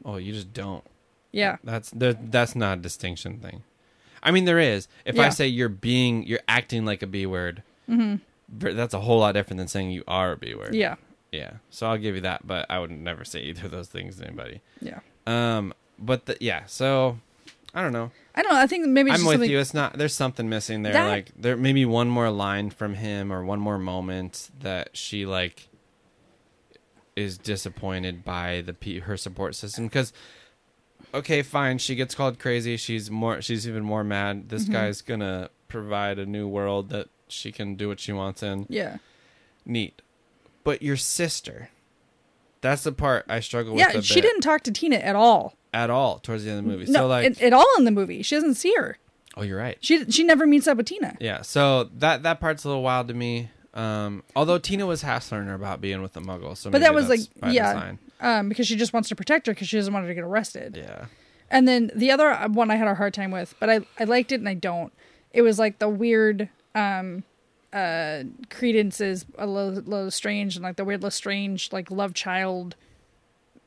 [SPEAKER 1] Oh, you just don't.
[SPEAKER 2] Yeah.
[SPEAKER 1] That's there, that's not a distinction thing. I mean, there is. If I
[SPEAKER 2] Yeah. Mm-hmm.
[SPEAKER 1] say you're being, you're acting like a B word, ver- that's a whole lot different than saying you are a B word.
[SPEAKER 2] Yeah.
[SPEAKER 1] Yeah. So I'll give you that, but I would never say either of those things to anybody.
[SPEAKER 2] Yeah.
[SPEAKER 1] Um. But the, yeah. So I don't know.
[SPEAKER 2] I don't know. I think maybe it's
[SPEAKER 1] I'm
[SPEAKER 2] just
[SPEAKER 1] with
[SPEAKER 2] something.
[SPEAKER 1] you. It's not. There's something missing there.
[SPEAKER 2] That-
[SPEAKER 1] Like there maybe one more line from him or one more moment that she like is disappointed by the pe- her support system because okay, fine, she gets called crazy. She's more. She's even more mad.
[SPEAKER 2] Mm-hmm.
[SPEAKER 1] This guy's gonna provide a new world that she can do what she wants in.
[SPEAKER 2] Yeah.
[SPEAKER 1] Neat, but your sister. That's the part I struggle with.
[SPEAKER 2] Yeah.
[SPEAKER 1] a
[SPEAKER 2] She
[SPEAKER 1] bit
[SPEAKER 2] didn't talk to Tina at all.
[SPEAKER 1] at all towards the end of the movie.
[SPEAKER 2] No,
[SPEAKER 1] so like,
[SPEAKER 2] at, at all in the movie. She doesn't see her.
[SPEAKER 1] oh, you're right.
[SPEAKER 2] She she never meets up with Tina.
[SPEAKER 1] Yeah, so that that part's a little wild to me. Um, although Tina was hassling her about being with the Muggle, so
[SPEAKER 2] But
[SPEAKER 1] maybe
[SPEAKER 2] that was
[SPEAKER 1] that's
[SPEAKER 2] like,
[SPEAKER 1] by
[SPEAKER 2] yeah,
[SPEAKER 1] design.
[SPEAKER 2] um, because she just wants to protect her because she doesn't want her to get arrested.
[SPEAKER 1] yeah,
[SPEAKER 2] And then the other uh, one I had a hard time with, but I, I liked it and I don't. It was like the weird um uh credences a little, little strange and like the weird Lestrange like love child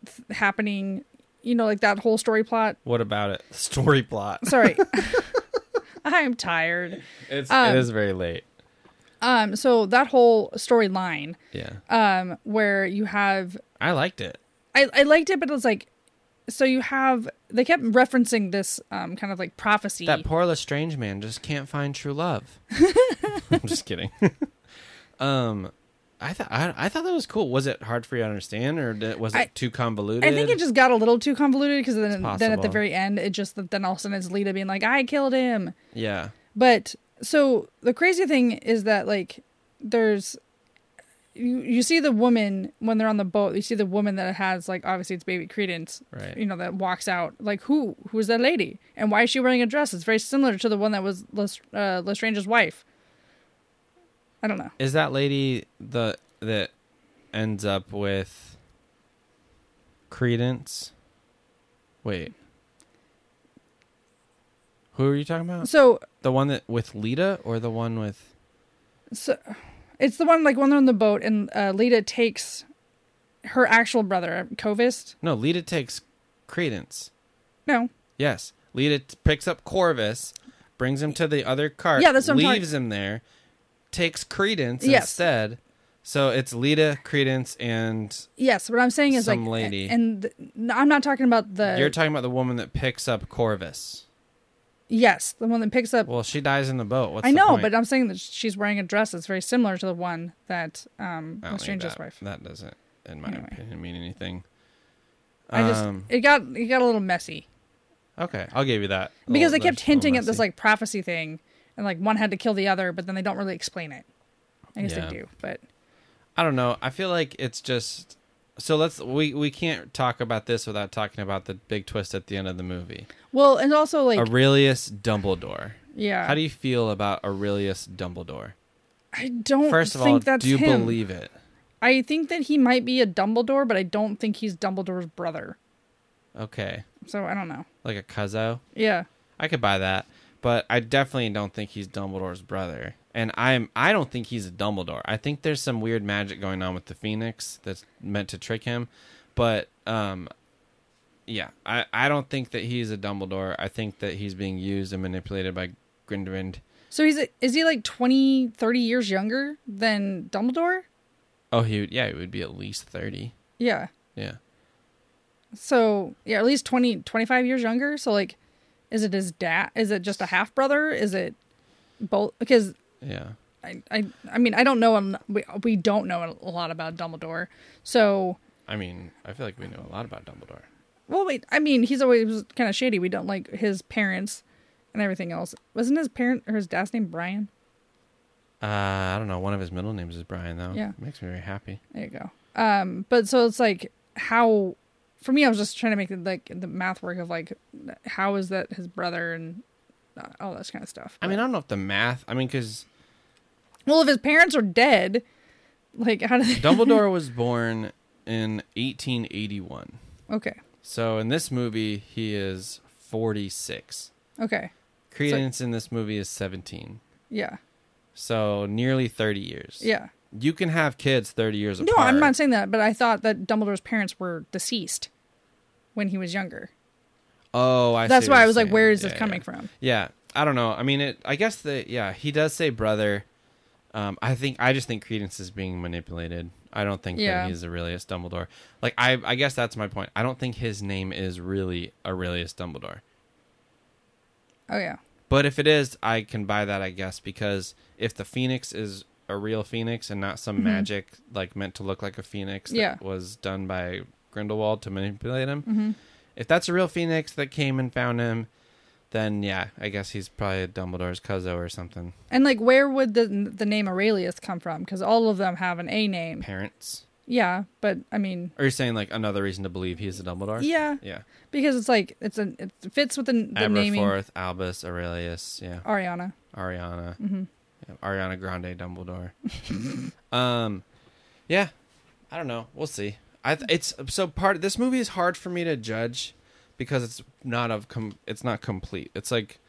[SPEAKER 2] th- happening, you know, like that whole story plot.
[SPEAKER 1] What about it? Story plot.
[SPEAKER 2] Sorry. I'm tired.
[SPEAKER 1] It's
[SPEAKER 2] Um,
[SPEAKER 1] it is very late.
[SPEAKER 2] Um so that whole storyline
[SPEAKER 1] Yeah,
[SPEAKER 2] um where you have
[SPEAKER 1] I liked it.
[SPEAKER 2] I, I liked it but it was like so you have they kept referencing this um kind of like prophecy
[SPEAKER 1] That poor Lestrange man just can't find true love. I'm just kidding. um, I thought I, I thought that was cool. Was it hard for you to understand, or did, was it
[SPEAKER 2] I-
[SPEAKER 1] too convoluted?
[SPEAKER 2] I think it just got a little too convoluted because then,
[SPEAKER 1] It's
[SPEAKER 2] then at the
[SPEAKER 1] possible.
[SPEAKER 2] very end, it just then all of a sudden it's Lita being like, "I killed him."
[SPEAKER 1] yeah,
[SPEAKER 2] But so the crazy thing is that like there's you you see the woman when they're on the boat. You see the woman that has like obviously it's baby Credence,
[SPEAKER 1] Right.
[SPEAKER 2] You know that walks out. Like who who is that lady and why is she wearing a dress? It's very similar to the one that was Lest, uh, Lestrange's wife. I don't know.
[SPEAKER 1] is that lady the that ends up with credence wait who are you talking about
[SPEAKER 2] So
[SPEAKER 1] the one that with lita or the one with
[SPEAKER 2] So it's the one like when they're on the boat and uh, Lita takes her actual brother, Covist.
[SPEAKER 1] no lita takes credence
[SPEAKER 2] No.
[SPEAKER 1] yes lita t- picks up corvus brings him to the other cart
[SPEAKER 2] Yeah, that's what I'm talking-
[SPEAKER 1] leaves him there takes credence
[SPEAKER 2] Yes.
[SPEAKER 1] instead so it's lita credence and
[SPEAKER 2] Yes, what I'm saying is
[SPEAKER 1] Some
[SPEAKER 2] like
[SPEAKER 1] lady.
[SPEAKER 2] and th- no, I'm not talking about the
[SPEAKER 1] you're talking about the woman that picks up corvus
[SPEAKER 2] yes, the one that picks up
[SPEAKER 1] well she dies in the boat What's
[SPEAKER 2] I
[SPEAKER 1] the
[SPEAKER 2] know,
[SPEAKER 1] point?
[SPEAKER 2] but I'm saying that she's wearing a dress that's very similar to the one that um
[SPEAKER 1] I don't think
[SPEAKER 2] Strange's
[SPEAKER 1] that,
[SPEAKER 2] wife.
[SPEAKER 1] That doesn't, in my
[SPEAKER 2] Anyway.
[SPEAKER 1] opinion, mean anything.
[SPEAKER 2] I just
[SPEAKER 1] Um,
[SPEAKER 2] it got it got a little messy
[SPEAKER 1] okay, I'll give you that.
[SPEAKER 2] because
[SPEAKER 1] Well,
[SPEAKER 2] they kept
[SPEAKER 1] there's-
[SPEAKER 2] hinting
[SPEAKER 1] well,
[SPEAKER 2] at this
[SPEAKER 1] messy.
[SPEAKER 2] like prophecy thing and like one had to kill the other, but then they don't really explain it. I guess
[SPEAKER 1] Yeah.
[SPEAKER 2] they do, but
[SPEAKER 1] I don't know. I feel like it's just so let's we we can't talk about this without talking about the big twist at the end of the movie.
[SPEAKER 2] well, and also like
[SPEAKER 1] Aurelius Dumbledore.
[SPEAKER 2] yeah,
[SPEAKER 1] How do you feel about Aurelius Dumbledore?
[SPEAKER 2] I don't
[SPEAKER 1] First of
[SPEAKER 2] think
[SPEAKER 1] all,
[SPEAKER 2] that's
[SPEAKER 1] do you
[SPEAKER 2] him.
[SPEAKER 1] believe it?
[SPEAKER 2] I think that he might be a Dumbledore, but I don't think he's Dumbledore's brother.
[SPEAKER 1] Okay.
[SPEAKER 2] So I don't know.
[SPEAKER 1] Like a cuzzo?
[SPEAKER 2] Yeah,
[SPEAKER 1] I could buy that, but I definitely don't think he's Dumbledore's brother. And I'm I don't think he's a Dumbledore. I think there's some weird magic going on with the Phoenix that's meant to trick him. But um yeah, I, I don't think that he's a Dumbledore. I think that he's being used and manipulated by Grindelwald.
[SPEAKER 2] so he's a, is he like 20, 30 years younger than Dumbledore?
[SPEAKER 1] Oh, he would, yeah, he would be at least 30.
[SPEAKER 2] Yeah.
[SPEAKER 1] Yeah.
[SPEAKER 2] So yeah, at least 20, 25 years younger. So like, is it his dad? Is it just a half brother? Is it both? Because
[SPEAKER 1] Yeah.
[SPEAKER 2] I, I, I mean, I don't know. him- We we don't know a lot about Dumbledore. So
[SPEAKER 1] I mean, I feel like we know a lot about Dumbledore.
[SPEAKER 2] well, wait. I mean, he's always kind of shady. We don't like his parents and everything else. Wasn't his parent or his dad's name Brian?
[SPEAKER 1] Uh, I don't know. One of his middle names is Brian, though.
[SPEAKER 2] Yeah.
[SPEAKER 1] makes me very happy.
[SPEAKER 2] There you go. Um, but so it's like how for me, I was just trying to make the, like the math work of like how is that his brother and uh, all that kind of stuff.
[SPEAKER 1] I mean, I don't know if the math. I mean, because
[SPEAKER 2] Well, if his parents are dead, like how do they?
[SPEAKER 1] Dumbledore was born in 1881.
[SPEAKER 2] Okay,
[SPEAKER 1] So in this movie, he is 46.
[SPEAKER 2] okay,
[SPEAKER 1] Credence in this movie is 17.
[SPEAKER 2] yeah,
[SPEAKER 1] So nearly 30 years.
[SPEAKER 2] yeah.
[SPEAKER 1] You can have kids 30 years
[SPEAKER 2] No,
[SPEAKER 1] apart.
[SPEAKER 2] I'm not saying that, but I thought that Dumbledore's parents were deceased when he was younger.
[SPEAKER 1] Oh, I.
[SPEAKER 2] That's
[SPEAKER 1] see what
[SPEAKER 2] why I
[SPEAKER 1] you're
[SPEAKER 2] was like,
[SPEAKER 1] saying.
[SPEAKER 2] where is
[SPEAKER 1] Yeah,
[SPEAKER 2] this coming
[SPEAKER 1] yeah.
[SPEAKER 2] from?
[SPEAKER 1] Yeah, I don't know. I mean, it. I guess the yeah he does say brother. Um, I think I just think Credence is being manipulated. I don't think
[SPEAKER 2] Yeah.
[SPEAKER 1] that he's Aurelius Dumbledore. Like I, I guess that's my point. I don't think his name is really Aurelius Dumbledore.
[SPEAKER 2] Oh yeah,
[SPEAKER 1] But if it is, I can buy that. I guess because if the phoenix is a real phoenix and not some magic like meant to look like a phoenix that
[SPEAKER 2] Mm-hmm. Yeah. Mm-hmm.
[SPEAKER 1] was done by Grindelwald to manipulate him, if that's a real phoenix that came and found him, then yeah, I guess he's probably Dumbledore's cousin or something.
[SPEAKER 2] and like where would the the name Aurelius come from? Because all of them have an A name.
[SPEAKER 1] Parents.
[SPEAKER 2] Yeah, but I mean,
[SPEAKER 1] Are you saying like another reason to believe he's a Dumbledore?
[SPEAKER 2] yeah,
[SPEAKER 1] Yeah.
[SPEAKER 2] because it's like it's an it fits with the, the naming
[SPEAKER 1] Aberforth, Albus, Aurelius. Yeah.
[SPEAKER 2] Ariana.
[SPEAKER 1] Ariana.
[SPEAKER 2] Mm-hmm.
[SPEAKER 1] Yeah, Ariana Grande Dumbledore. um, yeah, I don't know. We'll see. I th- it's so part. This movie is hard for me to judge because it's not of com- it's not complete. It's like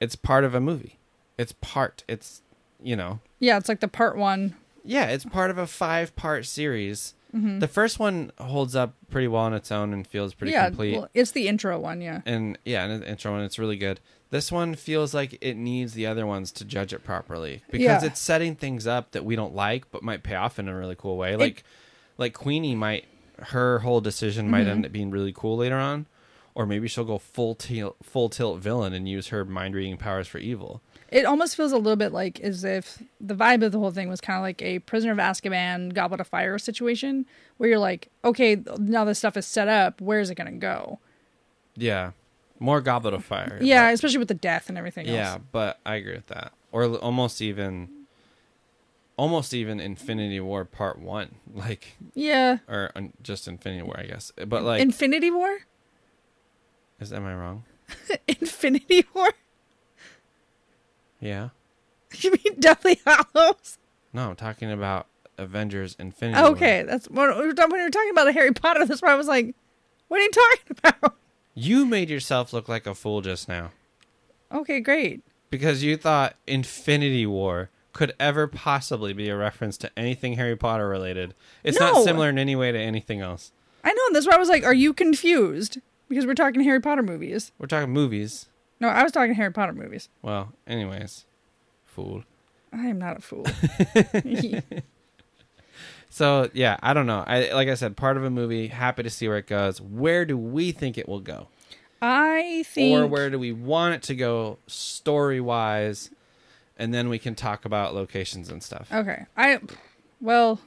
[SPEAKER 1] it's part of a movie. It's part. It's you know
[SPEAKER 2] Yeah, it's like the part one.
[SPEAKER 1] yeah, it's part of a five part series.
[SPEAKER 2] Mm-hmm.
[SPEAKER 1] The first one holds up pretty well on its own and feels pretty
[SPEAKER 2] yeah,
[SPEAKER 1] complete
[SPEAKER 2] well, it's the intro one. Yeah,
[SPEAKER 1] and yeah, and the intro and it's really good. This one feels like it needs the other ones to judge it properly because
[SPEAKER 2] Yeah.
[SPEAKER 1] it's setting things up that we don't like, but might pay off in a really cool way. Like, like Queenie might her whole decision
[SPEAKER 2] Mm-hmm.
[SPEAKER 1] might end up being really cool later on, or maybe she'll go full tilt, full tilt villain and use her mind reading powers for evil.
[SPEAKER 2] It almost feels a little bit like as if the vibe of the whole thing was kind of like a Prisoner of Azkaban, Goblet of Fire situation, where you're like, okay, now this stuff is set up. Where is it going to go?
[SPEAKER 1] Yeah, more Goblet of Fire.
[SPEAKER 2] Yeah, especially with the death and everything
[SPEAKER 1] but, yeah,
[SPEAKER 2] else.
[SPEAKER 1] but I agree with that. Or l- almost even, almost even Infinity War Part One, like.
[SPEAKER 2] Yeah.
[SPEAKER 1] or un- just Infinity War, I guess. But like,
[SPEAKER 2] Infinity War?
[SPEAKER 1] is am I wrong?
[SPEAKER 2] Infinity War?
[SPEAKER 1] Yeah.
[SPEAKER 2] You mean Deathly Hollows?
[SPEAKER 1] No, I'm talking about Avengers Infinity. War.
[SPEAKER 2] Okay, that's when we were talking when we were talking about Harry Potter. That's why I was like, what are you talking about?
[SPEAKER 1] You made yourself look like a fool just now
[SPEAKER 2] Okay, great.
[SPEAKER 1] because you thought Infinity War could ever possibly be a reference to anything Harry Potter related. It's
[SPEAKER 2] No.
[SPEAKER 1] not similar in any way to anything else.
[SPEAKER 2] I know. That's why I was like, are you confused? Because we're talking Harry Potter movies.
[SPEAKER 1] We're talking movies.
[SPEAKER 2] No, I was talking Harry Potter movies.
[SPEAKER 1] Well, anyways, fool.
[SPEAKER 2] I am not a fool.
[SPEAKER 1] So yeah, I don't know. I like I said, part of a movie. Happy to see where it goes. Where do we think it will go?
[SPEAKER 2] I think.
[SPEAKER 1] or where do we want it to go story wise and then we can talk about locations and stuff
[SPEAKER 2] Okay. I. Well,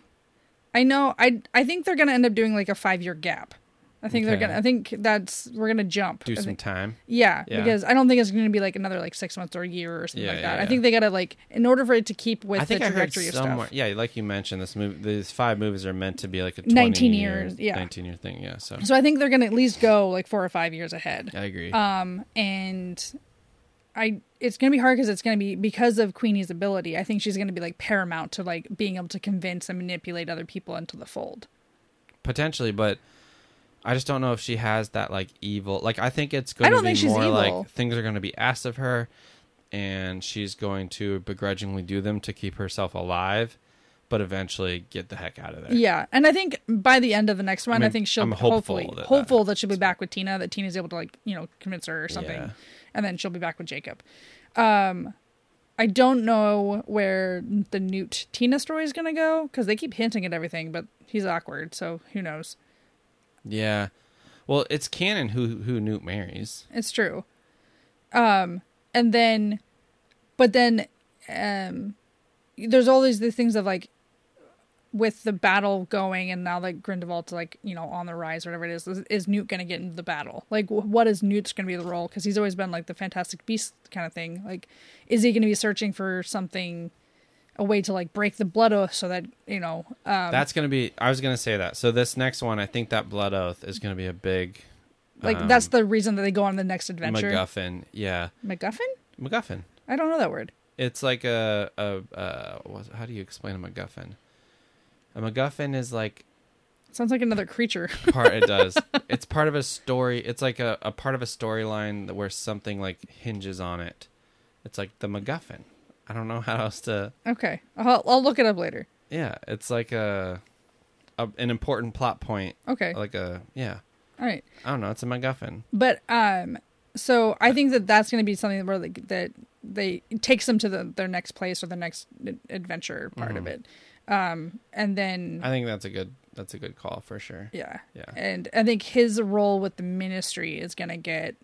[SPEAKER 2] I know. I I think they're gonna end up doing like a five year gap I think they're
[SPEAKER 1] Okay.
[SPEAKER 2] gonna. I think that's we're gonna jump.
[SPEAKER 1] Do
[SPEAKER 2] I
[SPEAKER 1] some
[SPEAKER 2] think-
[SPEAKER 1] time.
[SPEAKER 2] yeah,
[SPEAKER 1] Yeah.
[SPEAKER 2] because I don't think it's gonna be like another like six months or a year or something
[SPEAKER 1] Yeah,
[SPEAKER 2] like
[SPEAKER 1] yeah,
[SPEAKER 2] that. I
[SPEAKER 1] yeah.
[SPEAKER 2] think they gotta like in order for it to keep with
[SPEAKER 1] I think
[SPEAKER 2] the
[SPEAKER 1] I heard
[SPEAKER 2] trajectory of
[SPEAKER 1] somewhere.
[SPEAKER 2] stuff.
[SPEAKER 1] Yeah, like you mentioned, this movie, these five movies are meant to be like a 20
[SPEAKER 2] 19
[SPEAKER 1] year-
[SPEAKER 2] years, yeah.
[SPEAKER 1] nineteen year thing. Yeah, so
[SPEAKER 2] So I think they're gonna at least go like four or five years ahead.
[SPEAKER 1] I agree.
[SPEAKER 2] Um, and I it's gonna be hard because it's gonna be because of Queenie's ability. I think she's gonna be like paramount to like being able to convince and manipulate other people into the fold.
[SPEAKER 1] Potentially, but I just don't know if she has that like evil. Like I think it's going
[SPEAKER 2] I don't
[SPEAKER 1] to be
[SPEAKER 2] think she's
[SPEAKER 1] more
[SPEAKER 2] evil.
[SPEAKER 1] like things are going to be asked of her, and she's going to begrudgingly do them to keep herself alive, but eventually get the heck out of there.
[SPEAKER 2] Yeah, and I think by the end of the next one, I,
[SPEAKER 1] mean,
[SPEAKER 2] think she'll
[SPEAKER 1] I'm hopeful
[SPEAKER 2] hopefully
[SPEAKER 1] that that
[SPEAKER 2] hopeful that she'll be back with Tina. That Tina's able to like you know convince her or something,
[SPEAKER 1] Yeah.
[SPEAKER 2] and then she'll be back with Jacob. Um, I don't know where the Newt Tina story is gonna go because they keep hinting at everything, but he's awkward, so who knows?
[SPEAKER 1] Yeah. Well, it's canon who who Newt marries.
[SPEAKER 2] It's true. Um, and then, but then, um, there's all these, these things of like, with the battle going, and now that Grindelwald's like you know on the rise, or whatever it is, is, is Newt gonna get into the battle? Like, wh- what is Newt's gonna be the role? Because he's always been like the Fantastic Beast kind of thing. Like, is he gonna be searching for something, a way to like break the blood oath so that you know? Um,
[SPEAKER 1] That's going to be. I was going to say that. So this next one, I think that blood oath is going to be a big
[SPEAKER 2] like
[SPEAKER 1] um,
[SPEAKER 2] that's the reason that they go on the next adventure.
[SPEAKER 1] MacGuffin. Yeah,
[SPEAKER 2] MacGuffin?
[SPEAKER 1] MacGuffin.
[SPEAKER 2] I don't know that word.
[SPEAKER 1] It's like a a uh, what, how do you explain a MacGuffin? A MacGuffin is like
[SPEAKER 2] Sounds like another creature.
[SPEAKER 1] part. It does. It's part of a story. It's like a, a part of a storyline that- where something like hinges on it. It's like the MacGuffin. I don't know how else to.
[SPEAKER 2] Okay, I'll, I'll look it up later.
[SPEAKER 1] Yeah, it's like a, a an important plot point.
[SPEAKER 2] Okay,
[SPEAKER 1] Like a yeah.
[SPEAKER 2] all right.
[SPEAKER 1] I don't know. It's a MacGuffin.
[SPEAKER 2] But um, so I think that that's going to be something where like, that they it takes them to the, their next place or the next ad- adventure part of it. Um, and then
[SPEAKER 1] Mm-hmm. I think that's a good that's a good call for sure.
[SPEAKER 2] yeah,
[SPEAKER 1] Yeah.
[SPEAKER 2] and I think his role with the ministry is going to get.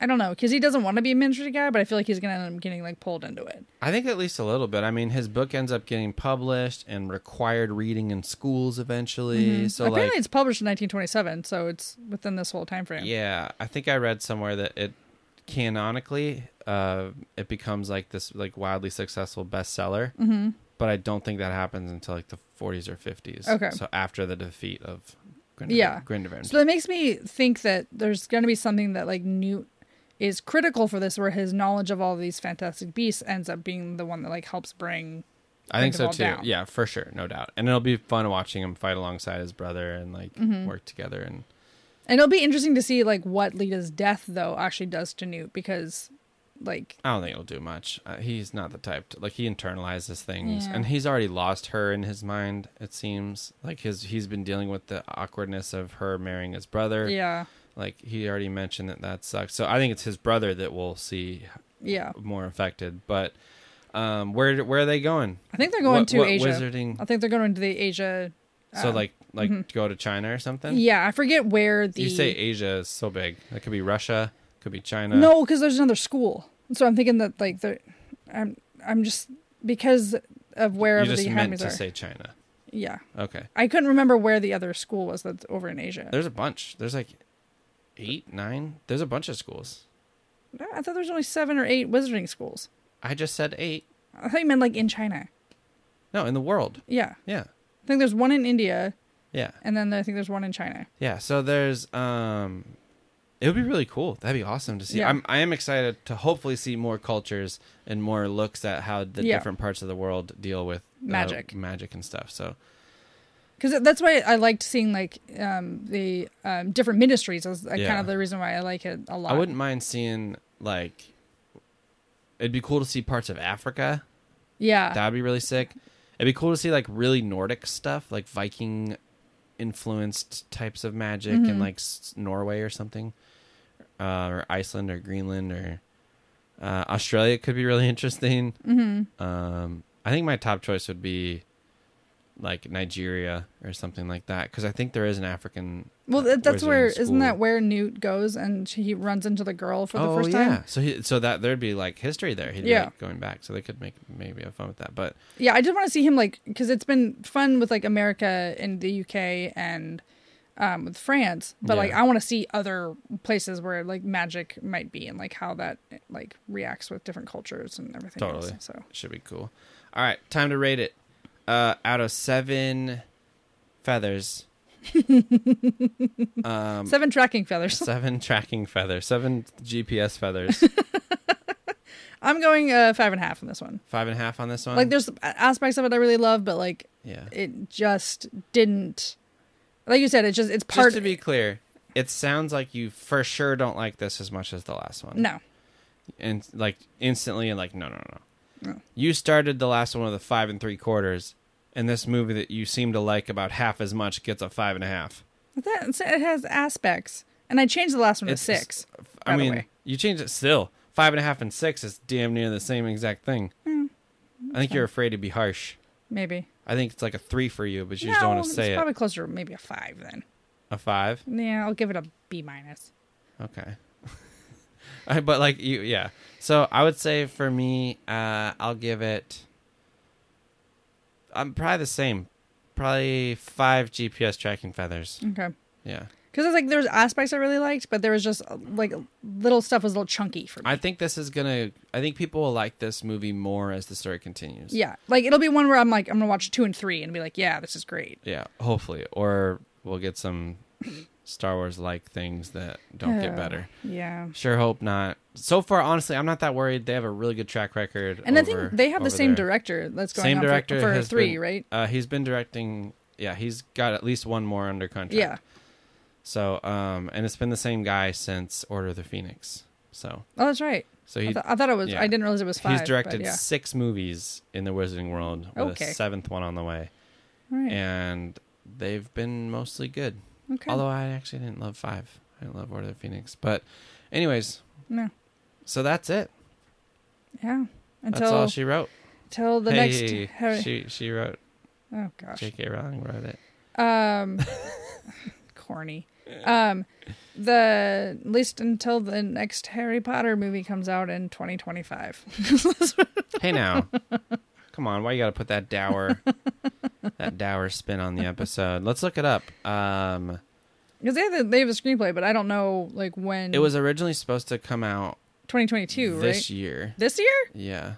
[SPEAKER 2] I don't know because he doesn't want to be a ministry guy, but I feel like he's going to end up getting like pulled into it.
[SPEAKER 1] I think at least a little bit. I mean, his book ends up getting published and required reading in schools eventually. So
[SPEAKER 2] Mm-hmm. Apparently,
[SPEAKER 1] like
[SPEAKER 2] it's published in 1927, so it's within this whole time frame.
[SPEAKER 1] yeah, I think I read somewhere that it canonically uh it becomes like this like wildly successful bestseller. Mm-hmm. But I don't think that happens until like the 40s or 50s.
[SPEAKER 2] Okay.
[SPEAKER 1] So after the defeat of Grindelwald.
[SPEAKER 2] Yeah.
[SPEAKER 1] Grindelwald.
[SPEAKER 2] So that makes me think that there's going to be something that like Newt is critical for this, where his knowledge of all these fantastic beasts ends up being the one that like helps bring.
[SPEAKER 1] I think so
[SPEAKER 2] Grindelwald
[SPEAKER 1] too.
[SPEAKER 2] down.
[SPEAKER 1] Yeah, for sure, no doubt. And it'll be fun watching him fight alongside his brother and like
[SPEAKER 2] Mm-hmm.
[SPEAKER 1] work together and
[SPEAKER 2] And it'll be interesting to see like what Lita's death though actually does to Newt because, like,
[SPEAKER 1] I don't think it'll do much. Uh, he's not the type to like he internalizes things,
[SPEAKER 2] Yeah.
[SPEAKER 1] and he's already lost her in his mind. It seems like his he's been dealing with the awkwardness of her marrying his brother.
[SPEAKER 2] yeah,
[SPEAKER 1] Like he already mentioned that that sucks. So I think it's his brother that we'll see
[SPEAKER 2] yeah.
[SPEAKER 1] more affected. But um, where where are they going?
[SPEAKER 2] I think they're going
[SPEAKER 1] What-
[SPEAKER 2] to
[SPEAKER 1] what
[SPEAKER 2] Asia.
[SPEAKER 1] Wizarding.
[SPEAKER 2] I think they're going to the Asia.
[SPEAKER 1] so
[SPEAKER 2] uh,
[SPEAKER 1] like like go to China or something.
[SPEAKER 2] yeah, I forget where the
[SPEAKER 1] You say Asia is so big. That could be Russia. Could be China.
[SPEAKER 2] No, because there's another school. So I'm thinking that like the, I'm I'm just because of wherever
[SPEAKER 1] you just
[SPEAKER 2] the
[SPEAKER 1] meant
[SPEAKER 2] Academies
[SPEAKER 1] to
[SPEAKER 2] are.
[SPEAKER 1] say China.
[SPEAKER 2] yeah.
[SPEAKER 1] Okay.
[SPEAKER 2] I couldn't remember where the other school was that's over in Asia.
[SPEAKER 1] There's a bunch. There's like eight, nine. There's a bunch of schools.
[SPEAKER 2] I thought there was only seven or eight wizarding schools.
[SPEAKER 1] I just said eight.
[SPEAKER 2] I thought you meant like in China.
[SPEAKER 1] No, in the world.
[SPEAKER 2] Yeah.
[SPEAKER 1] Yeah.
[SPEAKER 2] I think there's one in India
[SPEAKER 1] Yeah.
[SPEAKER 2] and then I think there's one in China.
[SPEAKER 1] Yeah. So there's um it would be really cool. That'd be awesome to see.
[SPEAKER 2] Yeah.
[SPEAKER 1] I'm I am excited to hopefully see more cultures and more looks at how the
[SPEAKER 2] Yeah.
[SPEAKER 1] different parts of the world deal with uh,
[SPEAKER 2] Magic.
[SPEAKER 1] magic and stuff. So
[SPEAKER 2] Because that's why I liked seeing like um, the um, different ministries. That's uh, kind
[SPEAKER 1] Yeah.
[SPEAKER 2] of the reason why I like it a lot.
[SPEAKER 1] I wouldn't mind seeing like it'd be cool to see parts of Africa.
[SPEAKER 2] Yeah.
[SPEAKER 1] That'd be really sick. It'd be cool to see like really Nordic stuff, like Viking influenced types of magic,
[SPEAKER 2] Mm-hmm.
[SPEAKER 1] and like s- Norway or something, uh, or Iceland or Greenland or uh, Australia could be really interesting. Mm-hmm. Um, I think my top choice would be like Nigeria or something like that because I think there is an African. uh,
[SPEAKER 2] well, that, that's
[SPEAKER 1] wizarding
[SPEAKER 2] where
[SPEAKER 1] school.
[SPEAKER 2] not that where Newt goes and she, he runs into the girl for the
[SPEAKER 1] oh
[SPEAKER 2] first
[SPEAKER 1] yeah,
[SPEAKER 2] time?
[SPEAKER 1] so he, so that there'd be like history there. He'd
[SPEAKER 2] Yeah.
[SPEAKER 1] be like, going back, so they could make maybe have fun with that. But
[SPEAKER 2] Yeah, I just want to see him like because it's been fun with like America and the UK and um, with France, but
[SPEAKER 1] Yeah.
[SPEAKER 2] like I want to see other places where like magic might be and like how that like reacts with different cultures and everything.
[SPEAKER 1] Totally.
[SPEAKER 2] Else, so
[SPEAKER 1] Should be cool. All right, time to rate it. Uh, out of seven feathers, um,
[SPEAKER 2] seven tracking feathers.
[SPEAKER 1] seven tracking feathers, seven GPS feathers,
[SPEAKER 2] I'm going uh, five and a half on this one.
[SPEAKER 1] five and a half on this one.
[SPEAKER 2] Like there's aspects of it I really love, but like
[SPEAKER 1] yeah.
[SPEAKER 2] it just didn't. Like you said, it just it's part
[SPEAKER 1] Just to be clear, it sounds like you for sure don't like this as much as the last one.
[SPEAKER 2] no.
[SPEAKER 1] and like instantly and like no no no no
[SPEAKER 2] No.
[SPEAKER 1] you started the last one with a five and three quarters and this movie that you seem to like about half as much gets a five and a half
[SPEAKER 2] That it has aspects, and I changed the last one
[SPEAKER 1] It's-
[SPEAKER 2] to six.
[SPEAKER 1] i
[SPEAKER 2] By the
[SPEAKER 1] mean
[SPEAKER 2] way.
[SPEAKER 1] you change it still five and a half and six is damn near the same exact thing
[SPEAKER 2] Hmm.
[SPEAKER 1] i think you're afraid to be harsh
[SPEAKER 2] Maybe
[SPEAKER 1] i think it's like a three for you but you
[SPEAKER 2] no,
[SPEAKER 1] just don't want to
[SPEAKER 2] it's
[SPEAKER 1] say it
[SPEAKER 2] probably closer, to maybe a five then.
[SPEAKER 1] a five
[SPEAKER 2] Yeah, I'll give it a B minus.
[SPEAKER 1] Okay. I- but like you yeah. So I would say for me, uh I'll give it I'm probably the same. Probably five GPS tracking feathers.
[SPEAKER 2] Okay.
[SPEAKER 1] Yeah.
[SPEAKER 2] Because it's like there's aspects I really liked, but there was just uh, like little stuff was a little chunky for me.
[SPEAKER 1] I think this is gonna I think people will like this movie more as the story continues.
[SPEAKER 2] yeah, like it'll be one where I'm like I'm gonna watch two and three and be like, yeah, this is great.
[SPEAKER 1] Yeah, hopefully. Or we'll get some Star Wars like things that don't get
[SPEAKER 2] Yeah.
[SPEAKER 1] better.
[SPEAKER 2] Yeah,
[SPEAKER 1] Sure hope not. So far, honestly, I'm not that worried. They have a really good track record.
[SPEAKER 2] and I
[SPEAKER 1] over-
[SPEAKER 2] think they have the
[SPEAKER 1] over
[SPEAKER 2] same
[SPEAKER 1] there.
[SPEAKER 2] director that's going
[SPEAKER 1] Same
[SPEAKER 2] on
[SPEAKER 1] director
[SPEAKER 2] for, for
[SPEAKER 1] has
[SPEAKER 2] three,
[SPEAKER 1] been-
[SPEAKER 2] right?
[SPEAKER 1] Uh, he's been directing. Yeah, he's got at least one more under contract.
[SPEAKER 2] Yeah.
[SPEAKER 1] So, um, and it's been the same guy since Order of the Phoenix. So,
[SPEAKER 2] Oh, that's right.
[SPEAKER 1] so
[SPEAKER 2] I,
[SPEAKER 1] he
[SPEAKER 2] th- I thought it was.
[SPEAKER 1] yeah.
[SPEAKER 2] I didn't realize it was five.
[SPEAKER 1] he's
[SPEAKER 2] but
[SPEAKER 1] directed
[SPEAKER 2] Yeah.
[SPEAKER 1] six movies in the Wizarding World, with
[SPEAKER 2] Okay. Hmm.
[SPEAKER 1] a seventh one on the way,
[SPEAKER 2] All right.
[SPEAKER 1] and they've been mostly good.
[SPEAKER 2] okay.
[SPEAKER 1] Although I actually didn't love five. I didn't love Order of the Phoenix, but, anyways,
[SPEAKER 2] no.
[SPEAKER 1] so that's it.
[SPEAKER 2] Yeah.
[SPEAKER 1] That's
[SPEAKER 2] Until
[SPEAKER 1] all she wrote.
[SPEAKER 2] until the
[SPEAKER 1] hey,
[SPEAKER 2] next. Harry-
[SPEAKER 1] she she wrote.
[SPEAKER 2] oh gosh.
[SPEAKER 1] J.K. Rowling wrote it.
[SPEAKER 2] Um, corny. Um, the at least until the next Harry Potter movie comes out in 2025.
[SPEAKER 1] Hey now. Come on, why you gotta put that dour that dour spin on the episode? Let's look it up. Um
[SPEAKER 2] Because they have, the, they have a screenplay, but I don't know like when.
[SPEAKER 1] it was originally supposed to come out
[SPEAKER 2] 2022,
[SPEAKER 1] this
[SPEAKER 2] right?
[SPEAKER 1] year.
[SPEAKER 2] This year?
[SPEAKER 1] Yeah.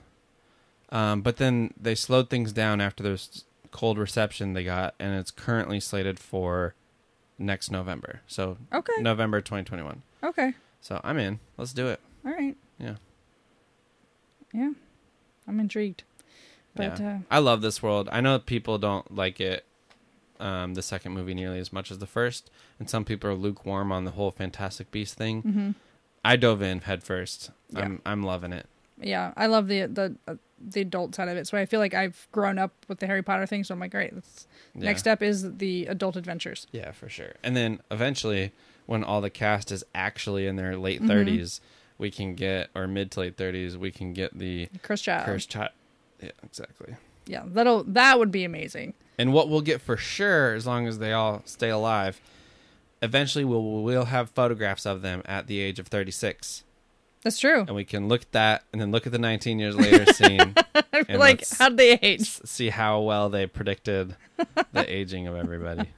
[SPEAKER 1] Um but then they slowed things down after this cold reception they got and it's currently slated for next November. So
[SPEAKER 2] Okay.
[SPEAKER 1] November 2021.
[SPEAKER 2] Okay.
[SPEAKER 1] So I'm in. Let's do it.
[SPEAKER 2] All right.
[SPEAKER 1] Yeah.
[SPEAKER 2] Yeah. I'm intrigued. But
[SPEAKER 1] yeah.
[SPEAKER 2] uh,
[SPEAKER 1] I love this world. I know people don't like it, um, the second movie nearly as much as the first, and some people are lukewarm on the whole Fantastic Beast thing.
[SPEAKER 2] mhm.
[SPEAKER 1] I dove in head first. I'm I'm loving it.
[SPEAKER 2] yeah, I love the the uh, the adult side of it. So I feel like I've grown up with the Harry Potter thing. So I'm like, all right, let's,
[SPEAKER 1] Yeah.
[SPEAKER 2] next step is the adult adventures.
[SPEAKER 1] Yeah, for sure. And then eventually, when all the cast is actually in their late
[SPEAKER 2] Mhm.
[SPEAKER 1] 30s, we can get or mid to late thirties, we can get the
[SPEAKER 2] Chris Child.
[SPEAKER 1] cursed child. Yeah, exactly.
[SPEAKER 2] Yeah, that'll that would be amazing.
[SPEAKER 1] And what we'll get for sure, as long as they all stay alive, eventually we'll we'll have photographs of them at the age of 36.
[SPEAKER 2] That's true.
[SPEAKER 1] and we can look at that and then look at the 19 years later scene and
[SPEAKER 2] like,
[SPEAKER 1] let's-
[SPEAKER 2] how do they age?
[SPEAKER 1] s- see how well they predicted the aging of everybody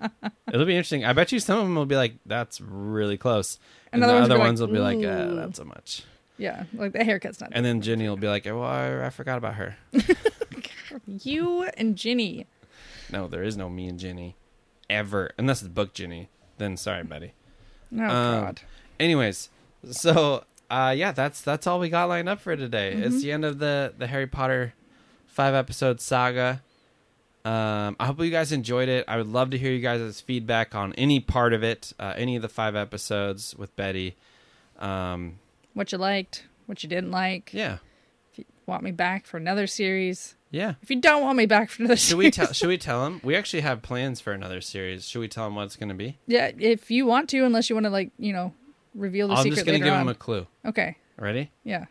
[SPEAKER 1] it'll be interesting i bet you some of them will be like that's really close and
[SPEAKER 2] Another
[SPEAKER 1] the
[SPEAKER 2] one's
[SPEAKER 1] other
[SPEAKER 2] gonna be
[SPEAKER 1] ones will be like
[SPEAKER 2] like,
[SPEAKER 1] uh,
[SPEAKER 2] "Ooh."
[SPEAKER 1] that's so much
[SPEAKER 2] Yeah, like the haircut's not.
[SPEAKER 1] and then ginny will be like oh I, I forgot about her
[SPEAKER 2] you and Ginny.
[SPEAKER 1] no there is no me and ginny ever unless it's book ginny then sorry buddy
[SPEAKER 2] Oh
[SPEAKER 1] Um,
[SPEAKER 2] God.
[SPEAKER 1] anyways so uh yeah that's that's all we got lined up for today
[SPEAKER 2] Mm-hmm.
[SPEAKER 1] it's the end of the the harry potter five episode saga um i hope you guys enjoyed it i would love to hear you guys' feedback on any part of it uh, any of the five episodes with betty um
[SPEAKER 2] What you liked, what you didn't like.
[SPEAKER 1] yeah
[SPEAKER 2] If you want me back for another series.
[SPEAKER 1] yeah
[SPEAKER 2] If you don't want me back for another
[SPEAKER 1] should
[SPEAKER 2] series,
[SPEAKER 1] we tell should we tell him we actually have plans for another series should we tell him what it's gonna be
[SPEAKER 2] yeah, if you want to, unless you want to, like you know, reveal the
[SPEAKER 1] i'm
[SPEAKER 2] secret
[SPEAKER 1] just gonna
[SPEAKER 2] later
[SPEAKER 1] give
[SPEAKER 2] on.
[SPEAKER 1] him a clue
[SPEAKER 2] Okay.
[SPEAKER 1] ready
[SPEAKER 2] Yeah.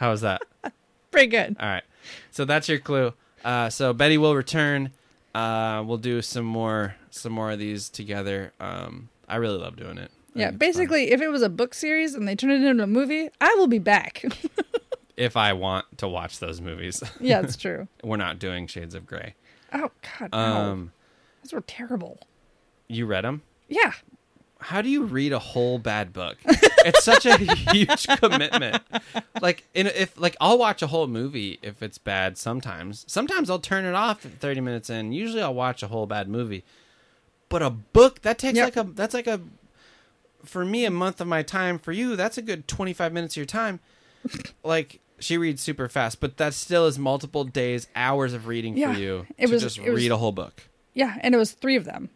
[SPEAKER 1] how was that
[SPEAKER 2] Pretty good.
[SPEAKER 1] All right. So that's your clue. Uh, so Betty will return. Uh, we'll do some more some more of these together. Um, I really love doing it. I
[SPEAKER 2] Yeah.
[SPEAKER 1] think it's fun.
[SPEAKER 2] Basically, if it was a book series and they turned it into a movie, I will be back.
[SPEAKER 1] if I want to watch those movies.
[SPEAKER 2] Yeah, it's true.
[SPEAKER 1] We're not doing Shades of Grey.
[SPEAKER 2] Oh God, no.
[SPEAKER 1] Um,
[SPEAKER 2] those were terrible.
[SPEAKER 1] you read them?
[SPEAKER 2] Yeah,
[SPEAKER 1] How do you read a whole bad book? it's such a huge commitment. Like, in, if like I'll watch a whole movie if it's bad. Sometimes, sometimes I'll turn it off at thirty minutes in. Usually, I'll watch a whole bad movie. But a book that takes
[SPEAKER 2] Yep.
[SPEAKER 1] like a that's like a for me a month of my time. For you, that's a good twenty five minutes of your time. Like she reads super fast, but that still is multiple days, hours of reading
[SPEAKER 2] Yeah,
[SPEAKER 1] for you
[SPEAKER 2] it
[SPEAKER 1] to
[SPEAKER 2] was-
[SPEAKER 1] just
[SPEAKER 2] it was-
[SPEAKER 1] read a whole book.
[SPEAKER 2] yeah, and it was three of them.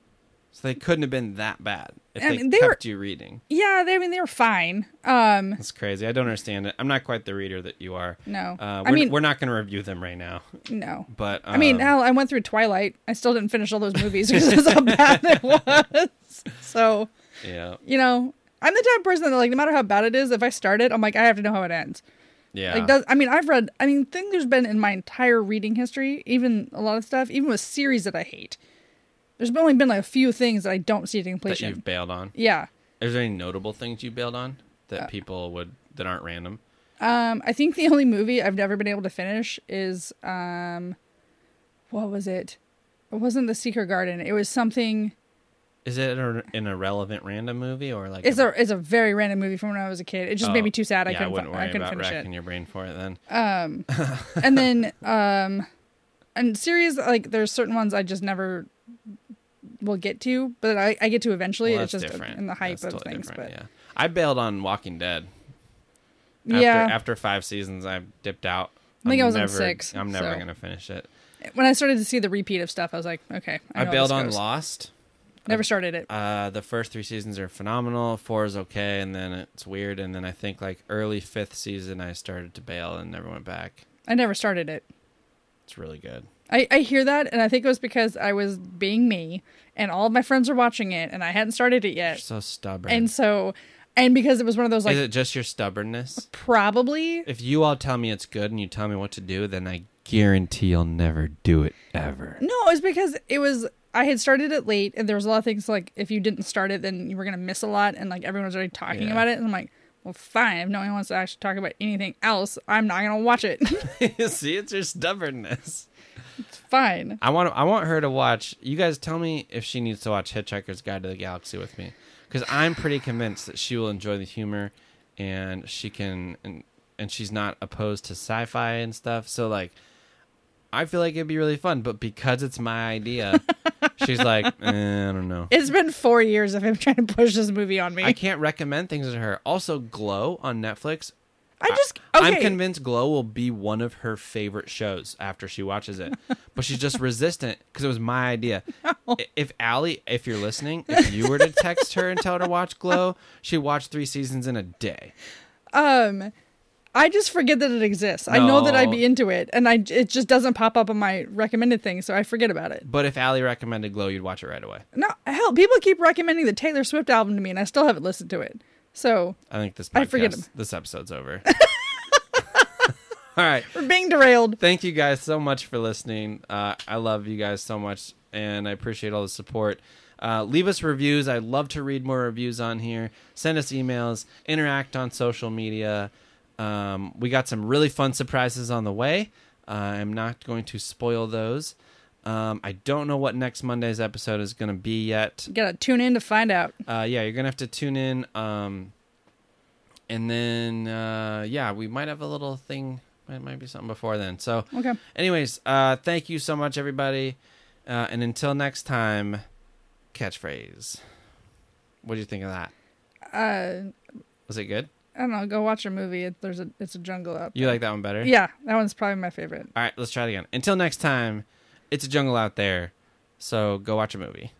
[SPEAKER 1] So they couldn't have been that bad if
[SPEAKER 2] I
[SPEAKER 1] they,
[SPEAKER 2] mean, they
[SPEAKER 1] kept you reading.
[SPEAKER 2] Yeah, they, I mean they were fine. Um,
[SPEAKER 1] That's crazy. I don't understand it. I'm not quite the reader that you are.
[SPEAKER 2] No.
[SPEAKER 1] Uh,
[SPEAKER 2] I
[SPEAKER 1] we're,
[SPEAKER 2] mean-
[SPEAKER 1] we're not going to review them right now.
[SPEAKER 2] no.
[SPEAKER 1] But um,
[SPEAKER 2] I mean, hell, I went through Twilight. I still didn't finish all those movies because that's how bad it was. So,
[SPEAKER 1] yeah,
[SPEAKER 2] you know, I'm the type of person that, like, no matter how bad it is, if I start it, I'm like, I have to know how it ends.
[SPEAKER 1] yeah.
[SPEAKER 2] Like, does I mean, I've read. I mean, think there's been in my entire reading history, even a lot of stuff, even with series that I hate. There's only been like a few things that I don't see to
[SPEAKER 1] that
[SPEAKER 2] completion.
[SPEAKER 1] you've bailed on.
[SPEAKER 2] Yeah.
[SPEAKER 1] Is there any notable things you bailed on
[SPEAKER 2] Uh,
[SPEAKER 1] that people would that aren't random?
[SPEAKER 2] Um, I think the only movie I've never been able to finish is um, what was it? It wasn't The Secret Garden. It was something.
[SPEAKER 1] Is it a, an irrelevant random movie or like?
[SPEAKER 2] It's a it's a very random movie from when I was a kid. It just
[SPEAKER 1] oh,
[SPEAKER 2] made me too sad. I
[SPEAKER 1] yeah, I
[SPEAKER 2] couldn't
[SPEAKER 1] wouldn't
[SPEAKER 2] fi-
[SPEAKER 1] worry
[SPEAKER 2] I couldn't
[SPEAKER 1] about
[SPEAKER 2] finish it.
[SPEAKER 1] racking your brain for it then.
[SPEAKER 2] and then um and series like there's certain ones I just never will get to, but I, I get to eventually.
[SPEAKER 1] Well,
[SPEAKER 2] it's
[SPEAKER 1] that's
[SPEAKER 2] just
[SPEAKER 1] different.
[SPEAKER 2] in the hype
[SPEAKER 1] That's
[SPEAKER 2] of
[SPEAKER 1] totally
[SPEAKER 2] things.
[SPEAKER 1] different,
[SPEAKER 2] But
[SPEAKER 1] yeah, I bailed on Walking Dead.
[SPEAKER 2] yeah,
[SPEAKER 1] After, after five seasons, I dipped out.
[SPEAKER 2] I think
[SPEAKER 1] I'm
[SPEAKER 2] I was on
[SPEAKER 1] never-
[SPEAKER 2] six,
[SPEAKER 1] I'm never
[SPEAKER 2] so.
[SPEAKER 1] going to finish it.
[SPEAKER 2] when I started to see the repeat of stuff, I was like, okay,
[SPEAKER 1] I,
[SPEAKER 2] know how
[SPEAKER 1] bailed
[SPEAKER 2] this
[SPEAKER 1] on
[SPEAKER 2] goes.
[SPEAKER 1] Lost.
[SPEAKER 2] Never started it.
[SPEAKER 1] Uh, the first three seasons are phenomenal. Four is okay, and then it's weird. And then I think like early fifth season, I started to bail and never went back.
[SPEAKER 2] I never started it.
[SPEAKER 1] It's really good.
[SPEAKER 2] I, I hear that, and I think it was because I was being me, and all of my friends were watching it, and I hadn't started it
[SPEAKER 1] You're
[SPEAKER 2] yet,
[SPEAKER 1] so stubborn.
[SPEAKER 2] and so, and because it was one of those like
[SPEAKER 1] is it just your stubbornness?
[SPEAKER 2] probably
[SPEAKER 1] If you all tell me it's good and you tell me what to do, then I guarantee you'll never do it ever.
[SPEAKER 2] No, it was because it was I had started it late, and there was a lot of things like if you didn't start it, then you were gonna miss a lot, and like everyone was already talking
[SPEAKER 1] Yeah.
[SPEAKER 2] about it, and I'm like, well, fine. If no one wants to actually talk about anything else, I'm not gonna watch it.
[SPEAKER 1] See, it's your stubbornness.
[SPEAKER 2] it's fine.
[SPEAKER 1] I want I want her to watch. You guys tell me if she needs to watch Hitchhiker's Guide to the Galaxy with me, because I'm pretty convinced that she will enjoy the humor, and she can, and, and she's not opposed to sci-fi and stuff. So like, I feel like it'd be really fun. But because it's my idea, she's like, eh, I don't know.
[SPEAKER 2] It's been four years of him trying to push this movie on me.
[SPEAKER 1] I
[SPEAKER 2] I,
[SPEAKER 1] can't recommend things to her. Also, Glow on Netflix.
[SPEAKER 2] just okay.
[SPEAKER 1] I- I'm convinced Glow will be one of her favorite shows after she watches it, but she's just resistant because it was my idea. I- If Allie, if you're listening, if you were to text her and tell her to watch Glow, she'd watch three seasons in a day.
[SPEAKER 2] um, I just forget that it exists. I know that I'd
[SPEAKER 1] No.
[SPEAKER 2] be into it, and I it just doesn't pop up on my recommended thing, so I forget about it.
[SPEAKER 1] But if Allie recommended Glow, you'd watch it right away.
[SPEAKER 2] No, hell, people keep recommending the Taylor Swift album to me, and I still haven't listened to it. So
[SPEAKER 1] I think this podcast,
[SPEAKER 2] I forget him.
[SPEAKER 1] this episode's over. All right.
[SPEAKER 2] we're being derailed.
[SPEAKER 1] thank you guys so much for listening. Uh, I love you guys so much, and I appreciate all the support. Uh, leave us reviews. I love to read more reviews on here. Send us emails. Interact on social media. Um, we got some really fun surprises on the way. Uh, I'm not going to spoil those. Um, I don't know what next Monday's episode is going to be yet
[SPEAKER 2] Gotta tune in to find out.
[SPEAKER 1] uh, yeah, you're gonna have to tune in. Um, and then uh, yeah, we might have a little thing. Might might be something before then. So
[SPEAKER 2] Okay.
[SPEAKER 1] Anyways, uh, thank you so much, everybody. Uh, and until next time, catchphrase. What do you think of that?
[SPEAKER 2] Uh,
[SPEAKER 1] Was it good?
[SPEAKER 2] I don't know. Go watch a movie. It, there's a it's a jungle out.
[SPEAKER 1] You like that one better?
[SPEAKER 2] Yeah, that one's probably my favorite.
[SPEAKER 1] All right, let's try it again. Until next time, it's a jungle out there. So go watch a movie.